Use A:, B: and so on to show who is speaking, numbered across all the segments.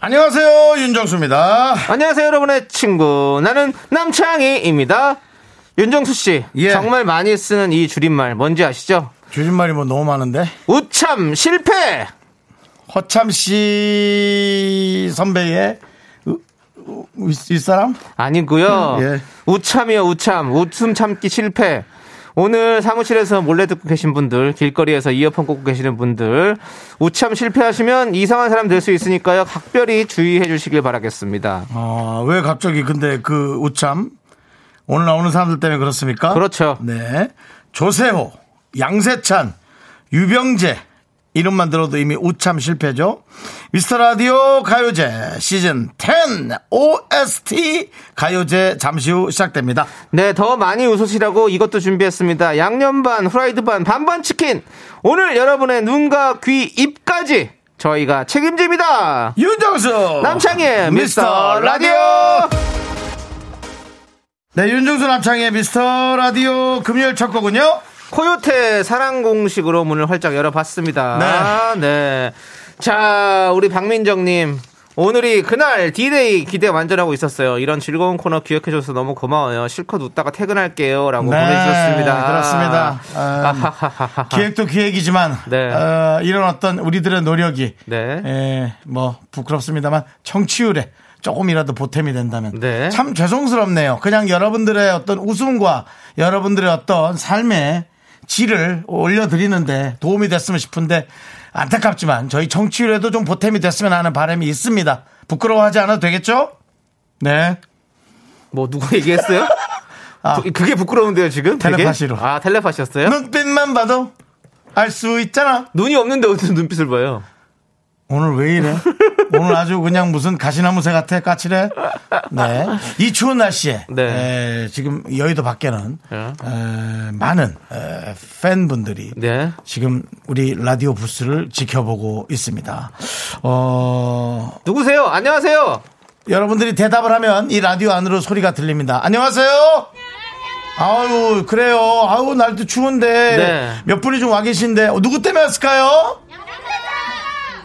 A: 안녕하세요 윤정수입니다.
B: 안녕하세요, 여러분의 친구. 나는 남창희입니다. 윤정수 씨,
A: 예.
B: 정말 많이 쓰는 이 줄임말 뭔지 아시죠?
A: 주진말이 뭐 너무 많은데
B: 우참 실패.
A: 허참 씨 선배의 으- 으- 윗- 윗사람
B: 아니고요.
A: 예.
B: 우참이요, 우참. 웃음 참기 실패. 오늘 사무실에서 몰래 듣고 계신 분들, 길거리에서 이어폰 꽂고 계시는 분들, 우참 실패하시면 이상한 사람 될 수 있으니까요. 각별히 주의해 주시길 바라겠습니다.
A: 아, 왜 갑자기 근데 그 우참 오늘 나오는 사람들 때문에 그렇습니까?
B: 그렇죠.
A: 네. 조세호, 양세찬, 유병재 이름만 들어도 이미 우참 실패죠. 미스터 라디오 가요제 시즌 10 OST 가요제 잠시 후 시작됩니다.
B: 네, 더 많이 웃으시라고 이것도 준비했습니다. 양념 반, 후라이드 반, 반반 치킨. 오늘 여러분의 눈과 귀, 입까지 저희가 책임집니다.
A: 윤정수
B: 남창희의 미스터 라디오.
A: 네, 윤정수 남창희의 미스터 라디오 금요일 첫 곡은요.
B: 코요태 사랑 공식으로 문을 활짝 열어봤습니다.
A: 네.
B: 아, 네. 자, 우리 박민정님. 오늘이 그날 디데이 기대 완전하고 있었어요. 이런 즐거운 코너 기억해줘서 너무 고마워요. 실컷 웃다가 퇴근할게요. 라고
A: 네,
B: 보내주셨습니다.
A: 그렇습니다. 아,
B: 아하하하하.
A: 기획도 기획이지만
B: 네.
A: 어, 이런 어떤 우리들의 노력이
B: 네.
A: 예, 뭐 부끄럽습니다만 청취율에 조금이라도 보탬이 된다면
B: 네.
A: 참 죄송스럽네요. 그냥 여러분들의 어떤 웃음과 여러분들의 어떤 삶의 질을 올려드리는데 도움이 됐으면 싶은데 안타깝지만 저희 청취율에도 좀 보탬이 됐으면 하는 바람이 있습니다. 부끄러워하지 않아도 되겠죠? 네.
B: 뭐 누가 얘기했어요?
A: 아.
B: 그- 그게 부끄러운데요 지금? 되게?
A: 텔레파시로.
B: 아 텔레파시였어요?
A: 눈빛만 봐도 알 수 있잖아.
B: 눈이 없는데 어떻게 눈빛을 봐요?
A: 오늘 왜 이래? 오늘 아주 그냥 무슨 가시나무새 같아 까칠해. 네. 이 추운 날씨에
B: 네.
A: 에, 지금 여의도 밖에는
B: 예.
A: 에, 많은 에, 팬분들이
B: 네.
A: 지금 우리 라디오 부스를 지켜보고 있습니다. 어,
B: 누구세요? 안녕하세요.
A: 여러분들이 대답을 하면 이 라디오 안으로 소리가 들립니다. 안녕하세요. 아유 그래요. 아유 날도 추운데
B: 네.
A: 몇 분이 좀 와 계신데 어, 누구 때문에 왔을까요?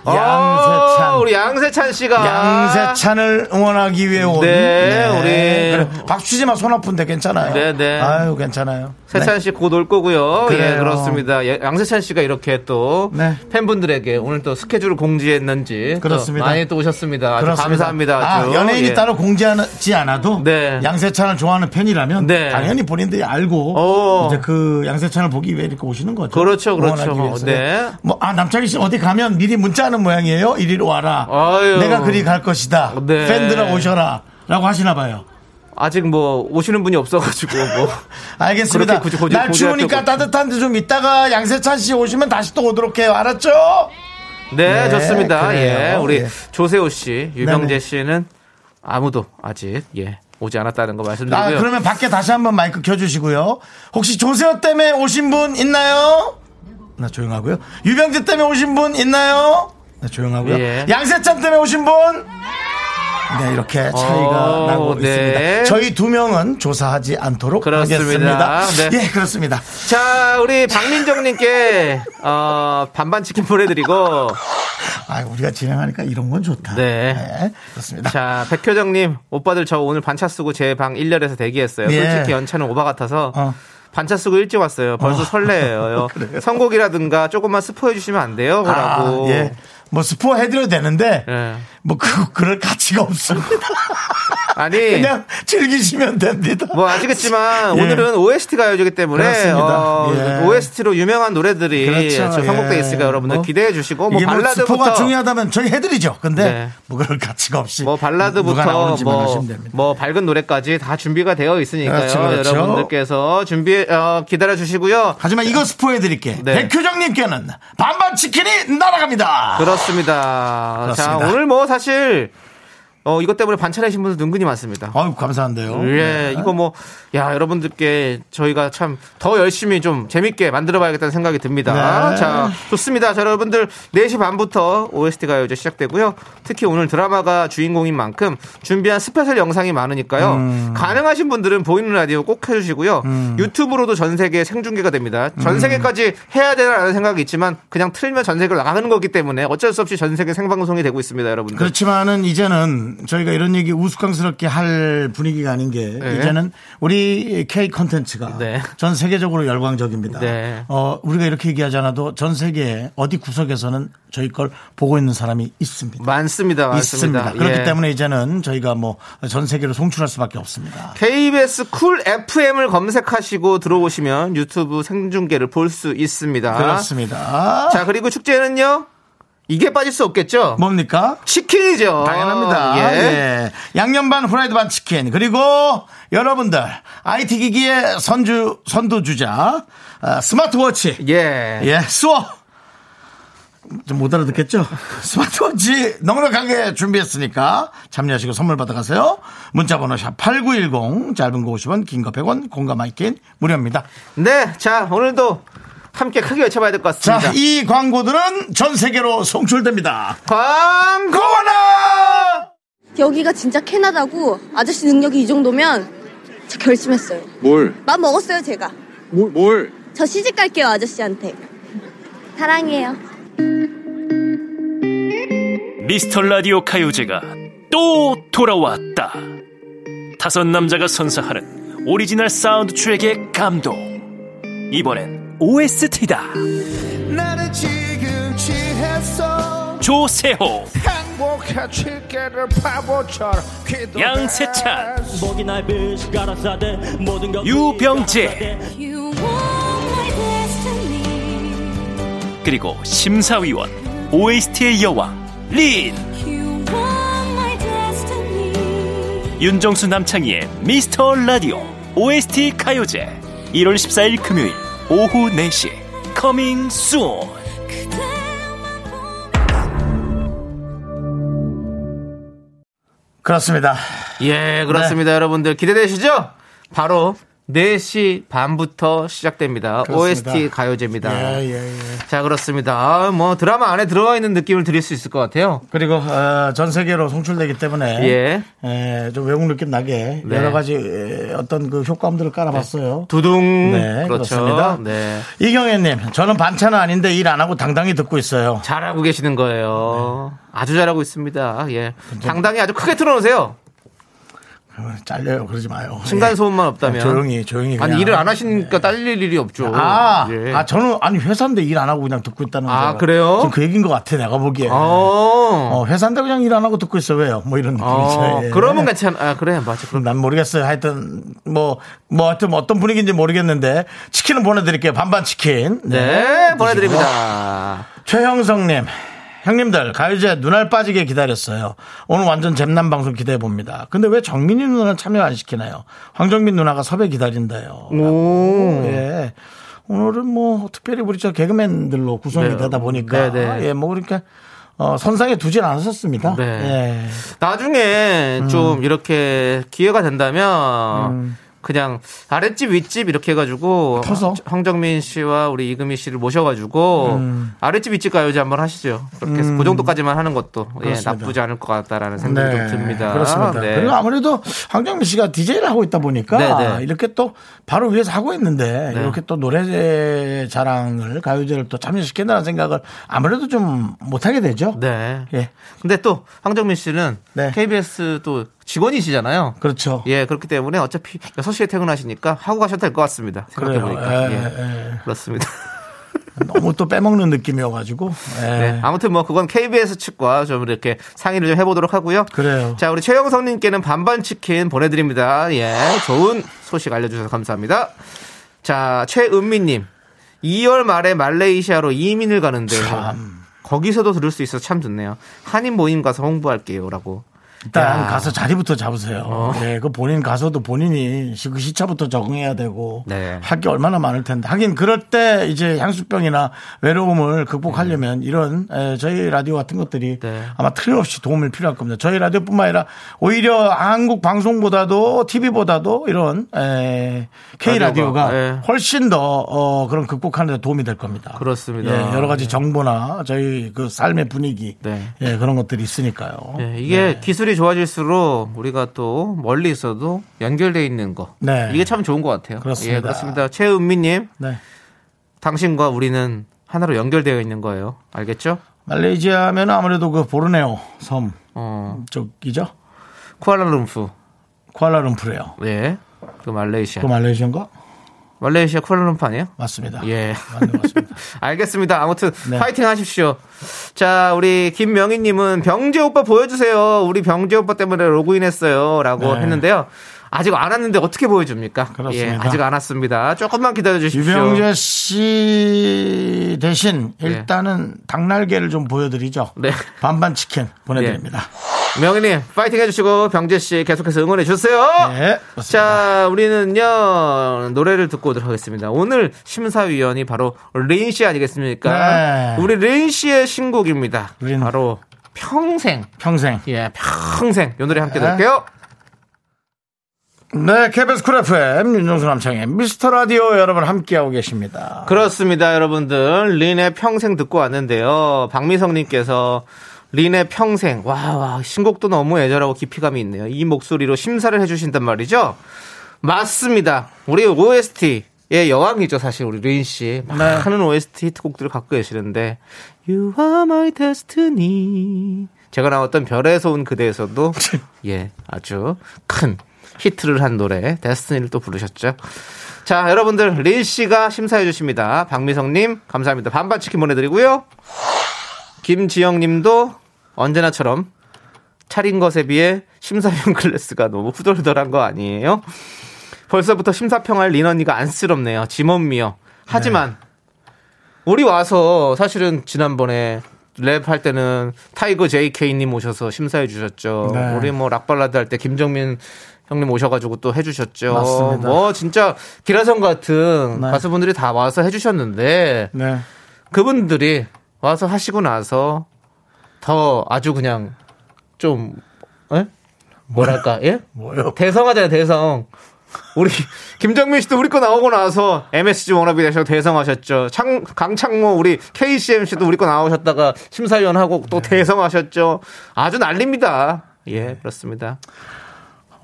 B: 어, 우리 양세찬 씨가
A: 양세찬을 응원하기 위해 온.
B: 네, 우리-
A: 그래, 박수지 마, 손 아픈데 괜찮아요.
B: 네, 네.
A: 아유, 괜찮아요.
B: 세찬
A: 네.
B: 씨 곧 올 거고요.
A: 그래요.
B: 예, 그렇습니다. 예, 양세찬 씨가 이렇게 또
A: 네.
B: 팬분들에게 오늘 또 스케줄을 공지했는지 또
A: 그렇습니다.
B: 많이 또 오셨습니다. 아주
A: 그렇습니다.
B: 감사합니다.
A: 아,
B: 아주.
A: 연예인이
B: 예.
A: 따로 공지하지 않아도
B: 네.
A: 양세찬을 좋아하는 팬이라면
B: 네.
A: 당연히 본인들이 알고
B: 어.
A: 이제 그 양세찬을 보기 위해 이렇게 오시는 거죠.
B: 그렇죠, 그렇죠.
A: 응원하기 위해서.
B: 네.
A: 뭐, 아, 남창희 씨 어디 가면 미리 문자하는 모양이에요. 이리로 와라.
B: 아유.
A: 내가 그리 갈 것이다.
B: 네.
A: 팬들아 오셔라. 라고 하시나 봐요.
B: 아직 뭐 오시는 분이 없어가지고 뭐
A: 알겠습니다.
B: 그렇게 굳이 고지-
A: 날
B: 고지할
A: 추우니까
B: 필요가
A: 따뜻한데 좀 이따가 양세찬 씨 오시면 다시 또 오도록 해요. 알았죠?
B: 네,
A: 네,
B: 좋습니다.
A: 그래요.
B: 예, 우리
A: 예.
B: 조세호 씨,
A: 네네.
B: 유병재 씨는 아무도 아직 예 오지 않았다는 거
A: 아,
B: 말씀드리고요.
A: 그러면 밖에 다시 한번 마이크 켜주시고요. 혹시 조세호 때문에 오신 분 있나요? 나 조용하고요. 유병재 때문에 오신 분 있나요? 나 조용하고요.
B: 예.
A: 양세찬 때문에 오신 분? 네, 이렇게 차이가
B: 어,
A: 나고
B: 네.
A: 있습니다. 저희 두 명은 조사하지 않도록
B: 그렇습니다.
A: 하겠습니다.
B: 네.
A: 예, 그렇습니다.
B: 자, 우리 박민정님께 어, 반반 치킨 보내드리고,
A: 아, 우리가 진행하니까 이런 건 좋다.
B: 네.
A: 그렇습니다.
B: 자, 백효정님, 오빠들 저 오늘 반차 쓰고 제 방 1열에서 대기했어요.
A: 예.
B: 솔직히 연차는 오바 같아서.
A: 어.
B: 반차 쓰고 일찍 왔어요. 벌써 설레요.
A: 그래요?
B: 선곡이라든가 조금만 스포해 주시면 안 돼요? 라고.
A: 아, 예. 뭐 스포 해드려도 되는데
B: 예.
A: 뭐 그, 그럴 가치가 없습니다.
B: 아니.
A: 그냥 즐기시면 됩니다.
B: 뭐 아시겠지만
A: 예.
B: 오늘은 OST 가요제기 때문에 어,
A: 그렇습니다. 예.
B: OST로 유명한 노래들이 저 선곡돼
A: 예.
B: 있으니까 여러분들
A: 뭐,
B: 기대해 주시고 뭐
A: 이게
B: 발라드부터
A: 스포가 중요하다면 저희 해드리죠. 근데
B: 네.
A: 뭐 그럴 가치가 없이
B: 뭐
A: 누가
B: 발라드부터
A: 나오는지만
B: 뭐,
A: 하시면 됩니다.
B: 뭐 밝은 노래까지 다 준비가 되어 있으니까요.
A: 그렇죠, 그렇죠.
B: 여러분들께서 준비 어, 기다려 주시고요.
A: 하지만 이거 스포해드릴게.
B: 네.
A: 백효정님께는 반반 치킨이 날아갑니다.
B: 그렇습니다. 자
A: 그렇습니다.
B: 오늘 뭐 사실 어, 이것 때문에 반찬하신 분들 은근히 많습니다.
A: 아유 감사한데요. 네.
B: 예, 이거 뭐, 야, 여러분들께 저희가 참 더 열심히 좀 재밌게 만들어 봐야겠다는 생각이 듭니다.
A: 네.
B: 자, 좋습니다. 자, 여러분들 4시 반부터 OST 가요제 시작되고요. 특히 오늘 드라마가 주인공인 만큼 준비한 스페셜 영상이 많으니까요.
A: 음.
B: 가능하신 분들은 보이는 라디오 꼭 해주시고요. 유튜브로도 전 세계 생중계가 됩니다.
A: 음.
B: 전 세계까지 해야 되나라는 생각이 있지만 그냥 틀면 전 세계로 나가는 거기 때문에 어쩔 수 없이 전 세계 생방송이 되고 있습니다, 여러분들.
A: 그렇죠. 그렇지만은 이제는 저희가 이런 얘기 우스꽝스럽게 할 분위기가 아닌 게
B: 네.
A: 이제는 우리 K 컨텐츠가
B: 네.
A: 전 세계적으로 열광적입니다.
B: 네.
A: 어, 우리가 이렇게 얘기하지 않아도 전 세계 어디 구석에서는 저희 걸 보고 있는 사람이 있습니다.
B: 많습니다, 많습니다.
A: 있습니다. 그렇기
B: 예.
A: 때문에 이제는 저희가 뭐 전 세계로 송출할 수밖에 없습니다.
B: KBS 쿨 FM을 검색하시고 들어오시면 유튜브 생중계를 볼 수 있습니다.
A: 그렇습니다.
B: 자, 그리고 축제는요? 이게 빠질 수 없겠죠?
A: 뭡니까?
B: 치킨이죠.
A: 당연합니다.
B: 예.
A: 예. 양념 반 후라이드 반 치킨 그리고 여러분들 IT 기기의 선주 선도 주자 아, 스마트워치
B: 예.
A: 예 수어 좀 못 알아듣겠죠? 스마트워치 넉넉하게 준비했으니까 참여하시고 선물 받아가세요. 문자번호 샵 #8910 짧은 거 50원, 긴 거 100원, 공감 마이킹 무료입니다.
B: 네. 자, 오늘도 함께 크게 외쳐봐야 될 것 같습니다.
A: 자, 이 광고들은 전 세계로 송출됩니다.
B: 광고!
A: 고마워!
C: 여기가 진짜 캐나다고 아저씨 능력이 이 정도면 저 결심했어요.
D: 뭘?
C: 맘 먹었어요, 제가.
D: 뭘? 뭘?
C: 저 시집 갈게요, 아저씨한테. 사랑해요.
E: 미스터 라디오 카요제가 또 돌아왔다. 다섯 남자가 선사하는 오리지널 사운드 트랙의 감동. 이번엔 OST다. 조세호, 양세찬, 유병재, 그리고 심사위원, OST의 여왕, 린. 윤정수 남창희의 미스터 라디오 OST 가요제 1월 14일 금요일 오후 4시 커밍 쏜
A: 그렇습니다.
B: 예, 그렇습니다.
A: 네.
B: 여러분들 기대되시죠? 바로 4시 반부터 시작됩니다.
A: 그렇습니다.
B: OST 아, 가요제입니다.
A: 예, 예, 예.
B: 자, 그렇습니다. 아, 뭐 드라마 안에 들어가 있는 느낌을 드릴 수 있을 것 같아요.
A: 그리고 어, 전 세계로 송출되기 때문에
B: 예.
A: 에, 좀 외국 느낌 나게
B: 네.
A: 여러 가지 에, 어떤 그 효과음들을 깔아봤어요.
B: 두둥.
A: 네, 그렇습니다.
B: 네.
A: 이경혜님, 저는 반찬은 아닌데 일 안 하고 당당히 듣고 있어요.
B: 잘하고 계시는 거예요. 아주 잘하고 있습니다. 예. 당당히 아주 크게 틀어놓으세요.
A: 어, 잘려요, 그러지 마요.
B: 층간 소음만
A: 예.
B: 없다면.
A: 조용히, 조용히.
B: 아니
A: 그냥. 네.
B: 일을 안 하시니까 딸릴 일이 없죠.
A: 아,
B: 예.
A: 아, 저는 아니 회사인데 일 안 하고 그냥 듣고 있다는 거.
B: 아, 그래요?
A: 지금 그 얘기인 것 같아, 내가 보기에.
B: 어.
A: 어, 회사인데 그냥 일 안 하고 듣고 있어 왜요? 뭐 이런
B: 어,
A: 느낌이죠. 예.
B: 그러면 괜찮. 아 그래 맞아. 그럼.
A: 난 모르겠어요. 하여튼 뭐뭐 하여튼 어떤 분위기인지 모르겠는데 치킨은 보내드릴게요. 반반 치킨.
B: 네,
A: 드시고.
B: 보내드립니다.
A: 최형성님. 형님들 가요제 눈알 빠지게 기다렸어요. 오늘 완전 잼난 방송 기대해 봅니다. 근데 왜 정민이 누나는 참여 안 시키나요? 황정민 누나가 섭외 기다린다요.
B: 오.
A: 예. 오늘은 뭐 특별히 우리 저 개그맨들로 구성이
B: 네.
A: 되다 보니까
B: 네, 네.
A: 예, 뭐 그러니까 어, 선상에 두진 않았었습니다.
B: 네.
A: 예.
B: 나중에
A: 음.
B: 좀 이렇게 기회가 된다면 그냥 아랫집 윗집 이렇게 해가지고
A: 터서?
B: 황정민 씨와 우리 이금희 씨를 모셔가지고
A: 음.
B: 아랫집 윗집 가요제 한번 하시죠. 그렇게 해서 그 정도까지만 하는 것도 예,
A: 그렇습니다.
B: 나쁘지 않을 것 같다라는 생각이 좀 듭니다.
A: 그렇습니다.
B: 네.
A: 그리고 아무래도 황정민 씨가 DJ를 하고 있다 보니까
B: 네, 네.
A: 이렇게 또 바로 위에서 하고 있는데
B: 네.
A: 이렇게 또 노래 자랑을 가요제를 또 참여시킨다는 생각을 아무래도 좀 못하게 되죠.
B: 네.
A: 예.
B: 근데 또 황정민 씨는
A: 네.
B: KBS 또 직원이시잖아요.
A: 그렇죠.
B: 예, 그렇기 때문에 어차피 6시에 퇴근하시니까 하고 가셔도 될 것 같습니다. 생각해보니까.
A: 그래요.
B: 예.
A: 예, 예.
B: 그렇습니다.
A: 너무 또 빼먹는 느낌이어가지고. 예.
B: 네. 아무튼 뭐 그건 KBS 측과 좀 이렇게 상의를 좀 해보도록 하고요.
A: 그래요.
B: 자, 우리 최영성님께는 반반 치킨 보내드립니다. 예, 좋은 소식 알려주셔서 감사합니다. 자, 최은미님. 2월 말에 말레이시아로 이민을 가는데 거기서도 들을 수 있어서 참 좋네요. 한인 모임 가서 홍보할게요라고.
A: 일단
B: 야. 어.
A: 가서 자리부터 잡으세요. 네, 그 본인 가서도 본인이 시- 그 시차부터 적응해야 되고
B: 네.
A: 할 게 얼마나 많을 텐데. 하긴 그럴 때 이제 향수병이나 외로움을 극복하려면 이런 에, 저희 라디오 같은 것들이
B: 음. 네.
A: 아마 틀림없이 도움을 필요할 겁니다. 저희 라디오뿐만 아니라 오히려 한국 방송보다도 TV보다도 이런 에, K
B: 라디오가,
A: 라디오가
B: 예.
A: 훨씬 더 어, 그런 극복하는 데 도움이 될 겁니다.
B: 그렇습니다.
A: 예, 여러 가지 정보나 저희 그 삶의 분위기
B: 네.
A: 예, 그런 것들이 있으니까요.
B: 네, 이게 기술이 좋아질수록 우리가 또 멀리 있어도 연결돼 있는 거.
A: 네.
B: 이게 참 좋은 것 같아요.
A: 그렇습니다.
B: 예, 그렇습니다. 최은미님,
A: 네.
B: 당신과 우리는 하나로 연결되어 있는 거예요. 알겠죠?
A: 말레이시아면 아무래도 그 보르네오 섬
B: 어,
A: 쪽이죠.
B: 쿠알라룸푸.
A: 쿠알라룸푸르요.
B: 예. 그 말레이시아.
A: 그 말레이시아인가?
B: 말레이시아 쿠알라룸푸 아니에요?
A: 맞습니다.
B: 예.
A: 맞는 것 같습니다.
B: 알겠습니다. 아무튼
A: 네.
B: 파이팅 하십시오. 자, 우리 김명희 님은 병재 오빠 보여주세요. 우리 병재 오빠 때문에 로그인했어요. 라고
A: 네.
B: 했는데요. 아직 안 왔는데 어떻게 보여줍니까?
A: 그렇습니다.
B: 예, 아직 안 왔습니다. 조금만 기다려 주십시오.
A: 유병재 씨 대신
B: 예.
A: 일단은 닭날개를 좀 보여드리죠.
B: 네.
A: 반반 치킨 보내드립니다.
B: 예. 명희님 파이팅 해주시고 병재 씨 계속해서 응원해 주세요.
A: 네, 그렇습니다.
B: 자, 우리는요 노래를 듣고 오도록 하겠습니다. 오늘 심사위원이 바로 린 씨
A: 네.
B: 아니겠습니까? 우리 린 씨의 신곡입니다.
A: 린.
B: 바로 평생.
A: 평생.
B: 예, 평생. 이 노래 함께
A: 네.
B: 들을게요.
A: 네, KBS 쿨 FM 윤정수 남창의 미스터 라디오 여러분 함께하고 계십니다.
B: 그렇습니다, 여러분들. 린의 평생 듣고 왔는데요. 박미성님께서 린의 평생. 와, 와, 신곡도 너무 애절하고 깊이감이 있네요. 이 목소리로 심사를 해주신단 말이죠. 맞습니다. 우리 OST. 의 여왕이죠, 사실 우리 린 씨.
A: 네.
B: 많은 OST 히트곡들을 갖고 계시는데 You are my destiny. 제가 나왔던 별에서 온 그대에서도 예, 아주 큰 히트를 한 노래 데스티니를 또 부르셨죠. 자, 여러분들 린 씨가 심사해 주십니다. 박미성 님, 감사합니다. 반반 치킨 보내 드리고요. 김지영 님도 언제나처럼 차린 것에 비해 심사위원 클래스가 너무 후덜덜한 거 아니에요? 벌써부터 심사평할 린 언니가 안쓰럽네요. 지엄미요. 하지만 우리 와서 사실은 지난번에 랩 할 때는 타이거 JK님 오셔서 심사해 주셨죠.
A: 네.
B: 우리 뭐 락발라드 할 때 김정민 형님 오셔가지고 또 해주셨죠.
A: 맞습니다.
B: 뭐 진짜 기라성 같은
A: 네.
B: 가수분들이 다 와서 해주셨는데
A: 네.
B: 그분들이 와서 하시고 나서 더 아주 그냥 좀 에? 뭐랄까 예?
A: 뭐요?
B: 대성하잖아요 대성 우리 김정민 씨도 우리 거 나오고 나서 MSG 워너비 되셔서 대성하셨죠 창, 강창모 우리 KCM 씨도 우리 거 나오셨다가 심사위원 하고
A: 네.
B: 또 대성하셨죠 아주 난립니다 예 그렇습니다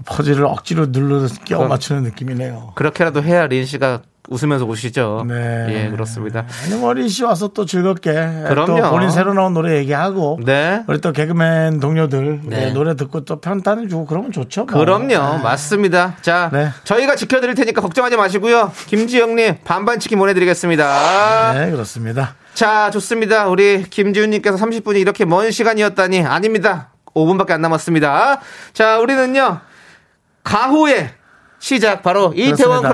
A: 퍼즐을 억지로 눌러서 끼워 맞추는 느낌이네요.
B: 그렇게라도 해야 린 씨가 웃으면서 오시죠
A: 네.
B: 예 그렇습니다
A: 아니, 뭐, 어린 씨 와서 또 즐겁게.
B: 그럼요.
A: 또 본인 새로 나온 노래 얘기하고.
B: 네
A: 우리 또 개그맨 동료들
B: 네.
A: 네, 노래 듣고 또 편탄을 주고 그러면 좋죠. 뭐.
B: 그럼요.
A: 네.
B: 맞습니다. 자,
A: 네.
B: 저희가 지켜드릴 테니까 걱정하지 마시고요. 김지영님, 반반 치킨 보내드리겠습니다.
A: 네, 그렇습니다.
B: 자, 좋습니다. 우리 김지훈님께서 30분이 이렇게 먼 시간이었다니. 아닙니다. 5분밖에 안 남았습니다. 자, 우리는요. 가호의 시작, 바로 이태원
A: 그렇습니다.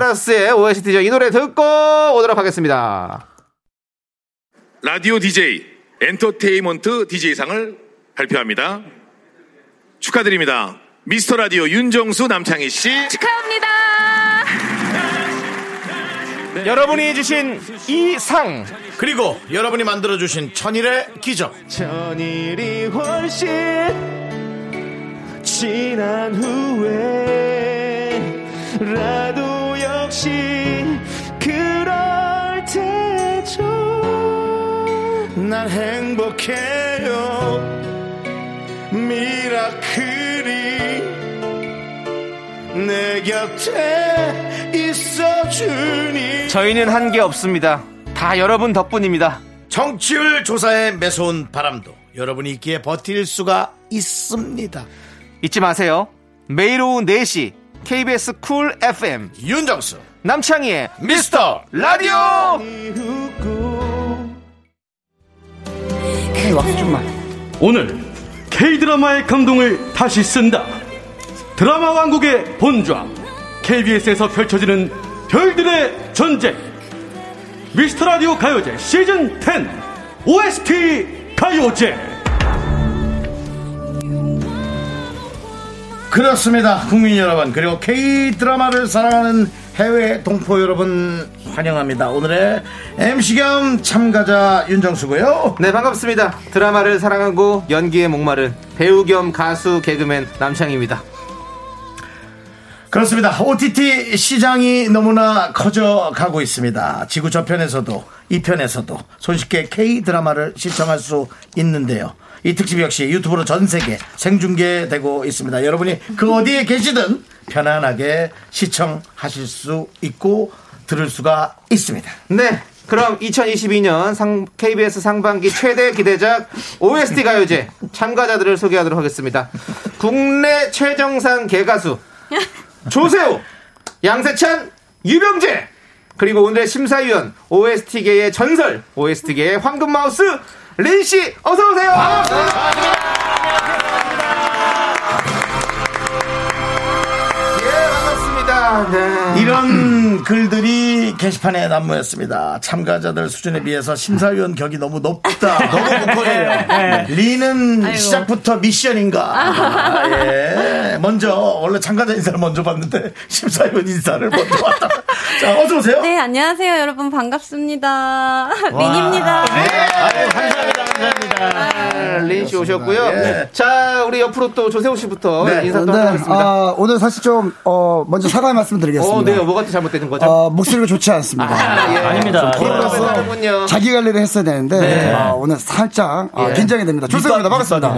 B: 클라스의 OST죠. 이 노래 듣고 오도록 하겠습니다.
D: 라디오 DJ 엔터테인먼트 DJ상을 발표합니다. 축하드립니다. 미스터 라디오 윤정수 남창희 씨.
A: 네.
B: 여러분이 주신 이 상.
A: 그리고 여러분이 만들어주신 천일의 기적.
B: 전일이 훨씬 지난 후에라도 역시 그럴 테죠
A: 난 행복해요. 미라클이 내 곁에 있어주니.
B: 저희는 한 게 없습니다 다 여러분 덕분입니다
A: 정치율 조사에 매서운 바람도 여러분이 있기에 버틸 수가 있습니다.
B: 잊지 마세요 매일 오후 4시 KBS 쿨 FM
A: 윤정수
B: 남창희의
A: 미스터
B: 라디오
F: 오늘 K드라마의 감동을 다시 쓴다. 드라마 왕국의 본좌. KBS에서 펼쳐지는 별들의 전쟁. 미스터 라디오 가요제 시즌 10 OST 가요제.
A: 그렇습니다. 국민 여러분, 그리고 K-드라마를 사랑하는 해외 동포 여러분 환영합니다. 오늘의 MC 겸 참가자 윤정수고요.
B: 네, 반갑습니다. 드라마를 사랑하고 연기에 목마른 배우 겸 가수 개그맨 남창입니다.
A: 그렇습니다. OTT 시장이 너무나 커져가고 있습니다. 지구 저편에서도 이편에서도 손쉽게 K-드라마를 시청할 수 있는데요. 이 특집 역시 유튜브로 전 세계 생중계되고 있습니다. 여러분이 그 어디에 계시든 편안하게 시청하실 수 있고 들을 수가 있습니다.
B: 네. 그럼 2022년 상- KBS 상반기 최대 기대작 OST 가요제 참가자들을 소개하도록 하겠습니다. 국내 최정상 개가수 조세호, 양세찬, 유병재 그리고 오늘의 심사위원 OST계의 전설 OST계의 황금마우스 린 씨 어서 오세요.
A: 아,
B: 예, 반갑습니다. 네.
A: 이런 글들이 게시판에 난무했습니다. 참가자들 수준에 비해서 심사위원 격이 너무 높다. 너무 보컬이에요. 리는 시작부터 미션인가. 네. 아, 예. 먼저 원래 참가자 인사를 먼저 봤는데 심사위원 인사를 먼저 봤다. 자, 어서 오세요.
G: 네, 안녕하세요, 여러분. 반갑습니다.
A: 와.
G: 민입니다.
A: 아유, 감사합니다. 감사합니다.
B: 린 씨 오셨고요.
A: 예.
B: 자, 우리 옆으로 또 조세호 씨부터
A: 네.
B: 어, 인사 또
H: 네,
B: 하겠습니다.
H: 아, 오늘 사실 좀, 어, 먼저 사과의 말씀 드리겠습니다.
B: 어, 네, 뭐가 또 잘못된 거죠?
H: 어, 목소리가 좋지 않습니다.
B: 아, 예.
E: 아닙니다.
B: 좀 토론을 하는군요. 네.
H: 자기 관리를 했어야 되는데, 아, 오늘 살짝 아,
B: 예.
H: 긴장이 됩니다. 좋습니다. 네. 반갑습니다.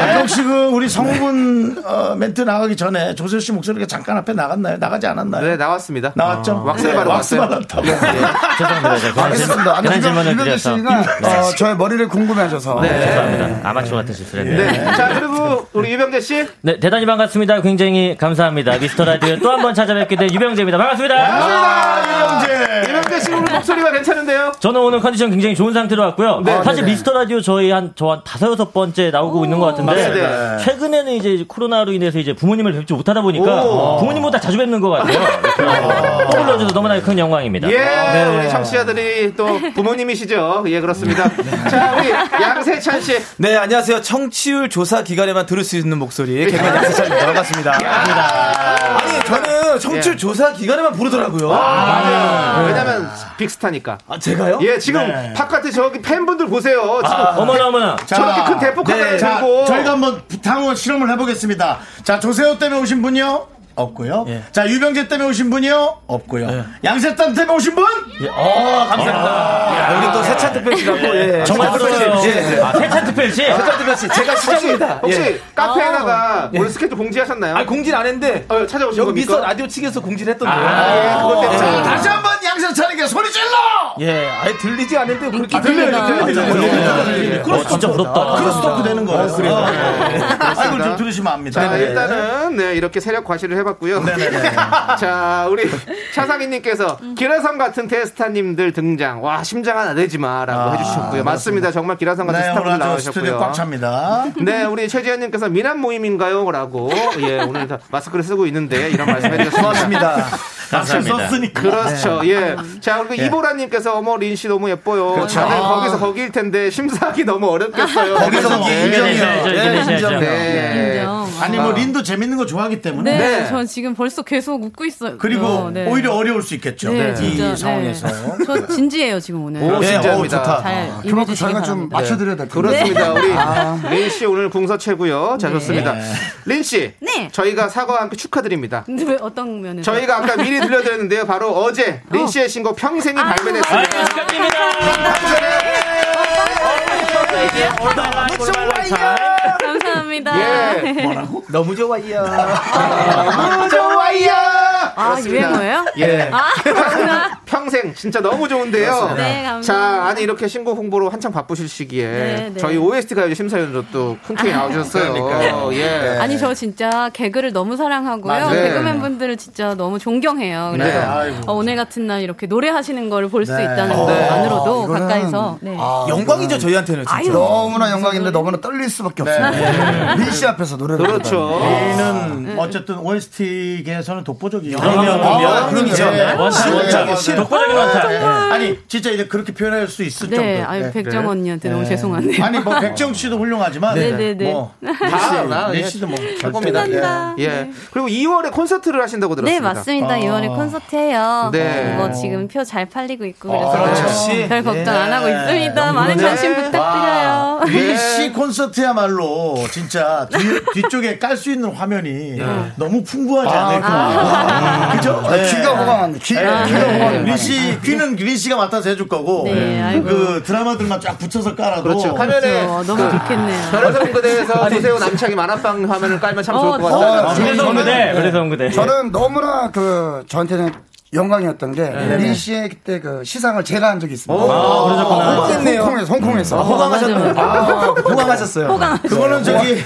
A: 아니, 혹시 그 우리 성분 어, 멘트 나가기 전에 조세호 씨 목소리가 잠깐 앞에 나갔나요? 나가지 않았나요?
B: 네, 나왔습니다.
A: 나왔죠?
B: 왁스를
A: 네,
B: 바르고
A: 왁스
B: 왔어요.
A: 발랐다고.
I: 네.
H: 알겠습니다 아니, 유명재 씨가
I: 네.
H: 어, 저의 머리를 네. 궁금해하셔서
J: 네. 아마추어 같은 실수를
B: 네. 자, 그리고 우리 유병재 씨.
J: 네, 대단히 반갑습니다. 굉장히 감사합니다. 미스터 라디오 또 한 번 찾아뵙게 된 유병재입니다. 반갑습니다.
A: 유병재.
B: 아, 유병재 씨 오늘 목소리가 괜찮은데요?
J: 저는 오늘 컨디션 굉장히 좋은 상태로 왔고요.
B: 네.
J: 사실
H: 네네.
J: 미스터 라디오 저희 한 저 한 다섯 여섯 번째 나오고 있는 것 같은데
B: 맞습니다. 네.
J: 최근에는 이제 코로나로 인해서 이제 부모님을 뵙지 못하다 보니까
B: 오. 아.
J: 부모님보다 자주 뵙는 것 같아요. 또 불러줘서 너무나 큰
I: 네.
J: 영광입니다. 네.
B: 예, 우리 청취자들이 또 부모님이시죠? 예, 그렇습니다. 자, 우리 양세찬 씨.
I: 네, 안녕하세요. 청취율 조사 기간에만 들을 수 있는 목소리 개그맨 양세찬입니다. 반갑습니다. 아니, 저는 청취율
B: 예.
I: 조사 기간에만 부르더라고요. 네.
B: 맞아요. 왜냐면 빅스타니까.
I: 아, 제가요?
B: 예, 지금
I: 네.
B: 바깥에 저기 팬분들 보세요.
A: 아,
I: 아,
B: 지금
J: 어머나 어머나.
B: 저렇게 큰 대폭
I: 네.
B: 하나를
A: 네, 자,
B: 들고.
A: 저희가 한번 탕후 실험을 해보겠습니다. 자, 조세호 때문에 오신 분이요? 없고요. 자, 유병재 때문에 오신 분이요? 없고요. 양세찬 때문에 오신 분?
B: 예, 어,
I: 우리 또 세찬 특별씨라고.
B: 아,
I: 예.
J: 정말
I: 세찬
B: 그렇죠.
I: 특별씨.
J: 부러워요.
I: 예, 예.
J: 아, 세찬 특별씨.
I: 세찬 특별씨.
K: 아,
I: 제가 시장입니다.
B: 혹시
I: 아, 예.
B: 카페에다가 오늘 스케줄 공지하셨나요?
I: 아, 공지를 안 했는데.
B: 어, 찾아오신
I: 여기
B: 겁니까?
I: 미스터 라디오 측에서 공지를 했던데. 아,
B: 예, 그것
A: 아,
B: 때문에.
A: 자, 다시 한번 양세찬에게 소리 질러!
I: 예, 아예 들리지 않는데 그렇게 예. 아,
G: 들려요,
B: 예.
A: 아,
J: 어, 진짜 부럽다.
A: 크로스토크 되는 거예요. 아, 아, 이걸 좀 들으시면 압니다.
B: 자,
A: 네.
B: 일단은 네, 이렇게 세력 과시를 해봤고요.
I: 네,
B: 자, 우리 차상희님께서 기라성 같은 테스타님들 등장. 와, 심장 하나 내지 마라고
I: 아,
B: 해주셨고요. 맞습니다. 정말 기라성 같은
A: 네, 오늘
B: 스타분들
A: 아주 스튜디오 꽉
B: 나오셨고요.
A: 찹니다.
B: 네, 우리 최지현님께서 미남 모임인가요?라고 예, 오늘 다 마스크를 쓰고 있는데 이런 말씀해주셨습니다.
I: 고맙습니다.
J: 감사합니다.
B: 그렇죠. 예. 자, 그리고 이보라님께서 어머 린 씨 너무 예뻐요. 다들 거기서 거기일 텐데 심사하기 너무 어렵겠어요.
A: 아. 거기서 거기 인정이요.
J: 인정이죠, 인정이죠, 인정.
B: 네.
G: 인정.
A: 아니, 뭐, 린도 재밌는 거 좋아하기 때문에.
G: 네,
B: 네.
G: 전 지금 벌써 계속 웃고 있어요.
A: 그리고
G: 네.
A: 오히려 어려울 수 있겠죠.
G: 네,
A: 이
G: 진짜, 네.
A: 상황에서.
G: 저 진지해요, 지금 네. 오늘. 네,
B: 오,
I: 예,
B: 진짜입니다.
I: 어, 좋다.
G: 잘
H: 그만큼
G: 임해주시기
H: 저희가 좀
G: 바랍니다.
H: 맞춰드려야 될 텐데.
B: 그렇습니다. 우리 린 씨 오늘 궁서 최고요. 잘 좋습니다. 린 씨,
G: 네.
B: 저희가 사과와 함께 축하드립니다.
G: 근데 왜 어떤 면에서?
B: 저희가 아까 미리 들려드렸는데요. 바로 어제 린 씨의 신곡 평생이 발매됐습니다.
G: 맞아요.
K: 뭐
G: 감사합니다.
B: 예.
I: 너무 좋아요.
B: 너무 좋아요.
G: 아, 유행어예요?
B: 예.
G: 아, 그렇구나.
B: 평생 진짜 너무 좋은데요.
G: 네, 감사합니다.
B: 자, 아니 이렇게 신곡 홍보로 한창 바쁘실 시기에
G: 네, 네.
B: 저희 OST 가요제 심사위원으로 또 흔쾌히 나오셨어요. 예.
G: 아니 저 진짜 개그를 너무 사랑하고요.
B: 맞아요.
G: 개그맨 분들을 진짜 너무 존경해요.
B: 네.
G: 그래서
A: 아이고.
G: 어, 오늘 같은 날 이렇게 노래하시는 걸 볼 수
A: 네.
G: 있다는
H: 어,
B: 어,
G: 것만으로도 가까이서 네.
B: 아,
I: 영광이죠, 저희한테는. 진짜.
H: 아, 너무나 영광인데 너무나 떨릴 수밖에 없습니다. 네. 민 씨 앞에서 노래를
B: 네. 그렇죠.
H: 부르다니.
G: 네.
A: 린은 어쨌든 OST계에서는 독보적이에요.
I: 그럼요, 그럼요.
A: 아, 그럼요.
I: 신원장,
A: 네,
I: 신원장.
A: 독보적인
G: 아,
A: 많다.
G: 정말.
A: 아니 진짜 이제 그렇게 표현할 수 있을
G: 네,
A: 정도.
G: 아유, 백정 언니한테 너무 죄송하네요.
A: 아니 뭐 백정 씨도 훌륭하지만
B: 네, 네, 네.
A: 뭐
B: 다 나,
A: 내
B: 예,
A: 씨도 뭐
B: 잘
A: 절대
B: 겁니다.
A: 안
B: 예. 예. 그리고 2월에 콘서트를 하신다고
G: 네,
B: 들었습니다. 어.
G: 맞습니다. 2월에 콘서트예요.
B: 네.
G: 뭐 지금 표 잘 팔리고 있고
B: 아,
G: 그래서
B: 그렇지.
G: 어, 별 걱정
B: 네.
G: 안 하고 있습니다. 많은
A: 네.
G: 관심 부탁드려요. 네.
A: 리씨 콘서트야말로 진짜 뒤, 쪽에 깔 수 있는 화면이
G: 네.
A: 너무 풍부하지
H: 아,
A: 않을까. 음.
H: 아,
A: 그죠?
H: 아, 귀가 호강한데, 귀-
A: 네.
H: 귀가 호강해.
A: 리씨, 귀는 리씨가 맡아서 해줄 거고.
H: 네, 아이고.
A: 그 드라마들만 쫙 붙여서 깔아도.
B: 그렇죠. 화면에
G: 너무 좋겠네요.
B: 별의성그대에서
H: 아니,
B: 도세호 남창이 만화방 화면을 깔면 참
H: 어,
B: 좋을 것 같아요.
H: 어, 저는- 저는- 저는 너무나 그 저한테는 영광이었던 게
B: 네.
H: 린 씨의 그때 그 시상을 제가 한 적이 있습니다.
B: 오, 아, 그러셨구나.
H: 홍콩에서 홍콩에서 홍콩에서
B: 아, 호강하셨네요.
H: 아, 호강하셨어요. 뭐,
A: 호강. 그거는 저기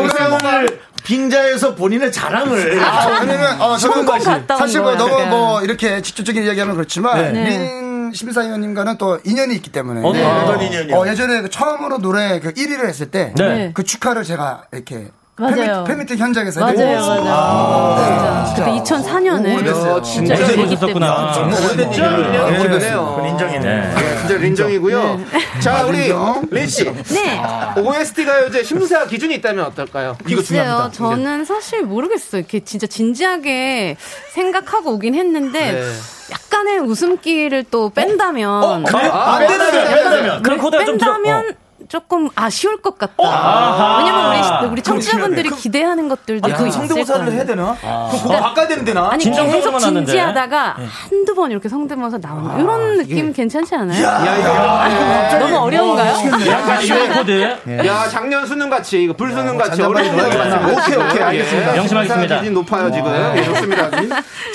A: 조세호를 빙자에서 본인의 자랑을.
H: 아, 왜냐면 어, 저는 뭐 사실 뭐 너무
A: 약간.
H: 뭐 이렇게 직접적인 이야기하면 그렇지만
A: 네.
H: 린 심사위원님과는 또 인연이 있기 때문에
A: 어떤- 어떤 인연이요?
H: 어, 예전에 그 처음으로 노래 그 1위를 했을 때 그
A: 네.
H: 축하를 제가 이렇게
G: 맞아요.
H: 팬미팅, 팬미팅 현장에서
G: 맞아요,
H: 해드렸어요.
G: 맞아요.
H: 아,
G: 그때 2004년에
H: 오래됐어요.
G: 진짜
H: 진짜
G: 애기
H: 오래됐었구나.
G: 때문에.
H: 네. 아, 정말 오래된
B: 진짜
H: 얘기를
B: 인연.
H: 하고
B: 그건
H: 네. 있네요.
B: 그건 인정이네.
H: 네.
B: 진짜 린정이고요. 자, 우리
H: 인정.
B: 린씨.
G: 네.
B: OST 가요제 심사 기준이 있다면 어떨까요? 이거
G: 글쎄요,
B: 중요합니다.
G: 저는 사실 모르겠어요. 이렇게 진짜 진지하게 생각하고 오긴 했는데
B: 네. 어,
G: 약간의 웃음기를 또 뺀다면
J: 그래요? 아, 아, 뺀다면, 뺀다면. 그럼 코드가 좀 들어-
G: 뺀다면 조금 아쉬울 것 같다.
I: 어? 아하.
G: 왜냐면 우리, 우리
I: 그럼
G: 청취자분들이
I: 중요하네.
G: 기대하는 것들도
I: 아,
G: 있고
I: 그럼 성대모사를
G: 있을
I: 해야 되나?
G: 아.
I: 그거 바꿔야 되는데 나?
G: 아니 계속 진지하다가 한두 번 이렇게 성대모사 나오는 이런 느낌 괜찮지 않아요? 너무 어려운가요?
B: 약간
J: 이런
B: 코드.
J: 예.
B: 야, 작년 수능 같이, 이거 불수능 같이
J: 잔잔하게
B: 어려운
J: 놀아요.
B: 거맞
J: 오케이, 오케이, 알겠습니다. 명심하겠습니다.
B: 기준 높아요, 지금.
J: 와.
B: 예, 좋습니다.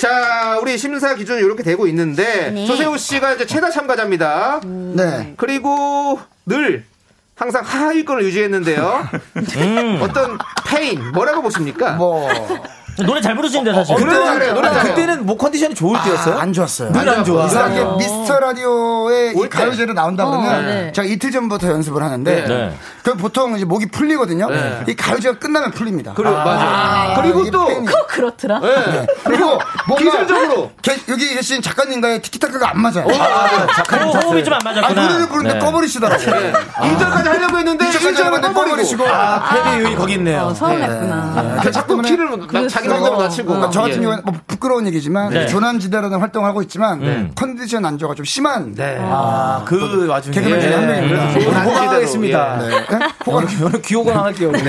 B: 자, 우리 심사 기준 이렇게 되고 있는데,
J: 네.
B: 조세호 씨가 이제 최다 참가자입니다.
H: 네.
B: 그리고 늘 항상 하위권을 유지했는데요.
J: 음.
B: 어떤 페인, 뭐라고 보십니까?
H: 뭐.
J: 노래 잘 부르시는데 사실.
I: 어, 그래요, 그래요, 노래 잘해요.
H: 그때는
I: 뭐 컨디션이 좋을 때였어요?
H: 안 좋았어요.
I: 늘안 좋아.
H: 이상하게
I: 어.
H: 미스터 라디오에
I: 올
H: 이
I: 때.
H: 가요제로 나온다 그러면
I: 어, 네.
H: 제가 이틀 전부터 연습을 하는데
I: 네.
H: 그 보통 이제 목이 풀리거든요.
I: 네.
H: 이 가요제가 끝나면 풀립니다.
I: 그래, 맞아요. 네.
H: 그리고 또 네.
G: 그렇더라.
H: 그리고 뭔가
I: 기술적으로.
H: 게- 여기 계신 작가님과의 티키타카가 안 맞아요.
I: 오, 아, 작가님 그 호흡이 찼어요. 좀안 맞았구나.
H: 아니, 노래를 부르는데
I: 네.
H: 꺼버리시더라고요.
I: 네. 인절까지 하려고 했는데 인절은 꺼버리고.
H: 아,
I: 패배의 의이 거기 있네요.
H: 어, 서운했구나.
I: 네.
H: 그 자꾸
B: 키를 자기
L: 어.
B: 마음대로 낮추고.
H: 저 같은
B: 예.
H: 경우는 뭐 부끄러운 얘기지만
I: 네.
H: 조난지대라는 활동을 하고 있지만
I: 네.
H: 컨디션 안좋아가 좀 심한
I: 아, 그 와중에.
H: 개그맨 중에 한 명입니다.
I: 예. 오늘 호강하겠습니다.
H: 예. 네.
I: 오늘, 오늘 귀호강 할게요. 네.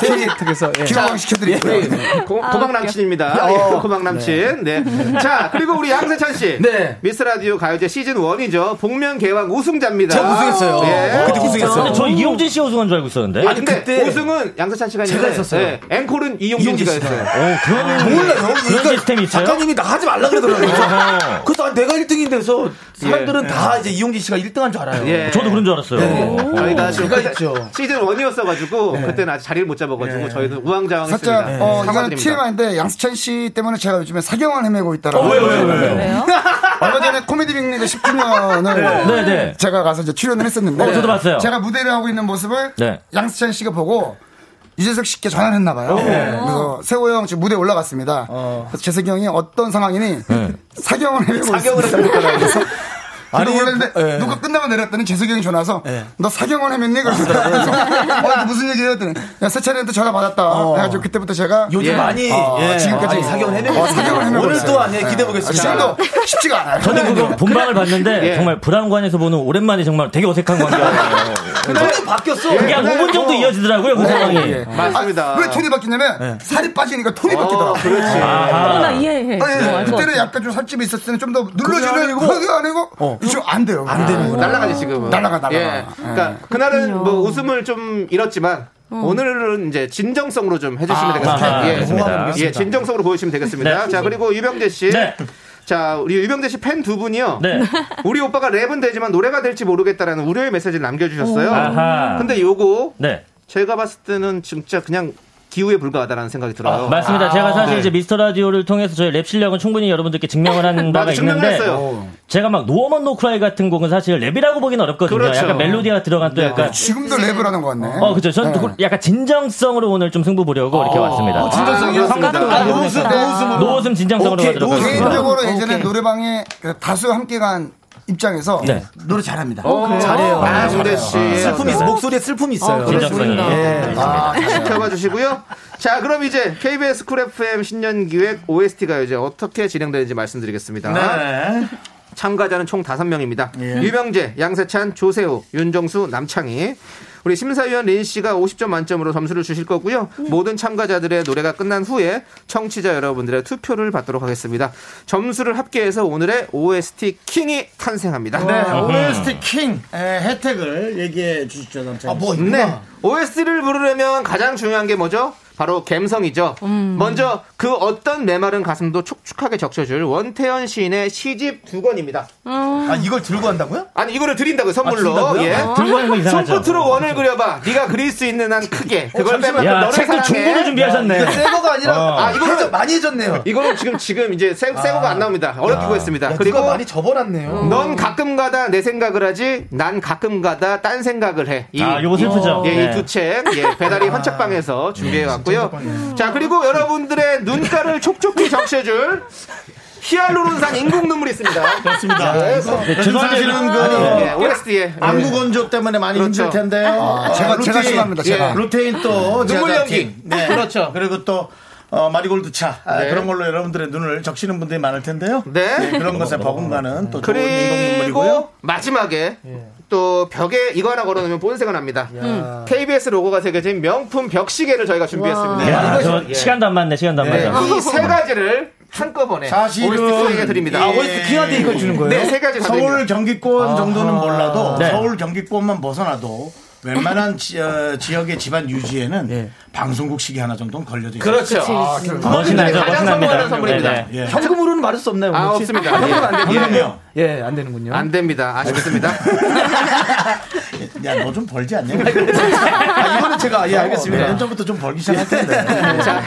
I: 세계 특에서.
J: 예.
H: 귀호강 시켜드릴게요.
B: 예, 고박 남친입니다.
I: 아,
B: 예,
I: 어.
B: 고박 남친. 네. 자, 그리고 우리 양세찬 씨. 미스 라디오 가요제 시즌 1이죠. 복면 개왕 우승자입니다.
J: 제가 우승했어요.
B: 예.
J: 그때 우승했어요. 근데 저 이용진 씨 우승한 줄 알고 있었는데.
B: 아니, 근데 우승은 양세찬 씨가
J: 제가
B: 했는데,
J: 했었어요.
B: 예, 앵콜은 이용진
J: 이용진
B: 씨가
J: 씨가.
B: 했어요. 아,
J: 오, 그런- 몰라요. 그런 그러니까 시스템이 있어요?
I: 작가님이 나 하지 말라
J: 어허.
I: 그러더라고요. 그래서 아니, 내가 1등인데 그래서 사람들은
B: 예.
I: 다 이제 이용진 씨가 1등한 줄 알아요.
B: 예. 저도
J: 그런 줄 알았어요.
I: 네.
B: 저희가 지금
I: 제가
B: 그때
I: 있죠.
B: 시즌 1이었어가지고 그때는 아직 자리를 못 잡아가지고 저희는
H: 네.
B: 우왕좌왕했습니다. 네.
H: 살짝 어, 이거는
B: 사과드립니다.
H: TMI인데 양수찬 씨 때문에 제가 요즘에 사경을 헤매고 있다라고. 네.
B: 어, 왜요, 왜요, 왜요?
J: 왜요?
H: 얼마 전에 코미디 빅리그 10주년을
J: 네. 네, 네.
H: 제가 가서 이제 출연을 했었는데
J: 어, 저도 봤어요.
H: 제가 무대를 하고 있는 모습을
J: 네.
H: 양수찬 씨가 보고 유재석 씨께 전화를 했나 봐요.
J: 네. 어.
H: 그래서 세호 형 지금 무대 에 올라갔습니다. 그래서 재석이 형이 어떤 상황이니
J: 네.
H: 사경을 헤매고
I: 사경을 헤매고
H: 있습니다. 그래서
I: 아니,
H: 아니 원래는데
I: 예.
H: 누가 끝나고 내렸더니 재석이 형이 전화 와서
I: 예.
H: 너 사경을 헤맸니? 그래서 어, 무슨 얘기를 했더니 야 세찬이한테 전화 받았다. 해가지고 그때부터 제가
I: 요즘
H: 예.
I: 많이,
H: 어,
I: 예.
H: 지금까지
I: 많이 사경을 헤매고
H: 어, 사경을 헤매고
I: 오늘
H: 있어요.
I: 또한, 예, 기대해 보겠습니다.
H: 지금도 쉽지가 않아요.
J: 저는 그거 본방을 봤는데
I: 예.
J: 정말 브라운관에서 보는 오랜만에 정말 되게 어색한 관계였어요.
I: 그날이 바뀌었어.
J: 그게 한 5분 정도 이어지더라고요, 그
H: 네.
J: 상황이.
H: 예. 아, 왜 톤이 바뀌냐면 살이 빠지니까
I: 어,
H: 톤이 바뀌더라고.
B: 그렇지.
J: 아하. 어, 나
H: 이해해.
J: 어, 알것
H: 그때는 약간 좀 살집이 있었을 때는 좀 더 눌러주는
B: 그게 아니고-
H: 그게 아니고
J: 어.
H: 지금 안 돼요.
B: 안 되는 거야. 아, 날라가지 지금은.
H: 날라가 날라가.
B: 예. 그러니까 그날은 뭐 웃음을 좀 잃었지만 오늘은 이제 진정성으로 좀 해주시면
I: 아,
B: 되겠습니다.
I: 아하,
B: 예.
I: 알겠습니다.
B: 예, 진정성으로 보여주시면 되겠습니다.
I: 네.
B: 자 그리고 유병재 씨. 자 우리 유병재 씨 팬 두 분이요. 우리 오빠가 랩은 되지만 노래가 될지 모르겠다라는 우려의 메시지를 남겨주셨어요.
J: 오. 아하.
B: 근데 요거
J: 네.
B: 제가 봤을 때는 진짜 그냥 기우에 불과하다라는 생각이 들어요.
J: 아, 맞습니다.
H: 아,
J: 제가 사실
B: 네.
J: 이제 미스터 라디오를 통해서 저희 랩 실력은 충분히 여러분들께 증명을 한 바가
B: 나도 증명을
J: 있는데
B: 했어요.
J: 제가 막 노어먼 노크라이 같은 곡은 사실 랩이라고 보기는 어렵거든요.
H: 그렇죠. 네,
J: 약간 멜로디가 들어간 또 약간
H: 지금도 랩을 하는 것 같네.
J: 어, 그죠. 전 그- 약간 진정성으로 오늘 좀 승부 보려고 이렇게 왔습니다.
H: 어, 진정성이었습니다.
J: 아, 깜짝 놀랐어요.
H: 노웃음, 노웃음으로.
J: 노웃음 진정성으로
H: 오케이,
J: 가도록 하겠습니다.
H: 개인적으로 예전에 노래방에 그 다수 함께 간 입장에서
J: 네.
H: 노래 잘합니다.
I: 어, 그래요? 잘해요.
H: 아,
I: 정대 씨.
H: 슬픔이 있어. 목소리에 슬픔이
A: 아,
H: 있어요.
A: 그렇죠. 네.
B: 진정성이.
H: 예.
B: 네. 아, 잘 지켜봐주시고요. 자, 그럼 이제 KBS 쿨 FM 신년 기획 OST가 이제 어떻게 진행되는지 말씀드리겠습니다.
A: 네. 예.
B: 참가자는 총 5명입니다. 유병재, 양세찬, 조세호, 윤정수, 남창희. 우리 심사위원 린 씨가 50점 만점으로 점수를 주실 거고요. 모든 참가자들의 노래가 끝난 후에 청취자 여러분들의 투표를 받도록 하겠습니다. 점수를 합계해서 오늘의 OST 킹이 탄생합니다.
A: 네,
H: 어.
A: OST 킹 에, 혜택을 얘기해 주시죠, 남창희.
B: 네. OST를 부르려면 가장 중요한 게 뭐죠? 바로 감성이죠. 먼저 그 어떤 메마른 가슴도 촉촉하게 적셔줄 원태현 시인의 시집 두 권입니다.
I: 아, 이걸 들고 한다고요?
B: 아니 이거를 드린다고 손물로.
I: 준다고요?
B: 예.
I: 아. 들고 하는 거 이상하죠.
B: 손끝으로 원을 그려봐. 네가 그릴 수 있는 한 크게. 그걸
I: 어, 잠시만요.
B: 빼면
I: 야,
B: 너를
I: 책도
B: 사랑해.
I: 중고로 준비하셨네. 어. 이거 새 거가 아니라
B: 아 이거
I: 해적 많이 해줬네요.
B: 이거는 지금 지금 이제 새, 새
I: 아.
B: 거가 안 나옵니다. 어렵고 했습니다.
I: 그리고
B: 그리고
I: 많이 접어놨네요.
B: 넌 가끔 가다 내 생각을 하지, 난 가끔 가다 딴 생각을 해.
J: 아, 요거 슬프죠?
B: 예,
J: 네.
B: 이 두 책, 예, 배달이
I: 아.
B: 헌책방에서
I: 음,
B: 준비해 왔고요. 자, 그리고 여러분들의 눈가를 촉촉히 적셔줄 히알루론산 인공 눈물이 있습니다.
A: 그렇습니다.
B: 네, 그래서
A: 네, 죄송한데 사실은 그
B: 아니, 예,
I: 네.
B: OST에
A: 안구 건조 때문에 많이
B: 그렇죠.
A: 힘들 텐데요. 예,
B: 아,
H: 제가- 제가 심합니다, 제가.
A: 루테인 또
B: 눈물
A: 제가
B: 연기.
A: 팀. 네. 그렇죠. 그리고 또 어, 마리골드 차 아,
B: 네.
A: 그런 걸로 여러분들의 눈을 적시는 분들이 많을 텐데요. 예,
B: 네.
A: 그런 것에 버금가는 또 좋은 인공 눈물이고요.
B: 그리고 마지막에 또 벽에 이거 하나 걸어놓으면 본색은 납니다. 음. KBS 로고가 새겨진 명품 벽시계를 저희가 준비했습니다.
J: 야,
B: 이것이-
J: 저
B: 예.
J: 시간도 안 맞네, 시간도 안
B: 네,
J: 맞아.
B: 이세 가지를 한꺼번에
A: 사실은
B: 오리스틱에게 드립니다.
A: 아, OST
I: 킹한테 이걸 주는 거예요?
B: 네, 세 가지
A: 서울 경기권 정도는 몰라도
J: 네.
A: 서울 경기권만 벗어나도 웬만한 지, 역의 집안 유지에는 방송국 시계 하나 정도는 걸려져 있어요.
B: 그렇죠.
J: 멋있나죠?
B: 가장
J: 멋있납니다.
B: 성공하는 선물입니다.
J: 네, 네.
A: 예.
I: 현금으로는 말할 수 없나요?
B: 아,
I: 혹시?
B: 없습니다.
I: 현금은 안 되는군요.
A: 현금이요?
I: 예, 안 되는군요.
B: 안 됩니다. 아쉽습니다.
A: 야, 너 좀 벌지 않냐? 어, 네.
I: 아, 이거는 제가 예, 알겠습니다.
A: 몇년 전부터 좀 벌기
B: 네.
A: 시작할 텐데.
B: 자,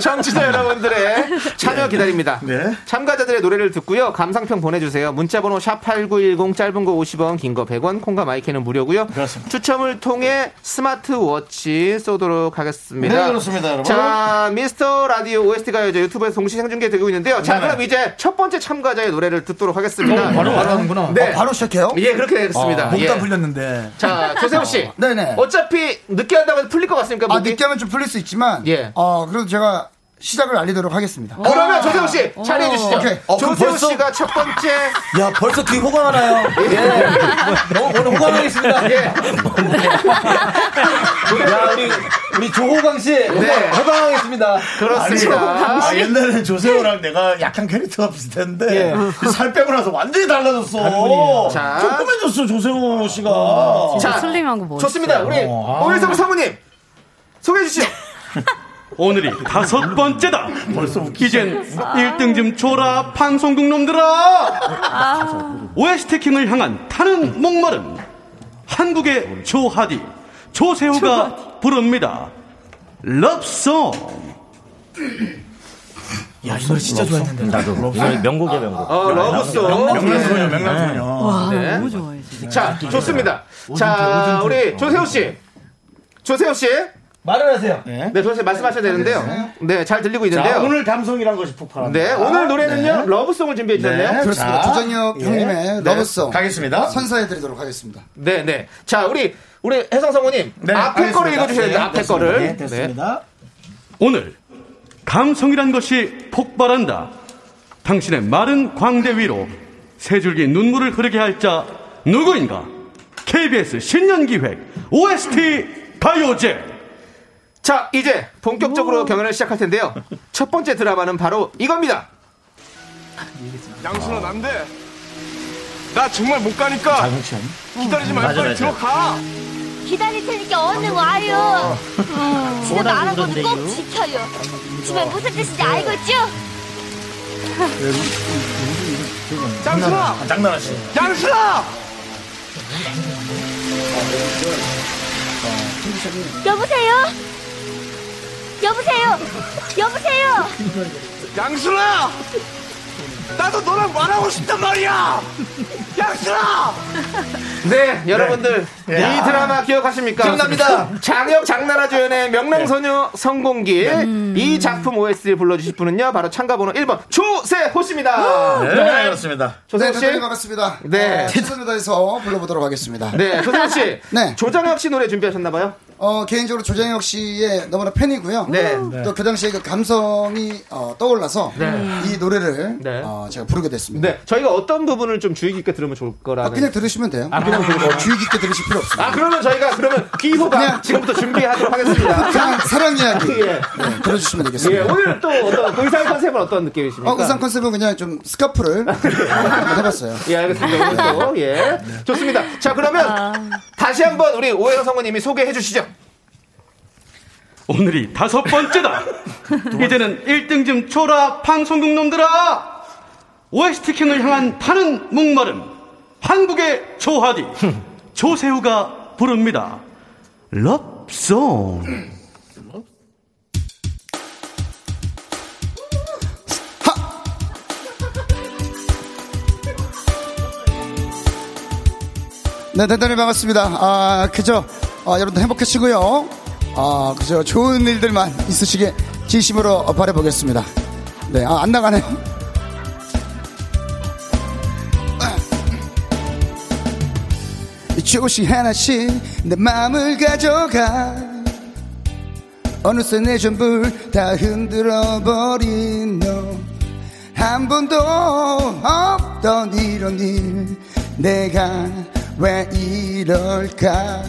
B: 청취자 여러분들의 참여 기다립니다.
A: 네.
B: 참가자들의 노래를 듣고요. 감상평 보내주세요. 문자번호 샵8910 짧은 거 50원, 긴 거 100원, 콩과 마이크는 무료고요.
A: 그렇습니다.
B: 추첨을 통해 스마트워치 쏘도록 하겠습니다.
A: 네, 그렇습니다, 여러분.
B: 자, 미스터 라디오 OST가 이제 유튜브에서 동시 생중계되고 있는데요. 자,
A: 네, 네.
B: 그럼 이제 첫 번째 참가자의 노래를 듣도록 하겠습니다.
I: 어, 바로 바로 하는구나.
B: 네.
H: 어, 바로 시작해요?
B: 예, 그렇게 되겠습니다.
M: 어,
I: 아, 목도
B: 예.
I: 안 풀렸는데.
B: 자, 조세호 씨.
H: 네네.
B: 어차피 늦게 한다고 해서 풀릴 것 같습니까?
H: 아,
B: 목이?
H: 늦게 하면 좀 풀릴 수 있지만,
B: 예.
H: 어, 그래도 제가 시작을 알리도록 하겠습니다.
B: 그러면 조세호 씨 자리해 주시죠.
H: 오케이.
I: 어, 그럼
B: 조세호
I: 벌써-
B: 씨가 첫 번째
I: 야, 벌써 뒤 호강 하나요? 예. 어, 오늘 호강하겠습니다.
B: 예.
I: 야, 우리, 우리 조호강 씨. 네. 호강하겠습니다.
B: 그렇습니다.
A: 아, 옛날에 조세호랑 내가 약간 캐릭터가 비슷했는데
I: 예.
A: 살 빼고 나서 완전히 달라졌어.
B: 자. 어.
A: 조금해졌어 조세호 씨가.
B: 자,
G: 슬림한 거 뭐지?
B: 좋습니다. 우리
A: 어, 아.
B: 오일성 사모님 소개해 주시죠.
F: 오늘이 다섯 번째다.
A: 벌써 웃기.
F: 이젠 1등 좀 줘라 방송국 놈들아
G: 음.
F: OST킹을 향한 타는 목마름 한국의 조하디 조세호가 부릅니다 럽송
I: 야, 이 노래 진짜 좋아했는데.
J: 나도. 명곡이야,
I: 아,
J: 명곡.
B: 어, 러브송.
A: 명랑소녀 명랑소녀.
G: 아,
B: 네.
G: 너무 좋아해. 진짜.
B: 자, 좋습니다. 자, 우리 조세호 씨. 조세호 씨.
I: 말을 하세요.
B: 네, 조세호 씨 말씀하셔야 되는데요. 네, 잘 들리고
A: 자,
B: 있는데요.
A: 오늘 감성이란 것이 폭발한다.
B: 네, 오늘 노래는요. 러브송을 준비해 주셨네요. 예.
H: 그렇습니다. 조정혁 형님의 러브송.
A: 가겠습니다.
H: 네, 선사해드리도록 하겠습니다.
B: 네, 네. 자, 우리 우리 혜성 사모님
A: 네,
B: 앞에
A: 알겠습니다.
B: 거를 읽어 주셔야 돼요.
A: 네,
B: 앞에
A: 됐습니다.
B: 거를.
A: 네, 됐습니다.
F: 오늘 감성이란 것이 폭발한다. 당신의 마른 광대 위로 세 줄기 눈물을 흐르게 할 자 누구인가? KBS 신년기획 OST 가요제
B: 자, 이제 본격적으로 경연을 시작할 텐데요. 첫 번째 드라마는 바로 이겁니다.
K: 양순아 안 돼. 나 정말 못 가니까 그러니까 기다리지 말고
J: 맞아,
K: 빨리
J: 맞아.
K: 들어가.
N: 기다릴 테니까 얼른 와요. 진짜
J: 뭐라
N: 나라고도 꼭
J: 그러던데요?
N: 지켜요. 정말 무슨 뜻인지 알겠죠?
K: 양순아,
A: 아, 네. 장난하시.
K: 양순아.
N: 여보세요?
O: 여보세요. 여보세요.
K: 양순아! 나도 너랑 말하고 싶단 말이야! 양순아!
B: 네, 여러분들
K: 네.
B: 이 드라마 기억하십니까?
K: 기억납니다.
B: 장혁 장나라
L: 네.
B: 주연의 명랑소녀 성공기
L: 음.
B: 이 작품 OST를 불러주실 분은요 바로 참가번호 1번 조세호
L: 아,
B: 씨입니다.
A: 네, 그렇습니다.
B: 조세호 씨.
L: 네, 대단히 반갑습니다.
B: 네.
L: 네. 최선을 다해서 불러보도록 하겠습니다.
B: 네, 조세호 씨.
L: 네.
B: 조장혁 씨 노래 준비하셨나봐요?
L: 어, 개인적으로 조장혁 씨의 너무나 팬이고요.
B: 네.
L: 또 그 당시에 그 감성이 어, 떠올라서
B: 네.
L: 이 노래를
B: 네.
L: 어, 제가 부르게 됐습니다.
B: 네, 저희가 어떤 부분을 좀 주의 깊게 들으면 좋을 거라는.
L: 그냥 들으시면 돼요.
B: 아, 그냥 들으세요?
L: 어, 주의 깊게 들으실 필요 없습니다.
B: 아, 그러면 저희가 그러면 기호가 지금부터 준비하도록 하겠습니다.
L: 그냥 사랑 이야기.
B: 예.
L: 네, 들어주시면
B: 예,
L: 되겠습니다.
B: 오늘 또 어떤 의상 컨셉은 어떤 느낌이십니까?
L: 어, 의상 컨셉은 그냥 좀 스카프를 한번 해봤어요.
B: 예, 알겠습니다. 오늘 또, 예. 좋습니다. 자, 그러면 다시 한번 우리 오해영 성우님이 소개해 주시죠.
F: 오늘이 다섯 번째다. 이제는 1등 좀 쳐라 방송국 놈들아. OST킹을 향한 타는 목마름. 한국의 조하디 조세호가 부릅니다. 럽송.
L: 네, 대단히 반갑습니다. 아, 그죠? 아, 여러분들 행복하시고요. 아, 그죠? 좋은 일들만 있으시길 진심으로 어, 바라보겠습니다. 네, 아, 안 나가네요. 조시 하나씩 내 마음을 가져가 어느새 내 전부를 다 흔들어버린 너 한 번도 없던 이런 일 내가 왜 이럴까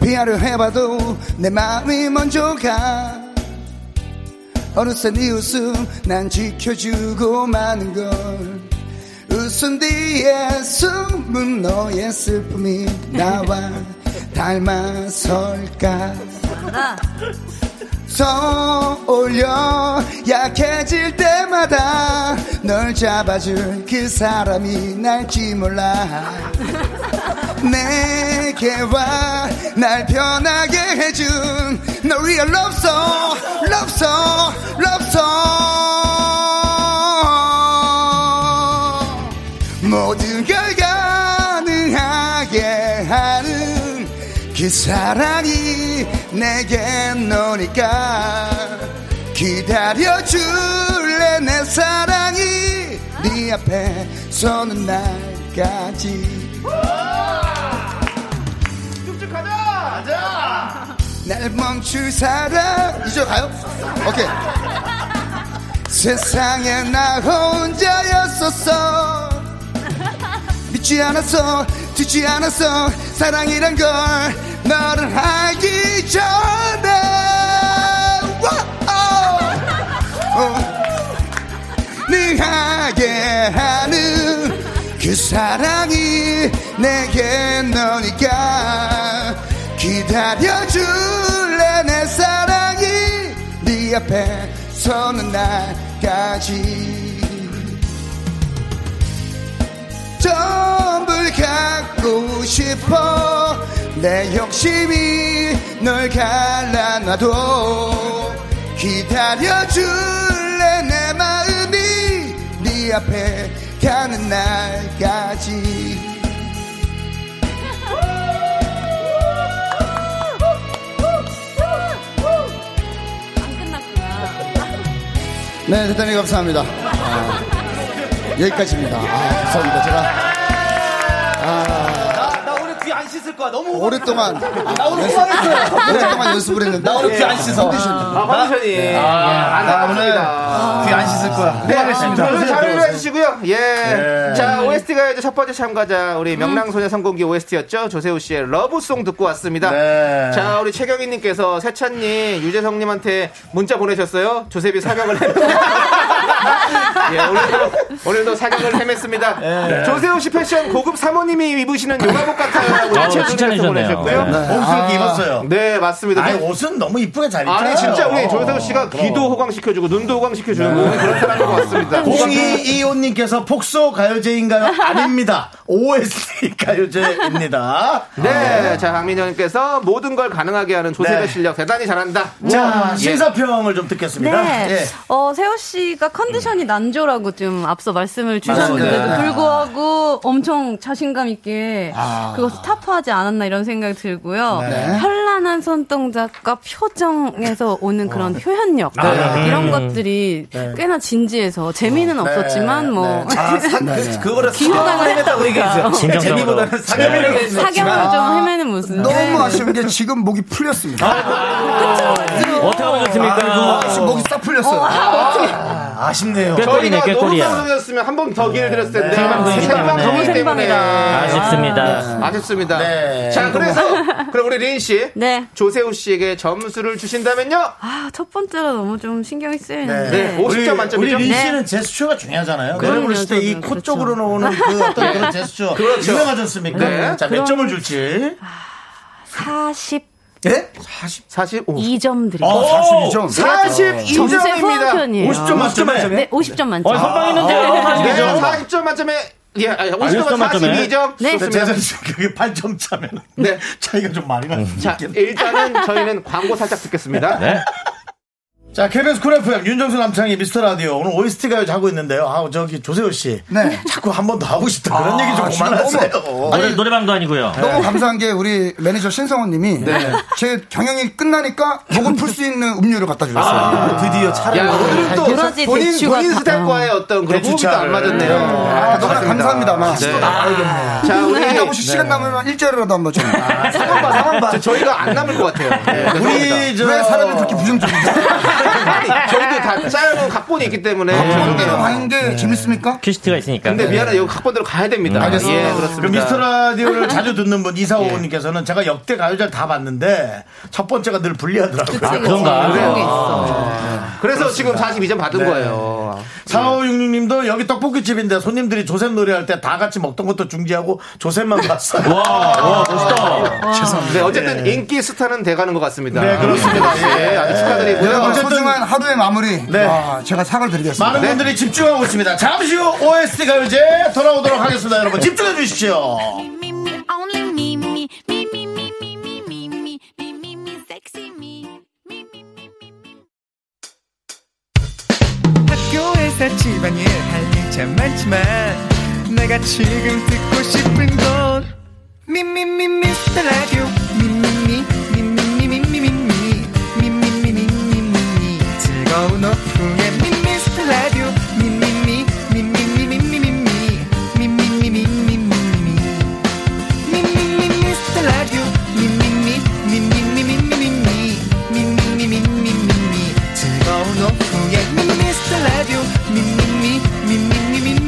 L: 비하를 해봐도 내 마음이 먼저 가 어느새 네 웃음 난 지켜주고 마는 걸 웃음 뒤에 숨은 너의 슬픔이 나와 닮아설까 서올려 약해질 때마다 널 잡아줄 그 사람이 날지 몰라 내게 와 날 변하게 해준 너 real love song love song love song 모든 걸 가능하게 하는 그 사랑이 내겐 너니까 기다려줄래 내 사랑이 네 앞에 서는 날까지
K: 쭉쭉 가자! 가자!
L: 날 멈출 사람 이제 가요? 오케이 세상에 나 혼자였었어 믿지 않았어 듣지 않았어 사랑이란 걸 너를 알기 전에 와, 어. 어. 능하게 하는 그 사랑이 내게 너니까 기다려줄래 내 사랑이 네 앞에 서는 날까지 전부를 갖고 싶어 내 욕심이 널 갈라놔도 기다려줄래 내 마음이 네 앞에 가는 날까지
P: 안 끝났구나.
L: 네 대단히 감사합니다 아, 여기까지입니다 아, 감사합니다 제가 아,
H: 나, 나 오늘 귀 안 씻을 거야. 너무
L: 오랫동안
H: 나 오늘 네, 호강했어.
L: 오랫동안 연습을 했는데
H: 나 오늘 귀 안 씻어.
B: 아, 컨디션이.
L: 네.
B: 아, 안타깝습니다.
L: 아, 귀 안 씻을 거야.
B: 네,
L: 고맙습니다.
B: 오늘 잘
L: 들어오세요.
B: 해주시고요. 예.
K: 네.
L: 예.
B: 자, OST가 이제 첫 번째 참가자, 우리 명랑소녀 성공기 OST였죠. 조세호 씨의 러브송 듣고 왔습니다. 자, 우리 최경희님께서 세찬님, 유재성님한테 문자 보내셨어요. 조세비 사격을 헤맸습니다. 예, 오늘도, 오늘도 사격을 헤맸습니다.
H: 예.
I: 네.
B: 조세호 씨 패션 고급 사모님이 입으시는 요가복 같아요. 라고
H: 어,
J: 칭찬- 칭찬해 주셨네요.
B: 보내셨고요.
J: 네.
A: 옷을 이렇게 입었어요.
B: 네, 맞습니다.
A: 아니, 옷은 너무 이쁘게 잘 입잖아요. 어.
B: 아니 진짜 우리 조세호 씨가 귀도 호강시켜주고 눈도 호강시켜주는 그런 사람인 것
A: 네.
B: 같습니다.
A: 아, 공이이호님께서 폭소 가요제인가요? 아닙니다. OST 가요제입니다.
B: 네, 자 강민영님께서 모든 걸 가능하게 하는 조세호
A: 네.
B: 실력 대단히 잘한다.
A: 자,
B: 예.
A: 심사평을 좀 듣겠습니다.
G: 네.
A: 예.
G: 어, 세호 씨가 컨디션이 난조라고 좀 앞서 말씀을
A: 맞습니다.
G: 주셨는데도 불구하고 엄청 자신감 있게
Q: 아.
G: 그것을 타파하지 않았나 이런 생각이 들고요.
Q: 네.
G: 현란한 손동작과 표정에서 오는 그런 표현력
I: 네.
G: 이런
I: 음.
G: 것들이
I: 네.
G: 꽤나 진지해서 재미는 없었지만 뭐
B: 네. 아,
I: 자, 사, 그, 그거를
G: 기호당을
I: 사경했다고 얘기했어요.
G: 했다니까. 진정성으로.
I: 재미보다는 사경이라고 했어요.
G: 사경을 좀 헤매는 모습. 네.
H: 너무 아쉬운 게 지금 목이 풀렸습니다.
J: 어떻게
H: 아이고,
J: 하셨습니까?
H: 지금 목이 싹 풀렸어요.
B: 어, 아, 어떡해.
A: 아, 쉽네요
J: 꾀꼬리네,
B: 저희가 너무
J: 꾀꼬리야.
B: 방송이었으면 한 번 더 기회를 드렸을 텐데
J: 생방송이기 때문에.
B: 생방송이기
J: 너무
B: 때문에
J: 생방이다. 아쉽습니다.
B: 아, 아쉽습니다.
A: 네.
B: 자 그래서 그럼 우리 린 씨,
G: 네.
B: 조세호 씨에게 점수를 주신다면요?
G: 아, 첫 번째가 너무 좀 신경이 쓰이는데.
B: 네, 50점 만점이죠?
A: 우리 린
B: 네.
A: 씨는 제스처가 중요하잖아요.
B: 그럼요,
A: 노래 부를 때 이 코
B: 그렇죠.
A: 쪽으로 나오는 그
G: 네.
A: 어떤 그런 제스처.
B: 그렇죠.
A: 유명하지 않습니까?
B: 네.
A: 자, 몇
B: 그럼-
A: 점을 줄지.
G: 40.
A: 예?
B: 40, 45.
G: 2점 드릴게요.
B: 아,
G: 네.
A: 어, 42
B: 네.
A: 점.
B: 42
G: 점수의
B: 점입니다.
G: 어.
B: 아,
G: 후한 편이에요.
B: 50점 만점에?
G: 네, 50점 네. 만점.
B: 어, 선방했는데요. 아, 42 점. 40점 만점에 예, 아니, 50점 만점에 42점.
A: 네.
B: 좋습니다.
A: 제가 그게 8점 차면 네. 차이가 좀 많이 나.
B: 자, 일단은 저희는 광고 살짝 듣겠습니다.
A: 네. 자, KBS 쿨 FM 윤정수 남창희 미스터 라디오 오늘 OST 가요 자고 있는데요. 아, 저기 조세호 씨.
H: 네.
A: 자꾸 한 번 더 하고 싶다. 그런
H: 아,
A: 얘기 좀
H: 지금
B: 어.
A: 그만하세요.
H: 너무- 아니, 아니,
J: 노래방도
B: 네.
J: 아니고요.
H: 너무 네. 감사한 게 우리 매니저 신성호 님이
J: 네.
H: 제 경영이 끝나니까 목을 풀 수 있는 음료를 갖다 주셨어요. 드디어
B: 야,
G: 아,
B: 오늘은 또 본인, 본인 스타일과의 어떤 그런 호흡이
H: 대추차.
B: 또안 맞았네요.
H: 아, 너무나 감사합니다. 마.
B: 네.
H: 나가야겠네. 아, 네.
B: 자, 우리
H: 이다고 씨 시간 남으면 일자리라도 한번 좀.
B: 상황 봐, 상황 봐. 저희가 안 남을 것 같아요. 네,
H: 우리
B: 죄송합니다.
H: 왜 사람이 그렇게 부정적인지.
B: 아니, 저희도 다 짜여놓은 각본이 있기 때문에.
H: 각본대로 가는 게 재밌습니까?
J: 퀘스트가 네. 있으니까. 네.
B: 근데 미안해, 이거 각본대로 가야 됩니다.
A: 음, 알겠습니다.
B: 예, 그렇습니다. 예.
A: 그럼 미스터 라디오를 자주 듣는 분 이사오님께서는 제가 역대 가요제를 다 봤는데 첫 번째가 늘 불리하더라고요.
B: 그치, 아, 그치. 그런가? 그런 게 있어. 아, 그래서 지금 42점 받은
A: 네.
B: 거예요.
A: 4566님도 여기 떡볶이집인데 손님들이 조셉 노래할 때 다 같이 먹던 것도 중지하고 조셉만 봤어요.
B: 와, 와,
A: 멋있다.
B: 죄송합니다. 네, 어쨌든
A: 네.
B: 인기 스타는 돼가는 것 같습니다.
A: 아. 네, 그렇습니다.
B: 예, 아주 축하드리고요.
H: 여러분, 네, 소중한 하루의 마무리.
B: 네.
H: 아, 제가 사과를 드리겠습니다.
A: 많은 분들이 집중하고 있습니다. 잠시 후 OST 가요제 돌아오도록 하겠습니다. 여러분 집중해 주십시오.
Q: Only me, me, me, me, me, me, me, me, me, me, me, me, sexy me.
M: 학교에서 집안일 할 일 참 많지만 내가 지금 듣고 싶은 건 미미미 미스터 라디오 미미미 미미미 미미미 미미미 미미미
I: 아,
M: 즐거운 오후에 미스터 라디오 미미미 미미미 미미미 미미미 미미미 미미미 미스터 라디오 미미미 미미미 미미미 미미미 미미미 즐거운 오후에 미스터 라디오 미미미 미미미 미미미 미미미 미미미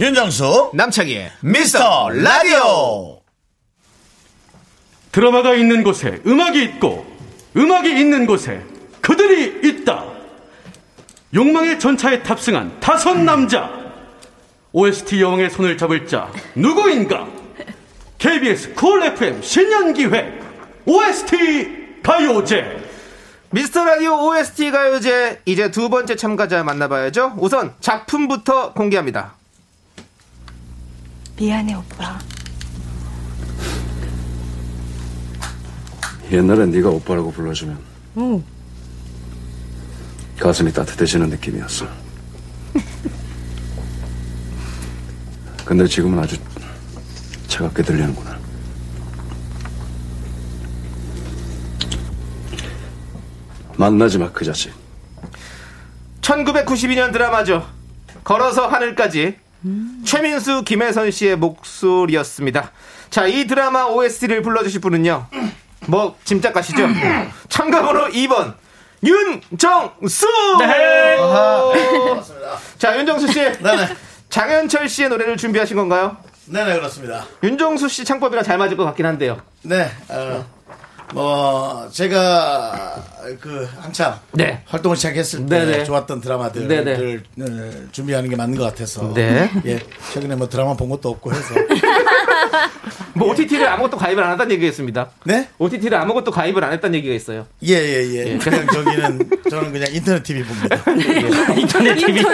A: 윤정수
B: 남창희의
A: 미스터 라디오
F: 드라마가 있는 곳에 음악이 있고 음악이 있는 곳에 그들이 있다. 욕망의 전차에 탑승한 다섯 남자. OST 여왕의 손을 잡을 자 누구인가? KBS 쿨 FM 신년기획 OST 가요제.
B: 미스터 라디오 OST 가요제 이제 두 번째 참가자 만나봐야죠. 우선 작품부터 공개합니다.
Q: 미안해 오빠.
R: 옛날엔 네가 오빠라고 불러주면
G: 음.
R: 가슴이 따뜻해지는 느낌이었어. 근데 지금은 아주 차갑게 들리는구나. 만나지 마, 그 자식.
B: 1992년 드라마죠. 걸어서 하늘까지. 최민수, 김혜선 씨의 목소리였습니다. 자, 이 드라마 OST를 불러주실 분은요. 뭐, 짐작 가시죠? 참가번호 2번. 윤정수!
Q: 네.
B: 어, 자, 윤정수 씨. 장현철 씨의 노래를 준비하신 건가요?
A: 네네 그렇습니다.
B: 네. 윤정수 씨 창법이랑 잘 맞을 것 같긴 한데요.
A: 네.
I: 어, 뭐 제가 그 한참
B: 네.
I: 활동을 시작했을 때
B: 네네.
I: 좋았던 드라마들을
B: 네네.
I: 어, 준비하는 게 맞는 것 같아서
B: 네.
I: 예 최근에 뭐 드라마 본 것도 없고 해서
B: 뭐 OTT를 아무것도 가입을 안 했다는 얘기겠습니다.
I: 예. 네?
B: OTT를 아무것도 가입을 안 했다는 얘기가 있어요.
I: 예예예 그냥 그러니까 저기는 저는 그냥 인터넷 TV 봅니다
B: 인터넷 TV.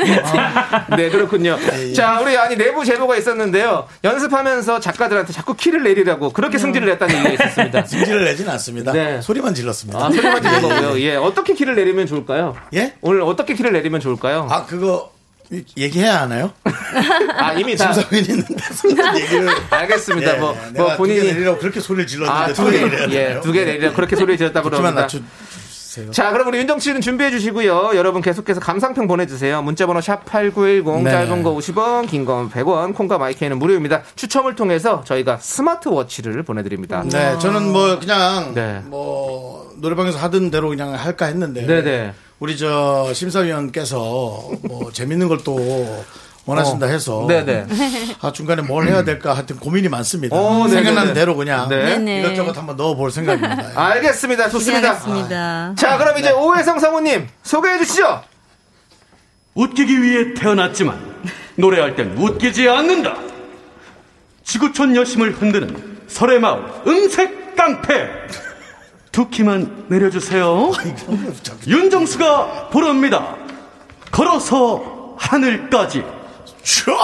B: 네, 그렇군요.
I: 아, 예.
B: 자, 우리 아니 내부 제보가 있었는데요. 연습하면서 작가들한테 자꾸 키를 내리라고 그렇게
I: 음.
B: 승질을 냈다는 얘기가 있었습니다.
I: 승질을 내진 않습니다
B: 네.
I: 소리만 질렀습니다
B: 아, 소리만 들는 거고요. 예, 어떻게 키를 내리면 좋을까요?
I: 예?
B: 오늘 어떻게 키를 내리면 좋을까요?
I: 아, 그거 얘기해야 하나요?
B: 아, 이미 다
I: 심사위원 있는데 무슨 얘기를
B: 알겠습니다.
I: 예,
B: 뭐,
I: 예.
B: 뭐
I: 내가 두개
B: 본인이
I: 내리라고 그렇게 소리를 질렀는데
B: 아, 두
I: 두개
B: 개,
I: 내리라고
B: 예, 두 개 내리라 그렇게 소리를 지었다고
I: 조금만
B: 그럽니다.
I: 낮춰주세요
B: 자, 그럼 우리 윤정씨는 준비해 주시고요. 여러분 계속해서 감상평 보내주세요. 문자번호 샵8910,
I: 네.
B: 짧은 거 50원, 긴 건 100원, 콩과 마이크는 무료입니다. 추첨을 통해서 저희가 스마트워치를 보내드립니다.
I: 네, 저는 뭐 그냥
B: 네.
I: 뭐 노래방에서 하던 대로 그냥 할까 했는데
B: 네네.
I: 우리 저 심사위원께서 뭐 재밌는 걸 또 원하신다
B: 어.
I: 해서
B: 네네. 음.
I: 아 중간에 뭘 해야 될까 하여튼 고민이 많습니다.
B: 어, 네네네.
I: 생각나는 대로 그냥
B: 네. 네네.
I: 이것저것 한번 넣어볼 생각입니다.
B: 알겠습니다. 좋습니다.
A: 기대하겠습니다.
B: 자, 그럼
I: 네.
B: 이제 오해성 성우님 소개해 주시죠.
F: 웃기기 위해 태어났지만 노래할 땐 웃기지 않는다. 지구촌 여심을 흔드는 설의 마을 음색 깡패 두 키만 내려주세요.
A: 아,
F: 윤정수가 부릅니다. 걸어서 하늘까지.
I: 촤!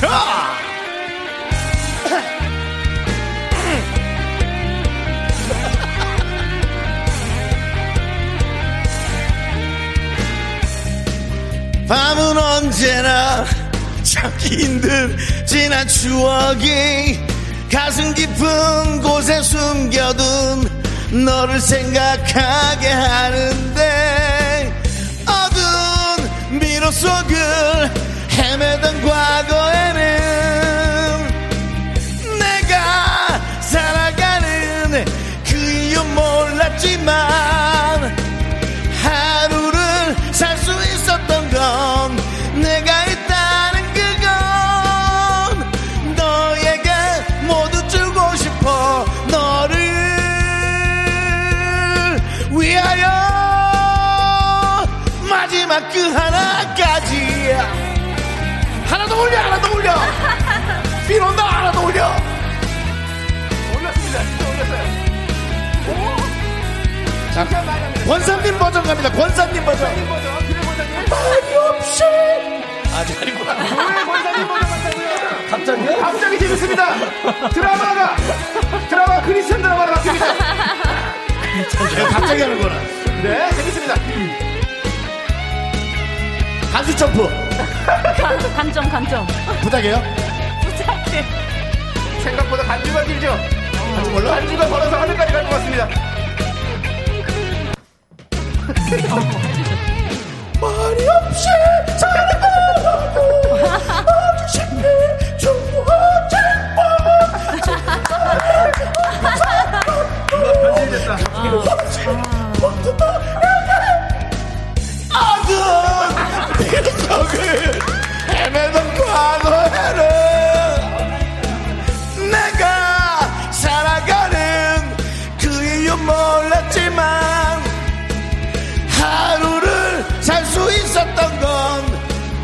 I: 촤! 밤은 언제나 참기 힘든 지난 추억이 가슴 깊은 곳에 숨겨둔 너를 생각하게 하는데 어두운 미로 속을 헤매던 과거에는 내가 살아가는 그 이유 몰랐지만 하루를 살 수 있었던 건 내가 있다는 그건 너에게 모두 주고 싶어 너를 위하여 마지막 그 하나까지 하나 더 올려 하나 더 올려 비 온다 하나 더 올려
K: 올렸습니다. 진짜 올렸어요.
I: 자, 권사님 버전 갑니다 권사님 버전
K: 아니 없이.
I: 아직 아니구나
K: 왜 권사님 먼저 만나고요?
I: 갑자기요?
B: 갑자기 재밌습니다. 드라마가 드라마 크리스천 드라마가 바뀝니다.
I: 갑자기 하는 거라 음.
B: 네, 재밌습니다.
I: 간수 점프
A: 감점, 감점.
I: 부탁해요
A: 부탁해.
B: 생각보다 간주가 길죠.
I: 간주 몰라?
B: 간주가 걸어서 하늘까지 갈 것 같습니다. 네, 아.
K: 말이 없이 사랑하고 아주 쉽게 좋아진 밤은
I: 어두운 비속을 헤매던 과거에는 내가 살아가는 그 이유 몰랐지만 하루를 살 수 있었던 건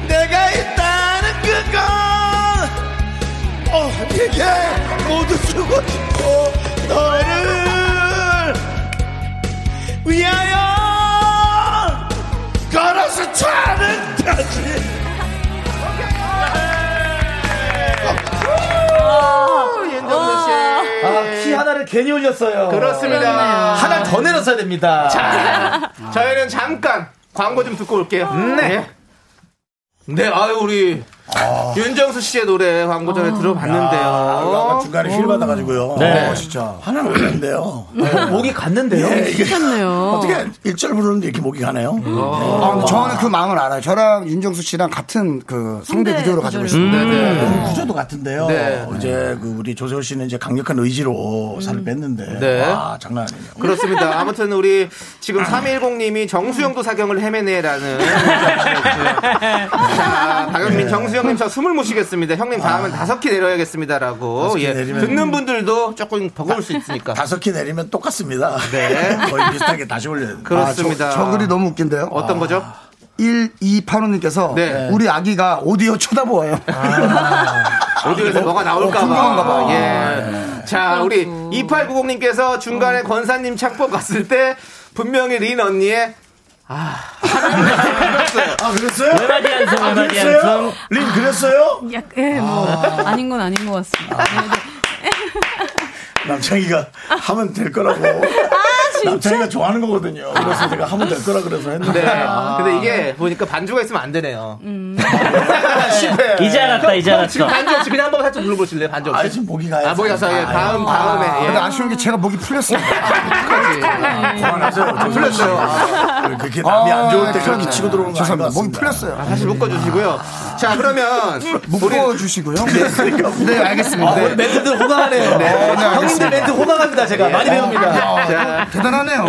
I: 내가 있다는 그건 어, 이게 모두 주고 싶어 너를 위하여 걸어서 차는 까지
S: 아, 키 하나를 괜히 올렸어요.
B: 그렇습니다.
S: 하나 더 내렸어야 됩니다.
B: 자, 저희는 잠깐 광고 좀 듣고 올게요.
S: 음,
B: 네. 네, 아유, 우리 윤정수 씨의 노래 광고
S: 아.
B: 전에 들어봤는데요.
I: 아까 중간에 휠 받아가지고요
B: 네.
I: 어, 진짜 하나 올렸는데요
S: 목이 갔는데요.
H: 네.
A: 미쳤네요.
I: 어떻게 일절 부르는데 이렇게 목이 가네요
H: 아, 근데 저는 그 마음을 알아요. 저랑 윤정수 씨랑 같은 그 상대 구조를 가지고 있습니다.
I: 음, 구조도 같은데요.
B: 네.
I: 이제 그 우리 조세호 씨는 이제 강력한 의지로 살을 뺐는데
B: 네.
I: 와 장난 아니에요.
B: 그렇습니다. 아무튼 우리 지금 310님이 정수영도 사경을 헤매네라는 문자 주셨고요. 자, 박영민 정수영 형님 저 숨을 못 쉬겠습니다. 형님 다음엔 다섯 키 내려야겠습니다라고.
A: 아. 다섯 키
B: 예.
A: 내리면-
B: 듣는 분들도 조금 버거울 수 있으니까.
A: 다섯 키 내리면 똑같습니다.
B: 네.
A: 거의 비슷하게 다시 올려야 됩니다.
B: 그렇습니다.
L: 아, 저, 저 글이 너무 웃긴데요.
B: 어떤
L: 아.
B: 거죠?
L: 1, 2, 8호님께서
B: 네.
L: 우리 아기가 오디오 쳐다보아요.
B: 오디오에서
L: 궁금한가
B: 뭐가 나올까봐.
L: 봐.
B: 예. 자, 우리 2890님께서 중간에 권사님 창법 갔을 때 분명히 린 언니의
A: 아, 그랬어요?
B: 외마디 네, 한숨,
A: 아,
B: 외마디
A: 그랬어요?
B: 한숨.
A: 린, 그랬어요?
G: 약, 예, 뭐 아닌 건 아닌 것 같습니다.
A: 그 남창이가 하면 될 거라고.
B: 아,
A: 남창이가 좋아하는 거거든요. 그래서 제가 하면 될 거라 그래서 했는데.
B: 네.
A: 아.
B: 근데 이게 보니까 반주가 있으면 안 되네요. 실패.
A: 음. 이제 알았다, 이제 알았어.
B: 지금 반주 없이 그냥 한번 살짝 눌러보실래요? 반주 없이.
A: 아, 지금 목이 가요.
B: 아, 목이 가서, 예, 다음, 다음에. 예.
L: 근데 아쉬운 게 제가 목이 풀렸어요.
A: 그만하세요.
B: 풀렸어요.
A: 아, 그렇게 남이 안 좋을 때 그렇게 치고 들어오는 거 아닌 것
L: 죄송합니다. 목이
A: 같습니다.
L: 풀렸어요. 아.
B: 다시 묶어주시고요. 자, 그러면.
L: 묶어주시고요.
H: 아,
L: 네, 알겠습니다.
I: 아, 오늘 멘트들
H: 어,
I: 호강하네요.
B: 네.
L: 아,
I: 형님들 멘트 호강합니다, 제가. 많이 배웁니다.
B: 자, 예.
L: 대단하네요.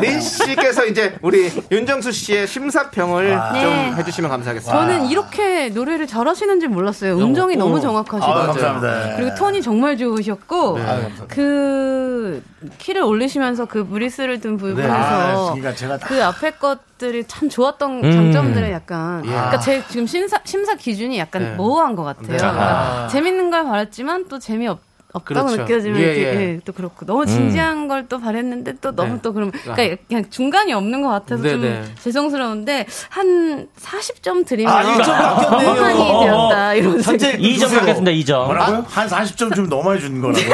B: 린 씨께서 이제 우리 윤정수 씨의 심사평을
G: 아.
B: 좀
G: 네.
B: 해주시면 감사하겠습니다.
G: 저는 이렇게 노래를 잘하시는지 몰랐어요. 음정이
B: 어.
G: 너무 정확하시고
B: 아, 감사합니다.
G: 그리고 톤이 정말 좋으셨고
B: 네. 아, 감사합니다.
G: 그 키를 올리시면서 그 브리스를 든 부분에서
A: 아, 그러니까 제가 다-
G: 그 앞에 것들이 참 좋았던
A: 음.
G: 장점들은 약간
A: 예.
G: 그러니까 제 지금 심사 심사 기준이 약간
B: 네.
G: 모호한 것 같아요.
B: 네.
G: 그러니까
B: 아.
G: 재밌는 걸 바랐지만 또 재미 없 없다고
B: 그렇죠.
G: 느껴지면
B: 예,
G: 이렇게,
B: 예.
G: 예, 또 그렇고 너무 진지한 걸 또 바랬는데 또 너무
B: 네.
G: 또 그럼
B: 아.
G: 그러니까 그냥 중간이 없는 것 같아서 좀
B: 네, 네.
G: 죄송스러운데 한 40점 드리면
A: 아, 이점 깎였네요.
G: 허망이 되었다 이런 생각.
A: 깎겠습니다, 2점.
B: 아,
A: 뭐라고요? 한 40점 좀 넘어야 주는 거라고요?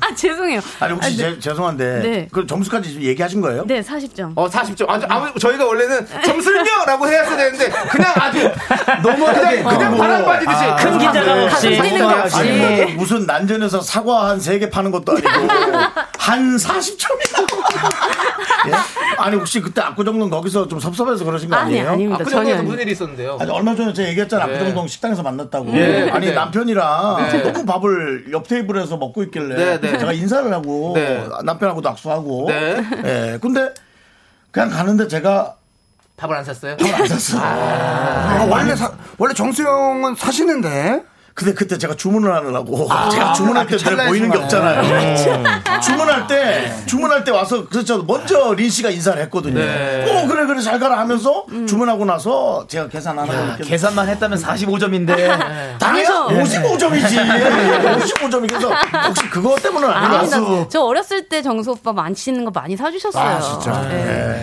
G: 아 죄송해요.
A: 아니, 혹시
G: 아, 네.
A: 제- 죄송한데.
G: 네.
A: 그럼 점수까지 지금 얘기하신 거예요?
G: 네 40점.
B: 어, 40점. 아주, 아무, 저희가 원래는 점수를요라고 해야 되는데, 그냥 아주, 너무 뭐, 그냥, 그냥 바람 빠지듯이.
A: 큰
B: 네.
A: 긴장감 없이.
B: 가슴 뛰는 거 없이.
A: 아니, 뭐 무슨 난전에서 사과 한 세 개 파는 것도 아니고 한 40점이나. 예? 아니 혹시 그때 압구정동 거기서 좀 섭섭해서 그러신 거
B: 아니,
A: 아니에요?
B: 아닙니다. 압구정동에서 전혀 무슨 아니에요. 일이 있었는데요?
A: 아니 얼마 전에 제가 얘기했잖아.
B: 네.
A: 압구정동 식당에서 만났다고.
B: 예,
A: 아니
B: 네.
A: 남편이랑
B: 네.
A: 너무 밥을 옆 테이블에서 먹고 있길래
B: 네, 네.
A: 제가 인사를 하고
B: 네.
A: 남편하고도 악수하고.
B: 네.
A: 예. 근데 그냥 가는데 제가
B: 밥을 안 샀어요?
A: 안 샀어.
L: 아, 원래 사- 원래 정수영은 사시는데.
A: 근데 그때 제가 주문을 하느라고
L: 아,
A: 제가 주문할
L: 아,
A: 때
L: 그
A: 잘
L: 찰나에 음.
A: 보이는 게
L: 주문하네.
A: 없잖아요. 음. 주문할 때 주문할 때 와서 그렇죠. 먼저 린 씨가 인사를 했거든요.
I: 네.
A: 어 그래 그래 잘 가라 하면서 주문하고 나서 제가 계산 안 하고 이렇게
I: 계산만 했다면 45점인데.
A: 네. 당연히
L: 네.
A: 55점이지. 55점이 그래서 혹시 그거 때문은 아니라서
G: 아니다. 저 어렸을 때 정수 오빠 맛있는 거 많이 사주셨어요.
I: 아, 진짜.
G: 네.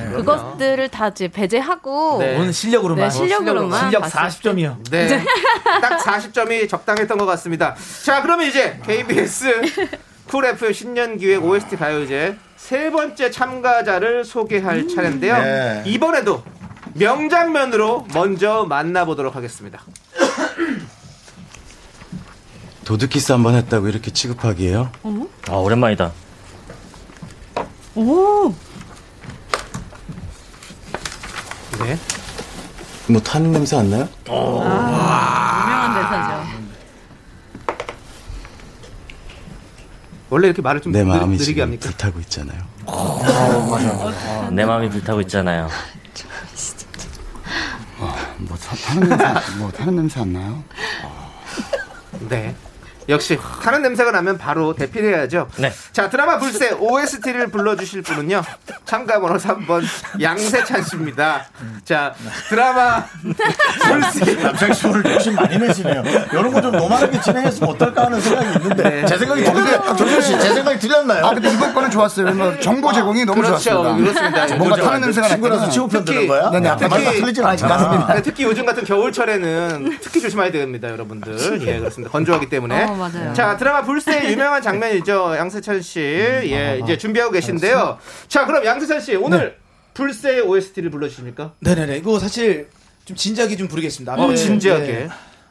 I: 네.
G: 그것들을 다 이제 배제하고
B: 오늘 실력으로만.
G: 네, 실력으로만
B: 실력
G: 봤을
B: 40점이요. 네. 딱 40점이 적당했던 것 같습니다. 자, 그러면 이제 KBS 쿨 FM 신년 기획 OST 가요제 세 번째 참가자를 소개할 차례인데요.
I: 네.
B: 이번에도 명장면으로 먼저 만나보도록 하겠습니다.
T: 도둑키스 한 번 했다고 이렇게 취급하기에요?
G: 어머?
T: 아 오랜만이다.
G: 오
B: 네.
T: 뭐 타는 냄새 안 나요?
G: 유명한
B: 아,
G: 대사죠.
B: 네. 원래 이렇게 말을 좀
T: 내
B: 느-
T: 마음이
B: 느리게
T: 지금
B: 합니까? 어,
T: 불타고 있잖아요.
J: 어, 내 마음이 불타고 있잖아요.
L: 뭐 사- 타는 냄새, 뭐 타는 냄새 안 나요?
B: 네. 역시 타는 냄새가 나면 바로 대피를 해야죠.
J: 네.
B: 자 드라마 불새 OST를 불러주실 분은요 참가번호 3번 양세찬 씨입니다. 자 드라마
A: 남창희 씨 오늘 욕심 많이 내시네요. 이런 거 좀 노멀하게 진행했으면 어떨까 하는 생각이 있는데
B: 네.
A: 제 생각이 틀렸나요? 조준 씨제 생각이 틀렸나요?
L: 아, 근데 이번 거는 좋았어요. 왜냐면 정보 제공이 너무
B: 그렇죠.
L: 좋았습니다.
B: 그렇습니다.
L: 뭔가
B: 정보
L: 타는
B: 제공.
L: 냄새가
B: 친구라서
L: 났구나.
B: 치우편 드는
L: 특히- 아.
B: 거야?
L: 네네, 아까
B: 특히-
L: 말과 틀리진 않습니다.
B: 네, 특히 요즘 같은 겨울철에는 특히 조심해야 됩니다, 여러분들. 예, 그렇습니다. 건조하기 때문에.
I: 어, 맞아요.
B: 자, 드라마 불새의 유명한 장면이죠. 양세찬 씨.
I: 음, 아,
B: 예, 이제 준비하고 계신데요. 자, 그럼 양세찬 씨, 오늘 불새의 OST를 불러주십니까?
I: 네. 네네네. 이거 사실 좀 진지하게 좀 부르겠습니다. 네.
B: 어, 진지하게.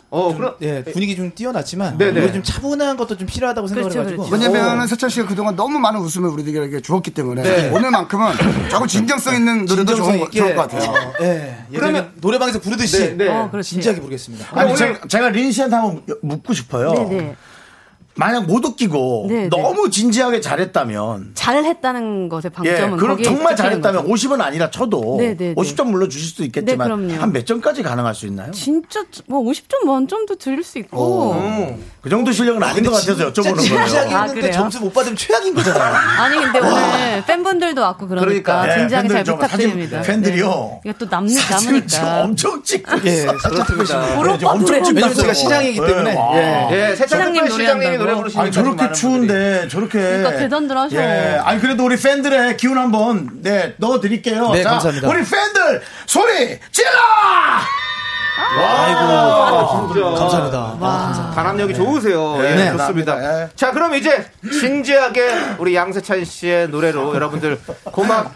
B: 어, 그럼
I: 아, 예, 분위기 좀 뛰어났지만
B: 네네.
I: 이거 좀 차분한 것도 좀 필요하다고 생각을
M: 그렇죠,
I: 해 가지고. 어.
L: 왜냐면은 세찬 씨가 그동안 너무 많은 웃음을 우리들에게 주었기 때문에
I: 네.
L: 오늘만큼은 조금 진정성 있는 노래도
I: 진정성
L: 좋은 거-
I: 있게.
L: 좋을 것 같아요. 어.
I: 예.
L: 그러면-
I: 그러면 노래방에서 부르듯이
L: 네, 네. 어,
I: 진지하게 부르겠습니다.
A: 아니 제가, 제가 린 씨한테 한번 묻고 싶어요. 만약 못 웃기고
G: 네, 네.
A: 너무 진지하게 잘했다면
G: 잘했다는 것의 방점은
A: 예, 그럼
G: 거기에
A: 정말
G: 찍히는
A: 잘했다면
G: 거죠.
A: 50은 아니라 쳐도
G: 네, 네, 네.
A: 50점 물러 주실 수도
G: 네,
A: 있겠지만
G: 그럼요.
A: 한 몇 점까지 가능할 수 있나요?
G: 진짜 뭐 50점 만점도 드릴 수 있고
A: 그 정도 실력은 아닌 것 같아서 여쭤보는 거예요.
G: 진지하게 아, 했는데 그래요? 점수
M: 못 받으면 최악인 거잖아요.
G: 아니 근데 오늘 팬분들도 왔고 그러니까,
A: 그러니까, 예,
G: 진지하게
A: 팬들
G: 잘
A: 좀 사진-
G: 부탁드립니다.
A: 팬들이요.
G: 네. 이게 또 남,
A: 사진을 지금
G: 남으니까.
A: 엄청 찍고
M: 예,
A: 있어요.
M: 사진 찍고 있습니다.
A: 예, 지금 엄청 찍고
M: 왜냐면
A: 있어요.
M: 제가 신앙이기 때문에.
A: 와.
M: 예. 예, 세찬
G: 시장님
M: 특별 시장님이
G: 노래한다고.
M: 노래 부르시니까
A: 아니 저렇게 추운데 저렇게
G: 그러니까 대전들 하셔.
A: 예, 아니 그래도 우리 팬들의 기운 한번 네 넣어 드릴게요.
M: 네, 감사합니다.
A: 우리 팬들 소리 질러!
B: 아이고, 진짜.
M: 감사합니다. 감사합니다.
B: 단합력이 좋으세요. 예,
M: 네.
B: 좋습니다. 자, 그럼 이제 진지하게 우리 양세찬 씨의 노래로 여러분들 고막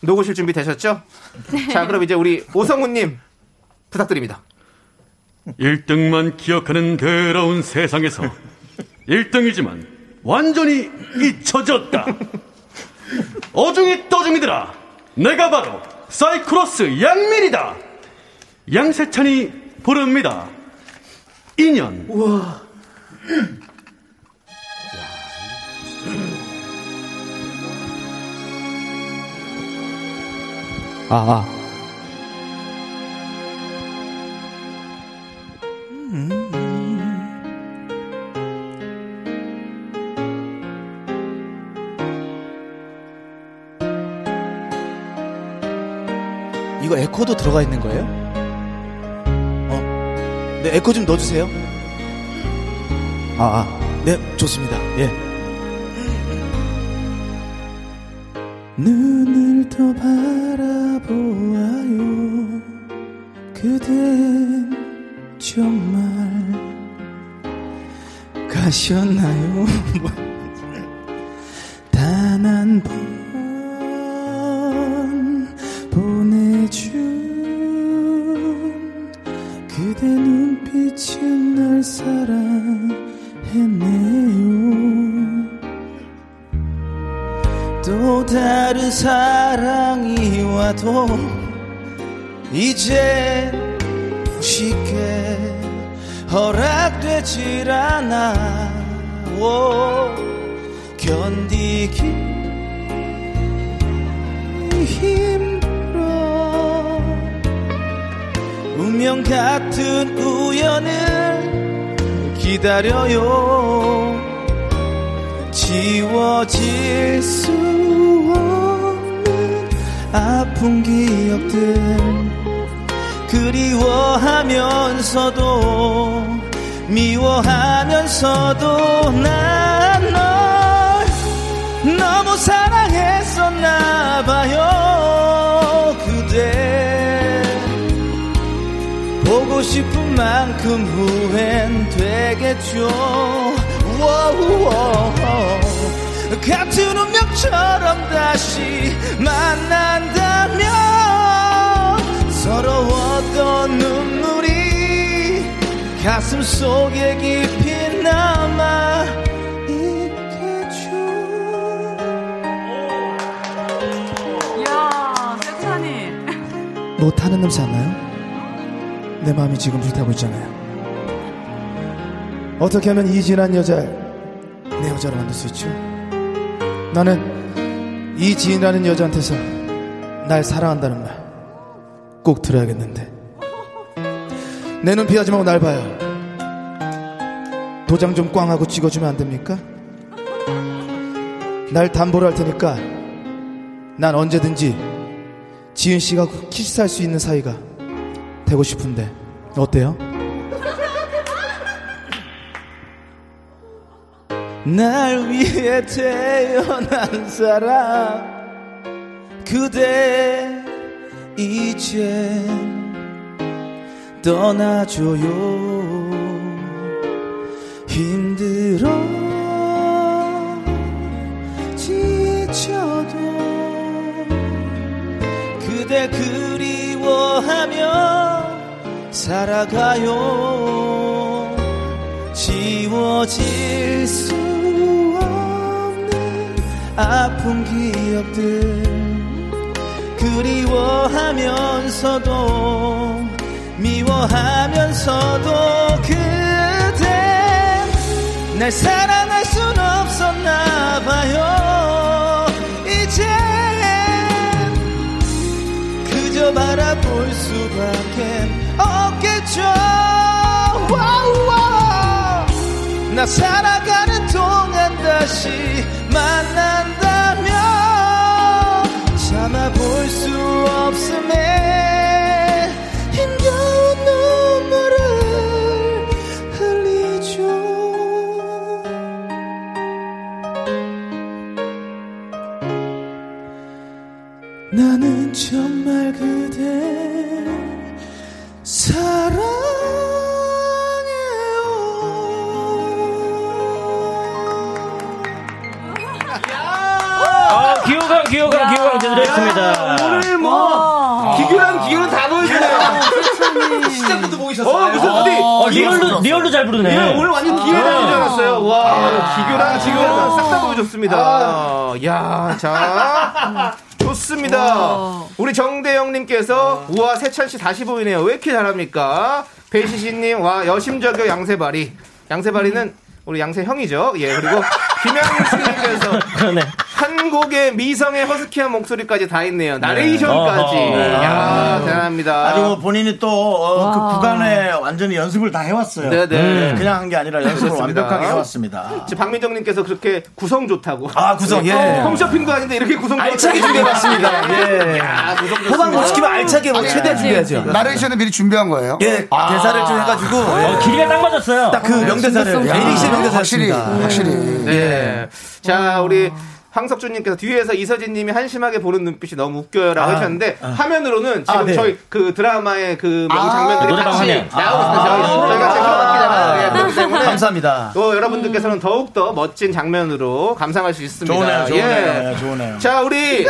B: 녹으실 준비 되셨죠?
I: 네.
B: 자, 그럼 이제 우리 오성훈님 부탁드립니다.
F: 1등만 기억하는 더러운 세상에서 1등이지만 완전히 잊혀졌다. 어중이 떠중이들아, 내가 바로 사이클로스 양민이다. 양세찬이 부릅니다. 인연. 우와.
M: 아, 이거 에코도 들어가 있는 거예요? 어, 네 에코 좀 넣어주세요. 아, 아. 네 좋습니다. 예.
I: 눈을 더 바라보아요 그댄 정말 가셨나요 단 한 번 보내준 그대 눈빛은 날 사랑했네요 또 다른 사랑이 와도 이젠 쉽게 허락되질 않아 오, 견디기 힘들어 운명 같은 우연을 기다려요 지워질 수 없는 아픈 기억들 그리워하면서도 미워하면서도 난 널 너무 사랑했었나 봐요 그대 보고 싶은 만큼 후엔 되겠죠. 워우워. 같은 운명처럼 다시 만난다면 서러웠던 눈물이 가슴 속에 깊이 남아
G: 이야, 세찬이.
I: 못하는 냄새 안 나요? 내 마음이 지금 불타고 있잖아요. 어떻게 하면 이 진한 여자를 내 여자로 만들 수 있죠? 나는 이 진이라는 여자한테서 날 사랑한다는 말 꼭 들어야겠는데. 내 눈 피하지 말고 날 봐요. 도장 좀 꽝 하고 찍어주면 안 됩니까? 날 담보로 할 테니까 난 언제든지 지은 씨가 키스할 수 있는 사이가 되고 싶은데 어때요? 날 위해 태어난 사람 그대 이제 떠나줘요 힘들어 지쳐도 그대 그리워하며 살아가요 지워질 수 없는 아픈 기억들 그리워하면서도 미워하면서도 그대 날 사랑할 순 없었나 봐요 이제 그저 바라볼 수밖에 없겠죠 와우와. 나 살아가는 동안 다시 만난다면 참아볼 수 없음에 힘겨운 눈물을 흘리죠 나는 정말 그대 사랑해요
J: 아, 기호강, 기호강, 기호강 제대로했습니다
B: 오늘
T: 아.
B: 뭐 기교랑 기교는 다 보여주네요.
J: 시작부터
B: 보이셨어요? 어, 무슨 어디?
J: 리얼로, 리얼로 잘 부르네.
B: 예, 오늘 완전 기교랑인 줄 알았어요. 와, 기교랑 기교랑 싹 다 보여줬습니다. 아. 야, 자. 좋습니다. 우리 정대영님께서
A: 네.
B: 우와 세찬 씨 다시 보이네요. 왜 이렇게 잘합니까? 배시신님 와 여심저격 양세바리.
A: 음.
B: 양세바리는 우리 양세 형이죠. 예 그리고 김양수님께서 한 곡의 미성의 허스키한 목소리까지 다 있네요. 나레이션까지.
A: 어허. 네.
B: 야
A: 아유.
B: 대단합니다.
A: 아주 뭐 본인이 또 그
B: 와.
A: 구간에 완전히 연습을 다 해왔어요.
B: 네네.
A: 음. 그냥 한 게 아니라 연습을
B: 그렇습니다.
A: 완벽하게 해왔습니다.
B: 지금 박민정님께서 그렇게 구성 좋다고.
A: 아, 구성, 예.
B: 어, 홈쇼핑도 아닌데 이렇게 구성
A: 알차게
B: 좋다고.
A: 준비해봤습니다.
B: 예. 야, 구성 좋습니다.
H: 호박 못뭐 시키면 알차게
B: 아니, 네.
H: 최대한 준비하죠. 나레이션은 미리 준비한 거예요. 예, 대사를 좀 해가지고.
J: 어,
H: 예.
J: 길이가 딱 맞았어요.
H: 딱 그
L: 아, 네,
H: 명대사를. 에릭 씨의 명대사였습니다. 예.
B: 확실히,
H: 확실히.
B: 네. 자, 우리 황석준님께서 뒤에서 이서진님이 한심하게 보는 눈빛이 너무 웃겨요라고
Q: 아,
B: 하셨는데 화면으로는 지금
Q: 아, 네.
B: 저희 그 드라마의 그
Q: 아,
B: 명장면들이
Q: 노래방
B: 같이
Q: 화면.
B: 나오고 있어요. 저희-
Q: 아.
B: 저희가 지금
Q: 아.
B: 프로바퀴잖아요. 예, 그렇기 때문에
Q: 감사합니다.
B: 또 여러분들께서는 더욱 더 멋진 장면으로 감상할 수 있습니다.
A: 좋네요, 좋네요,
B: 예.
A: 예, 좋네요.
B: 자, 우리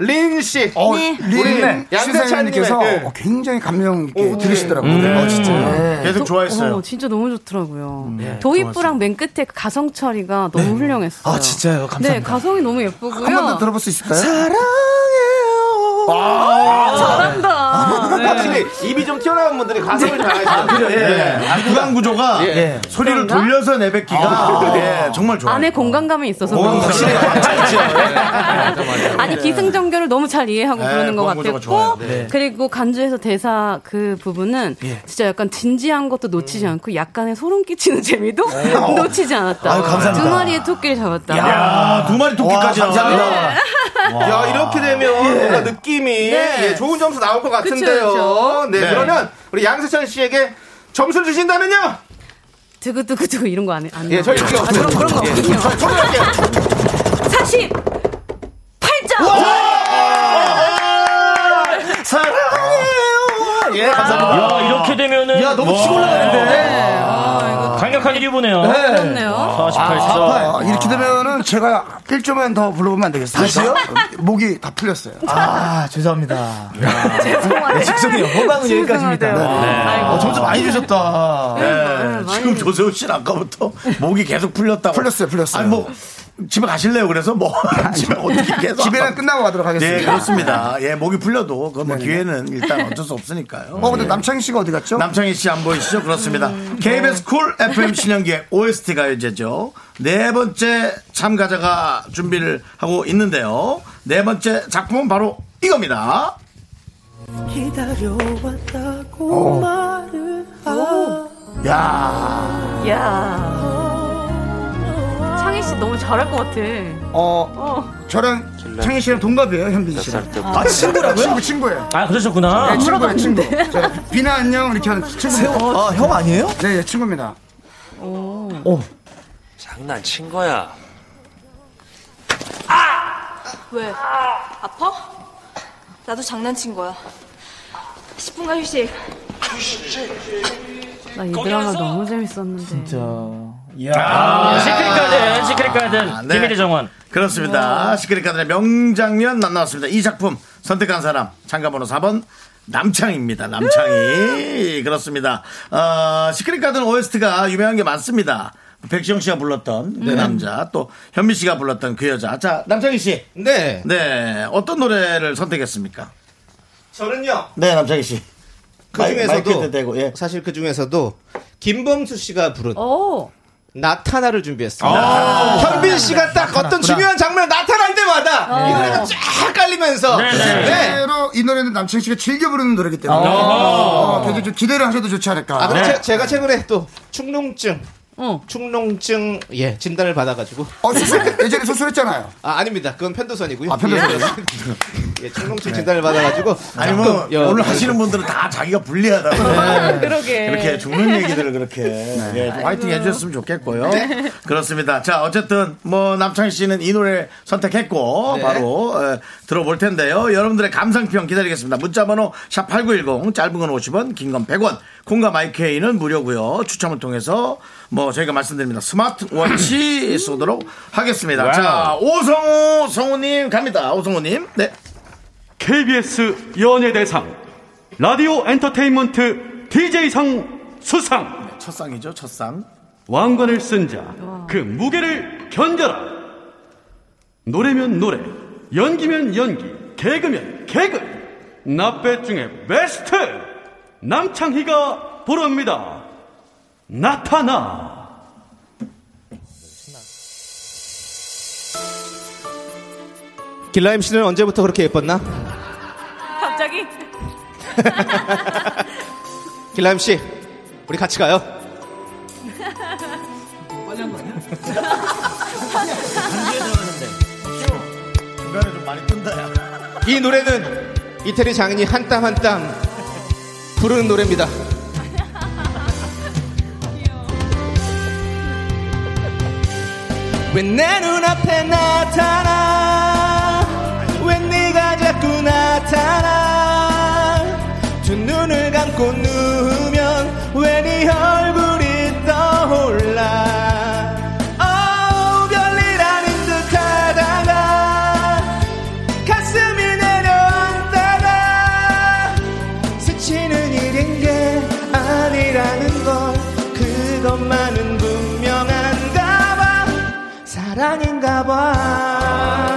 B: 린 씨,
H: 어,
B: 우리
H: 린
B: 양세찬님께서
H: 양세찬님께서
L: 어,
H: 굉장히 감명 있게 들으시더라고요.
A: 음.
H: 어, 진짜.
L: 네.
A: 음. 계속 좋아했어요.
G: 어, 진짜 너무 좋더라고요.
H: 네,
G: 도입부랑 맨 끝에 그 가성 처리가 너무 훌륭했어요.
H: 아, 진짜요? 감사합니다.
G: 네, 가성이 너무 예쁘고요.
H: 한 번 더 들어볼 수 있을까요?
B: 아,
G: 잘한다. 네.
B: 확실히 입이 좀 튀어나온 분들이 가슴을 잘하시죠. 네.
A: 예. 아, 구간 구조가 예. 소리를 돌려서 내뱉기가 예, 정말 좋아요.
G: 안에 공간감이 있어서 그런 거예요. 아니 기승전결을 너무 잘 이해하고
A: 네,
G: 부르는 것
A: 그런 구조가
G: 같았고
A: 좋아요. 네. 예.
G: 그리고 간주에서 대사 그 부분은 진짜 약간 진지한 것도 놓치지
A: 음.
G: 않고 약간의 소름 끼치는 재미도 놓치지 않았다.
A: 네. 어. 아유, 감사합니다.
G: 두 마리의 토끼를 잡았다.
A: 야, 두 마리 토끼까지
B: 와, 감사합니다.
A: 나와요. 아, 네. 와.
B: 네. 야, 이렇게 되면
A: 예.
B: 뭔가 느낌이
A: 네.
B: 예, 좋은 점수 나올 것
G: 그쵸,
B: 같은데요.
G: 그쵸.
B: 네,
G: 네.
B: 그러면 우리 양세찬 씨에게 점수를 주신다면요?
G: 두구두구두구 이런 거 안 해. 안
B: 예, 저희 이렇게
G: 나와요. 아, 그런, 그런 거
B: 예.
G: 없군요.
B: 저- 저희 할게요.
G: 48점!
K: 네.
A: 사랑해요. 예, 감사합니다.
J: 야, 이렇게 되면은. 아,
A: 야, 너무 치고 올라가는데. 아,
J: 강력한 1위 보네요.
H: 네.
J: 그렇네요. 48점.
H: 아, 이렇게 되면은 제가 1조만 더 불러보면 안 되겠어요? 네.
J: 다시요?
H: 목이 다 풀렸어요.
B: 아,
H: 죄송합니다.
B: 죄송해요.
H: 네, 죄송해요. 네. 호박은 여기까지입니다. 아,
A: 어, 점수 많이 주셨다.
H: 네.
A: 예. 지금 조세호 씨는 아까부터 목이 계속 풀렸다고. 풀렸어요, 풀렸어요. 아니, 뭐, 집에 가실래요? 그래서 뭐, 집에 어떻게 계속.
H: 집에는 끝나고 가도록 하겠습니다. 네,
A: 네, 그렇습니다. 예, 목이 풀려도, 그뭐 기회는 일단 어쩔 수 없으니까요.
H: 어, 근데
A: 예.
H: 남창희 씨가 어디 갔죠?
A: 남창희 씨 안 보이시죠? 그렇습니다.
H: 음, 네.
A: KBS 쿨 FM 신현기의 OST 가요제죠. 네 번째 참가자가 준비를 하고 있는데요. 네 번째 작품은 바로 이겁니다.
I: 기다려왔다고
A: 오.
I: 말을 하
A: 야
G: 야 창희 씨 너무 잘할 것 같아.
H: 어,
G: 어.
H: 저랑 창희 씨랑 동갑이에요, 현빈 씨랑.
G: 아, 친구라고요?
H: 친구, 친구예요.
J: 아, 그러셨구나.
H: 네, 친구예요, 친구. 저 비나 안녕, 이렇게 하는 친구.
B: 아, 형 아니에요?
H: 네, 네, 친구입니다.
J: 오.
U: 장난친 거야.
K: 왜? 아파? 나도 장난친 거야. 10분간 휴식.
G: 나 이 드라마 너무 재밌었는데.
J: 아, 시크릿 가든, 시크릿 가든, 비밀의 정원.
A: 아, 네.
J: 음.
A: 그렇습니다. 시크릿 가든의 명장면 만나왔습니다. 이 작품 선택한 사람 참가번호 4번 남창입니다.
J: 음.
A: 남창이 그렇습니다. 어, 시크릿 가든 OST가 유명한 게 많습니다. 백지영 씨가 불렀던 그
J: 음.
B: 네.
A: 남자, 또 현미 씨가 불렀던 그 여자. 자, 남창희 씨.
B: 네.
A: 네, 어떤 노래를 선택했습니까?
B: 저는요.
A: 네, 남창희 씨.
B: 그
A: 마이- 마이크에도 예.
B: 중에서도 사실 그 중에서도 김범수 씨가 부른
I: 나타나를 준비했습니다.
A: 아.
I: 현빈 씨가 딱 어떤 중요한 장면에 나타날 때마다
G: 아.
I: 이 노래가 쫙 깔리면서 네.
L: 실제로 이 노래는 남창희 씨가 즐겨 부르는 노래이기 때문에
J: 아.
I: 어.
L: 어, 되게 좀 기대를 하셔도 좋지 않을까.
I: 아, 그럼
J: 네.
I: 제, 가 최근에 또 충농증, 충농증 예 진단을 받아가지고
L: 어, 예전에 수술했잖아요.
I: 아 아닙니다. 그건 편도선이고요.
L: 아, 편도선이요?
I: 예. 예, 충농증 진단을 받아가지고 그
A: 아니 뭐 오늘 하시는 분들은 다 자기가 불리하다고
I: 네. 그러게.
A: 이렇게 죽는 얘기들을 그렇게
I: 네.
A: 예, 좀 화이팅
I: 아이고.
A: 해주셨으면 좋겠고요
L: 네.
A: 그렇습니다 자 어쨌든 뭐 남창희 씨는 이 노래 선택했고
I: 네.
A: 바로 예, 들어볼 텐데요 여러분들의 감상평 기다리겠습니다 문자번호 샵8910 짧은 건 50원 긴 건 100원 콩과 마이케이는 무료고요 추첨을 통해서 뭐 저희가 말씀드립니다 스마트워치 쏘도록 하겠습니다 자 오성우 성우님 갑니다 오성우님 네
F: KBS 연예대상 라디오 엔터테인먼트 DJ상 수상
A: 첫상이죠 첫상
F: 왕관을 쓴 자 그 무게를 견뎌라 노래면 노래 연기면 연기 개그면 개그 나빼 중에 베스트 남창희가 부릅니다 나타나
I: 길라임 씨는 언제부터 그렇게 예뻤나?
G: 갑자기?
I: 길라임 씨, 우리 같이 가요.
U: 빨리 한거 아니야?
A: 중간에 좀 많이 뜬다 야
I: 이 노래는 이태리 장인이 한 땀 한 땀 부르는 노래입니다. 왜 내 눈앞에 나타나 왜 네가 자꾸 나타나 두 눈을 감고 누우면 왜 네 얼굴이 떠올라 어우 별일 아닌 듯 하다가 가슴이 내려앉다가 스치는 일인 게 아니라는 걸 그것만은 분명한가 봐 사랑인가 봐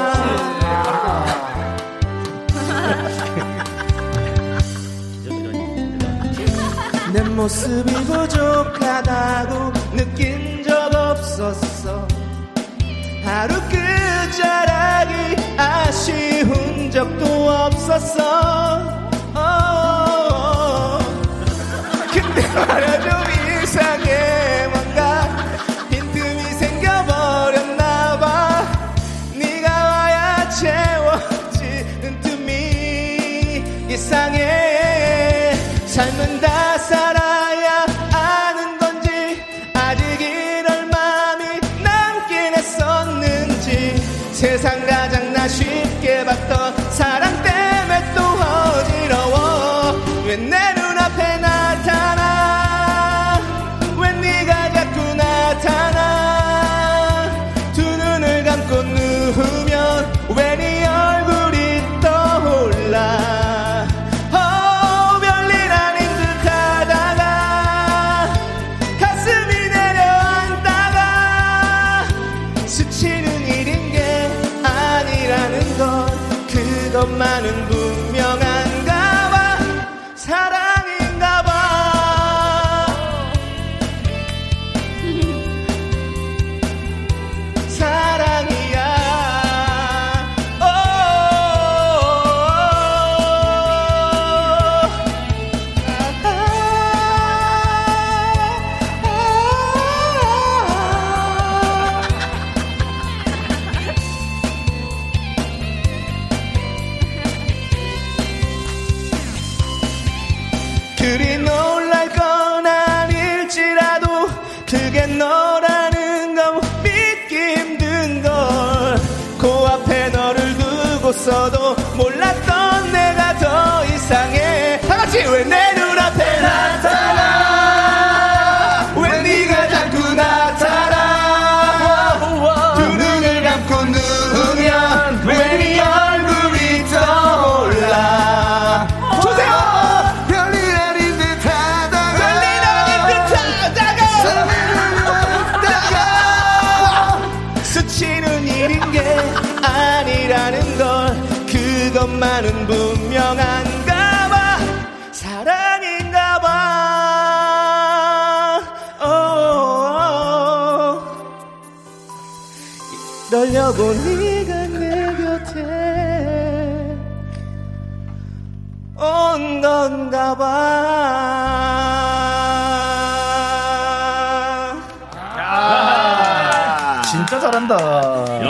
I: 내 모습이 부족하다고 느낀 적 없었어 하루 끝자락이 아쉬운 적도 없었어 어. 근데 말야 좀 이상해 뭔가 빈틈이 생겨버렸나봐 네가 와야 채워지는 틈이 이상해 삶은 다 살아야 아는 건지 아직 이럴 마음이 남긴 했었는지 세상 가장 나 쉽게 봤던 사랑 때문에 또 어지러워 왜 내 눈앞에 나타나 왜 네가 자꾸 나타나 두 눈을 감고 누우면 왜 네 얼굴이 떠올라 어 별일 아닌 듯 하다가 가슴이 내려앉다가 스치는 일인 게 아니라는 것 그것만은 분명한가 봐 사랑인가 봐 사랑이야. 그리 놀랄 건 아닐지라도 그게 너라는 건 믿기 힘든 걸 코앞에 너를 두고서도 몰랐던 내가 더 이상해 다 같이 왜 내 눈앞에 나타나 왜 네가 자꾸 나타나 두 눈을 감고 누우면 왜 네 얼굴이 떠올라 조세호
U: 별일 아닌 듯 하다가 별일 아닌 듯 하다가
I: 스치는 일인 게 아니라는 걸 그것만은 분명한가 봐 사랑인가 봐 오, 오, 오. 떨려본 네가 내 곁에 온 건가 봐
A: 아, 진짜 잘한다.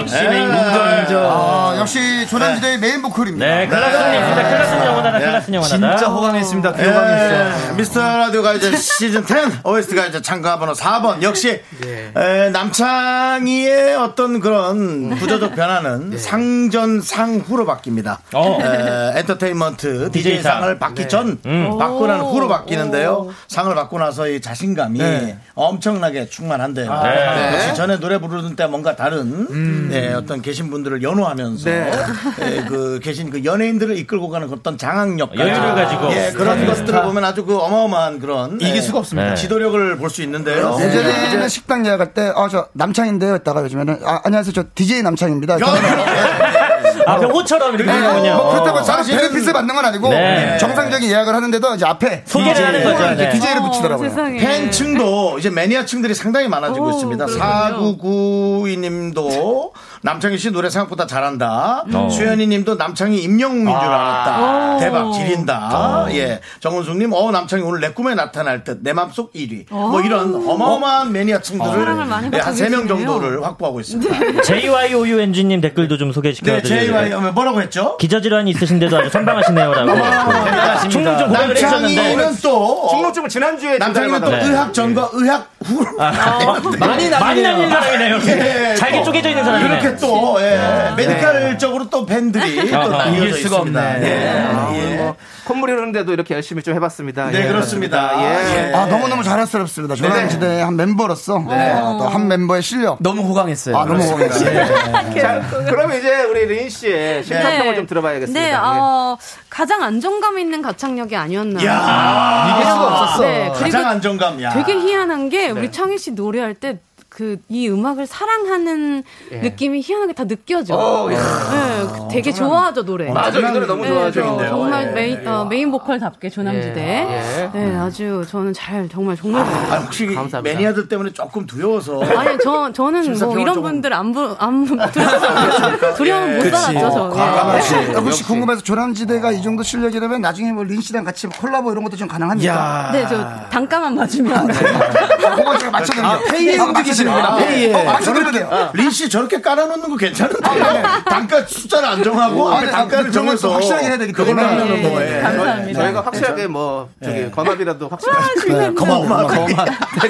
H: 네, 인정. 아,
A: 역시
H: 역시 조남지대의 메인 보컬입니다.
J: 네, 클라스는 있습니다. 클라스는 영원하다, 클라스는 영원하다. 네.
H: 진짜
A: 네. 호강했습니다.
H: 그 호강했어요.
A: 미스터 라디오가 이제 시즌 10 OST가 이제 참가 번호 4번. 역시 에, 남창희의 어떤 그런 구조적 변화는 상전 상후로 바뀝니다.
J: 어.
A: 에, 엔터테인먼트
J: DJ
A: DJ 상을
J: 상.
A: 받기
J: 네.
A: 전
J: 음.
A: 받고 난 후로
J: 오.
A: 바뀌는데요. 상을 받고 나서 이 자신감이
J: 네.
A: 엄청나게 충만한데요.
J: 아, 네. 음.
A: 역시 전에 노래 부르는 때 뭔가 다른 예, 어떤 계신 분들을 연호하면서
J: 네.
A: 예, 그 계신 그 연예인들을 이끌고 가는 어떤 장악력,
J: 여유를 가지고.
A: 예, 그런
J: 네.
A: 것들을 보면 아주 그 어마어마한 그런
H: 이길 수가 없습니다. 네.
A: 지도력을 볼 수 있는데요.
J: 네.
A: 네.
H: 예전에는 식당 예약할 때, 아, 저 남창인데요. 했다가 요즘에는, 아, 안녕하세요. 저 DJ 남창입니다.
J: 아, 병호처럼 이렇게
H: 네,
J: 되는군요.
H: 뭐 그렇다고 따로
J: 사실은-
H: 베네핏을 받는 건 아니고
J: 네.
H: 정상적인 예약을 하는데도 이제 앞에
A: 소개를
H: DJ,
A: 하는 거죠.
H: 이렇게
A: 네.
H: DJ를
J: 어,
H: 붙이더라고요.
J: 네.
A: 팬층도 이제 매니아층들이 상당히 많아지고 있습니다. 4992님도 남창희 씨 노래 생각보다 잘한다.
J: 어.
A: 수현이 님도 남창희 임영웅인 줄 알았다.
J: 오.
A: 대박 지린다.
J: 어.
A: 예. 정은숙 님, 어, 남창희 오늘 내 꿈에 나타날 듯 내 맘속 1위.
J: 오.
A: 뭐 이런 어마어마한
J: 어. 사랑을
A: 매니아층들을
J: 많이
A: 예, 한
J: 받고
A: 3명
J: 계시네요. 네.
A: 정도를 확보하고 있습니다.
J: JYOUNG님 댓글도 좀
A: 네,
J: 소개시켜드릴게요.
A: JY 뭐라고 했죠?
J: 기저질환이 있으신데도 아주 아, 선방하시네요라고. 대단하십니다. 충동 좀 고백을
A: 남창희는
J: 해주셨는데.
A: 또
B: 중로증을 지난주에
A: 아, 남창희는 또
J: 진단을 받았네. 아,
A: 의학 전과 의학 후
K: 아,
A: 아, 어. 네.
K: 네.
J: 많이 많이 나뉘는 사람이네요.
A: 예,
J: 이렇게. 잘게
A: 또
J: 쪼개져 있는 사람이네.
A: 이렇게 뭐. 또 예, 메디컬적으로 또 팬들이 또
B: 아하.
A: 나뉘어져
B: 이길 수가
A: 있습니다.
B: 없네.
A: 예.
B: 아, 오늘 뭐 콧물이 흐르는데도 이렇게 열심히 좀 해봤습니다.
A: 네, 그렇습니다.
B: 예.
H: 아, 너무너무 자랑스럽습니다. 조남지대의 한 멤버로서 어,
B: 네.
H: 또 한 멤버의 실력. 너무 호강했어요. 아, 너무 호강했어요. 네.
B: 예.
A: 예.
B: 자, 그러면 이제 우리 린 씨의 심사평을 좀 들어봐야겠습니다.
G: 네,
B: 예.
G: 어, 가장 안정감 있는 가창력이 아니었나.
A: 야, 이길 수가 없었어.
G: 네, 그리고
A: 가장 안정감. 야.
G: 되게 희한한 게 우리
A: 네.
G: 창희 씨 노래할 때. 그 이 음악을 사랑하는
A: 예.
G: 느낌이 희한하게 다 느껴져.
B: 어,
A: 오, 야.
G: 네, 그 되게 좋아하죠 노래.
A: 맞아, 이 노래 너무
G: 네,
A: 좋아하죠.
G: 저 정말
A: 예.
G: 메인 어, 메인
J: 네.
G: 보컬답게 조남지대.
A: 예.
G: 네, 아주 저는 잘 정말 정말.
A: 아, 혹시 매니아들 때문에 조금 두려워서
B: 예.
G: 아니 저 저는 뭐
A: 심사평을
G: 이런
A: 조금-
G: 분들 안부안
A: 예.
G: 두려워서 두려움 못
H: 그치.
G: 살았죠 저.
H: 과감하지.
G: 네.
H: 혹시 궁금해서 조남지대가 이 정도 실력이라면 나중에 뭐 린씨랑 같이 콜라보 이런 것도 좀 가능합니까? 아, 네.
G: 네, 저 단가만 맞으면.
H: 그거 제가 맞춰드릴게요.
A: 아, 페이에 움직이시는구나, 페이에.
H: 어, 맞춰드릴게요.
A: 린씨 저렇게 깔아놓는 거 괜찮은데 단가 숫자를 안 정하고 앞에 단가를 정해서 그걸로 하는 거예요. 예.
B: 저희- 저희가 확실하게 뭐 저기 검압이라도
A: 네,
B: 확실하게
A: 고마워, 고마워.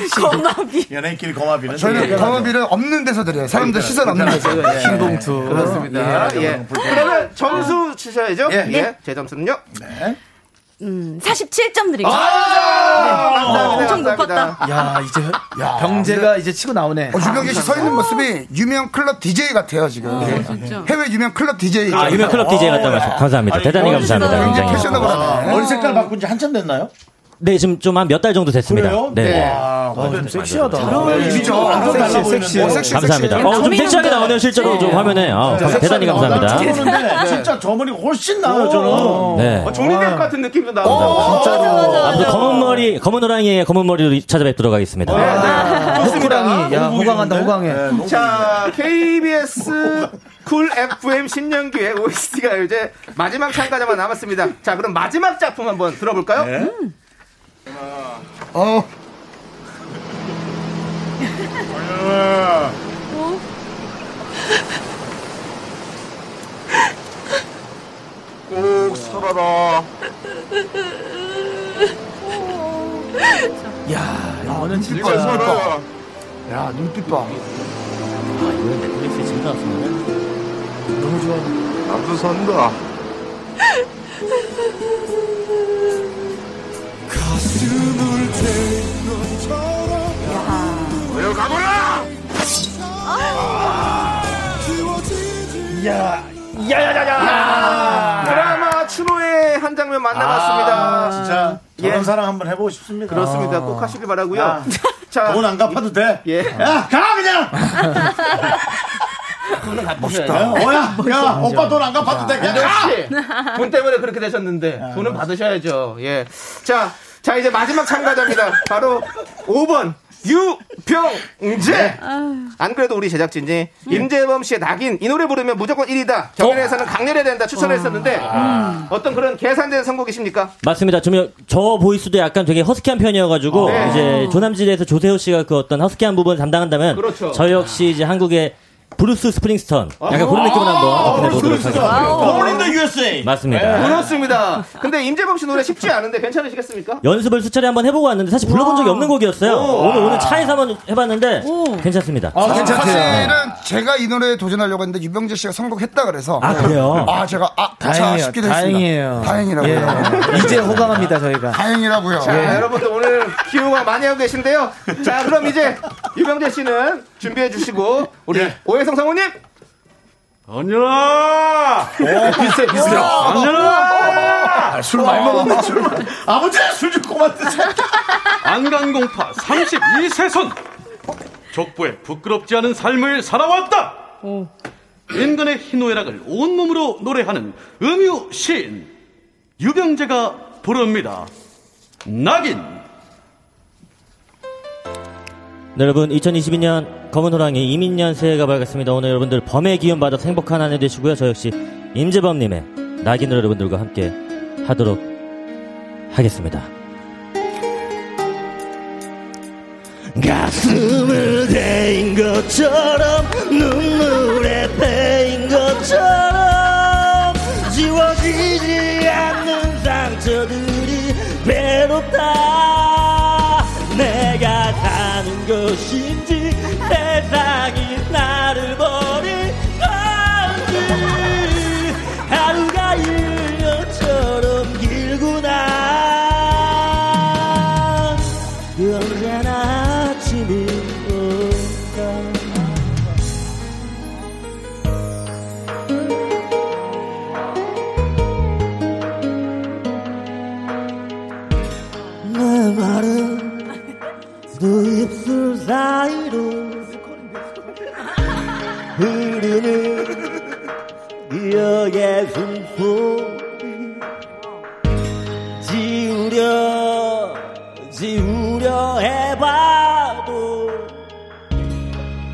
G: 거마비.
A: 연예인끼리 거마비는
H: 저희는 범어비를 없는 데서 드려요. 네. 사람들 시선 없는 데서.
B: 흰 봉투. 그렇습니다.
H: 예.
B: 예. 그러면 점수 주셔야죠.
H: 예.
B: 예. 제 점수는요.
A: 네.
G: 음, 47점
J: 네.
G: 드리겠습니다.
J: 어,
B: 아!
G: 네, 엄청
B: 감사합니다.
G: 높았다.
H: 야, 이제 병재가 이제 치고 나오네. 유병재 씨 서 있는 모습이 유명 클럽 DJ 같아요, 지금.
G: 어,
H: 해외 유명 클럽 DJ.
J: 아, 유명 클럽 DJ 같다고 하셨 감사합니다. 대단히 감사합니다. 굉장히.
A: 아, 패셔너블하네. 아, 머리 색깔 바꾼 지 한참 됐나요?
J: 네, 지금 좀 한 몇 달 정도 됐습니다.
A: 그래요?
J: 네.
A: 와, 완전 아, 섹시하다. 잘 어울리죠.
J: 어,
A: 완전 잘
J: 섹시,
A: 어울리는데.
J: 섹시.
A: 어, 섹시,
J: 감사합니다.
A: 섹시.
J: 어, 좀 섹시하게
A: 남미는
J: 나오네요, 실제로. 좀 화면에. 어,
A: 자,
J: 대단히
A: 섹시하다.
J: 감사합니다.
A: 난 저러는데 진짜 저 머리 훨씬 나아요, 저는.
J: 네.
B: 어, 종리대학 같은 느낌도 나고.
A: 어,
J: 아무튼 검은 머리, 검은 호랑이의 검은 머리로 찾아뵙도록 하겠습니다.
B: 네. 아, 호랑이.
J: 야, 호강한다, 호강해.
A: 네,
B: 자, KBS 쿨 FM 신년기의 OST가 이제 마지막 참가자만 남았습니다. 자, 그럼 마지막 작품 한번 들어볼까요?
A: 네.
B: 음.
H: 어.
B: 어?
I: 꼭 살아라
H: 야, 이거는
I: 진짜 살아라
H: 야, 눈빛 봐.
J: 아, 넷플릭스에 진짜 왔습니다.
H: 너무 좋아.
I: 나도 산다 가슴을 대는 것처럼 어여 가거라
A: 야,
B: 야야야야. 드라마 추노의 한 장면 만나봤습니다.
A: 아, 진짜 저런
B: 예.
A: 사랑 한번 해보고 싶습니다.
B: 그렇습니다. 꼭 하시길 바라고요.
A: 아.
B: 자,
A: 돈안 갚아도 돼.
B: 예.
A: 야, 가 그냥. 멋있다. 어, 야, 야, 오빠 돈 안 갚아도 돼. 그냥 가.
B: 아! 돈 때문에 그렇게 되셨는데
A: 아.
B: 돈은 받으셔야죠. 예. 자, 자 이제 마지막 참가자입니다. 바로 5번
A: 네.
B: 유병재.
G: 아.
B: 안 그래도 우리 제작진이 임재범 씨의 낙인 이 노래 부르면 무조건 1위다. 경연에서는 강렬해야 된다 추천했었는데
J: 음.
B: 어떤 그런 계산된 선곡이십니까?
J: 맞습니다. 좀 저 보이스도 약간 되게 허스키한 편이어가지고
B: 네.
J: 이제 조남지대에서 조세호 씨가 그 어떤 허스키한 부분 을 담당한다면
B: 그렇죠.
J: 저 역시 이제 한국의 브루스 스프링스턴 약간 그런
B: 아, 네,
J: 느낌으로 한번 접근해 보도록
B: 그렇습니다.
J: 하겠습니다.
B: 더 USA.
J: 맞습니다.
B: 그렇습니다. 근데 임재범 씨 노래 쉽지 않은데 괜찮으시겠습니까?
J: 연습을 수차례 한번 해보고 왔는데 사실 불러본 적이 없는 곡이었어요.
B: 아. 오. 아,
J: 오늘 오늘 차에서 한번 해봤는데 아, 괜찮습니다.
H: 아, 사실은 제가 이 노래에 도전하려고 했는데 유병재 씨가 선곡했다 그래서
J: 아, 그래요?
H: 아 제가 아 자,
M: 다행이에요.
H: 싶기도 했습니다.
M: 다행이에요.
H: 다행이라고요. 네.
M: 예. 이제 호강합니다 저희가.
H: 다행이라고요. 예.
B: 자, 여러분들 오늘 기용화 많이 하고 계신데요. 자, 그럼 이제 유병재 씨는 준비해 주시고 우리 오해성 성우님.
F: 언제나
B: 비슷해, 비슷해.
K: 아,
F: 언제나
L: 술 많이 먹었네, 술
F: 많이 아버지 술좀 그만 드세요 안간공파 32세손 족보에 부끄럽지 않은 삶을 살아왔다 인간의 희노애락을 온몸으로 노래하는 음유 시인 유병재가 부릅니다 낙인
J: 네, 여러분 2022년 검은 호랑이 이민년 새해가 밝았습니다. 오늘 여러분들 범의 기운 받아서 행복한 한 해 되시고요. 저 역시 임재범님의 낙인으로 여러분들과 함께 하도록 하겠습니다.
U: 가슴을 대인 것처럼 눈물에 패인 것처럼 지워지지 않는 상처들이 괴롭다 내가 사는 것인지 세상이 나를 버린 건지 하루가 일년처럼 길구나 언제나 아침이 온다 내 말은 두 입술 사이로 흐르는 기억의 숨소리 지우려 지우려 해봐도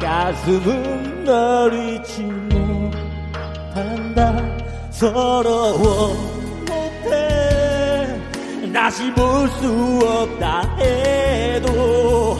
U: 가슴은 널 잊지 못한다 서러워 못해 다시 볼 수 없다 해도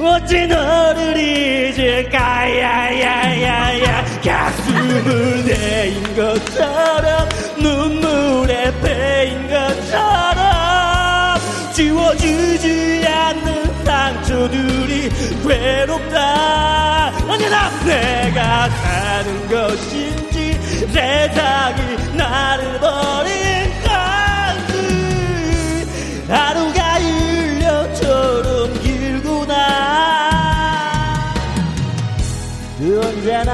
U: 어찌 너를 잊을까 야야야야 가슴을 내인 것처럼 눈물에 패인 것처럼 지워지지 않는 상처들이 괴롭다 언제나 내가 사는 것인지 세상이 나를 버린 건지 하루가 일년처럼 길구나 언제나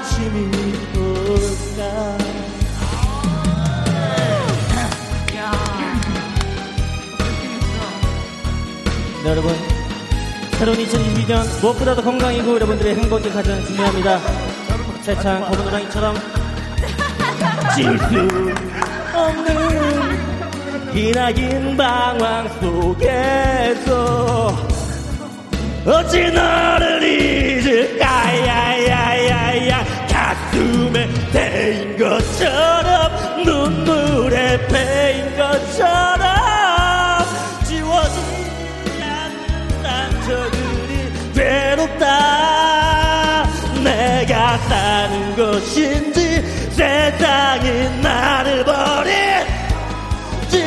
U: 아침이 올까
J: 네, 여러분 새로운 2022년 무엇보다도 건강이고 여러분들의 행복이 가장 중요합니다. 세창 검은 호랑이처럼
U: 질수
J: 없는
U: 기나긴 방황 속에서 어찌 너를 잊을까 야야야야 가슴에 대인 것처럼 눈물에 패인 것처럼 지워지지 않는 상처들이 괴롭다 내가 사는 것인지 세상이 나를 버린 지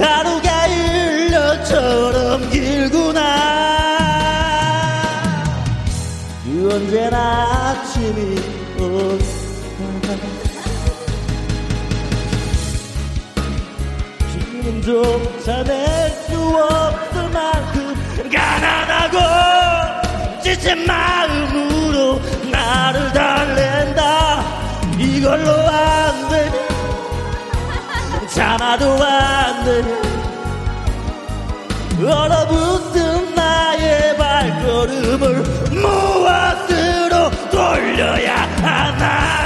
U: 하루가 일년처럼 길구나 언제나 아침이 온다 지금조차 낼수 없을 만큼 가난하고 지친 마음으로 나를 달랜다 이걸로 안 되면 참아도 안 되는 얼어붙은 나의 발걸음을 무엇으로 돌려야 하나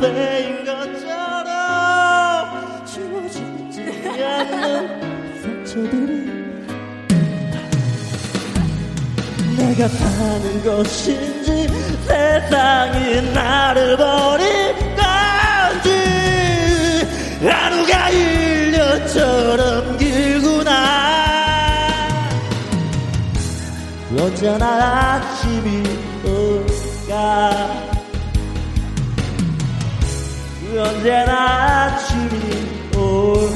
V: 패인 것처럼 지워지지 않는 상처들이 내가 사는 것인지 세상이 나를 버린 건지 하루가 일년처럼 길구나 언제나 아침이 올까 언제나 아침이 올까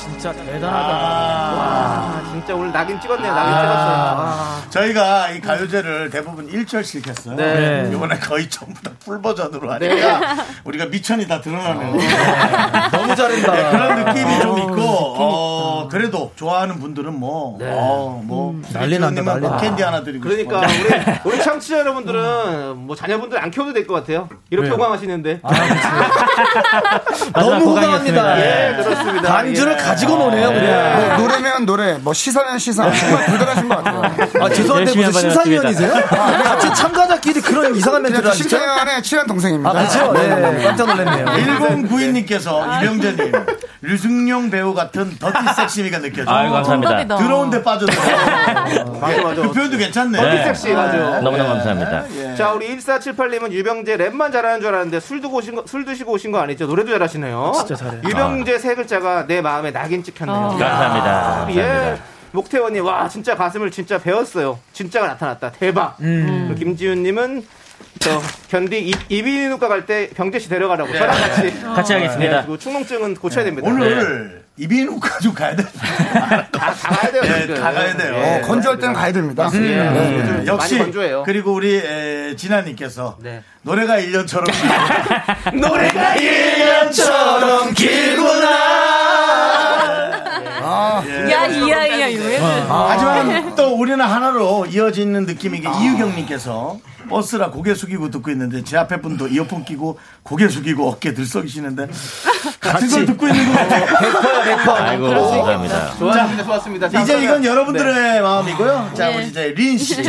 B: 진짜 대단하다. 와, 진짜 오늘 낙인 찍었네요. 낙인 찍었어요. 아.
A: 저희가 이 가요제를 대부분 1절씩 했어요.
B: 네.
A: 이번에 거의 전부 다 풀버전으로 하니까 우리가 미천이 다 드러나네요. 네.
B: 너무 잘한다.
A: 네, 그런 느낌이 좀 있고, 어, 그래도 좋아하는 분들은 뭐,
B: 네.
A: 어, 뭐,
B: 난리 난다, 난리 난다.
A: 캔디 하나 드리고
B: 그러니까
A: 싶어요. 음.
B: 우리 우리 청취자 여러분들은 뭐 자녀분들 안 키워도 될 것 같아요. 이렇게
A: 왜요?
B: 호강하시는데.
H: 아, 마지막
B: 너무
H: 호강이었습니다.
B: 호강합니다. 예,
H: 예.
B: 그렇습니다.
H: 반주를
B: 예.
H: 가지고 노네요, 그냥. 뭐 노래면 노래, 뭐 시사면 시사. 정말
L: 대단하신 것 같아요.
H: 아, 죄송한데 무슨 열심히 심사위원이세요?
L: 아, 네.
H: 같이
L: 참가자끼리 그런 이상한 멘트를 하시죠?
H: 심사위원의 친한 동생입니다.
L: 아,
A: 뭐
L: 그렇죠? 네, 네, 네. 깜짝 놀랐네요.
W: 아.
A: 1092님께서 이병재님, 류승룡 배우 같은 더티 섹시미가 느껴져요.
W: 아유, 감사합니다. 정답이다.
A: 들어온 데 빠져들어. 맞아, 맞아. 그 표현도 괜찮네.
B: 더티 섹시, 맞아.
W: 너무너무
B: 예.
W: 감사합니다.
B: 자, 우리 1478님은 유병재 랩만 잘하는 줄 알았는데 술 두고 오신 거, 술 드시고 오신 거 아니죠? 노래도 잘하시네요.
W: 진짜 잘해요.
B: 유병재 세 글자가 내 마음에 낙인 찍혔네요.
W: 아. 감사합니다.
B: 야, 우리
W: 감사합니다.
B: 예. 목태원님, 와, 진짜 가슴을 진짜 배웠어요. 진짜가 나타났다. 대박.
A: 음.
B: 그 김지윤님은 저 견디 이- 이비인후과 갈 때 병재 씨 데려가라고 저랑 같이
W: 네. 같이 하겠습니다.
B: 예, 그 충농증은 고쳐야 됩니다.
A: 네.
B: 네.
A: 오늘 이비인후과 좀 가야 돼.
B: 가야 돼요.
A: 네, 다 가야 돼요.
H: 어, 건조할 때는 가야 됩니다.
A: 맞습니다.
H: 음.
A: 네.
H: 네.
A: 네. 역시
H: 많이 건조해요.
A: 그리고 우리 에, 진아님께서 노래가 1년처럼 노래가
U: 일년처럼 길구나.
H: 아.
G: 야, 이야, 이야, 이거.
A: 예. 어. 하지만 또 우리는 하나로 이어지는 느낌인 게 이유경님께서 버스라 고개 숙이고 듣고 있는데 제 앞에 분도 이어폰 끼고 고개 숙이고 어깨 들썩이시는데 같은 걸 듣고 있는 거 같아요.
W: 어,
B: 백퍼야 백퍼.
W: 아이고, 감사합니다.
B: 좋았습니다. 좋았습니다. 네. 자,
A: 이제 이건
B: 그러면-
A: 여러분들의
B: 아,
A: 마음이고요. 자,
G: 네.
A: 우리 이제 린 씨,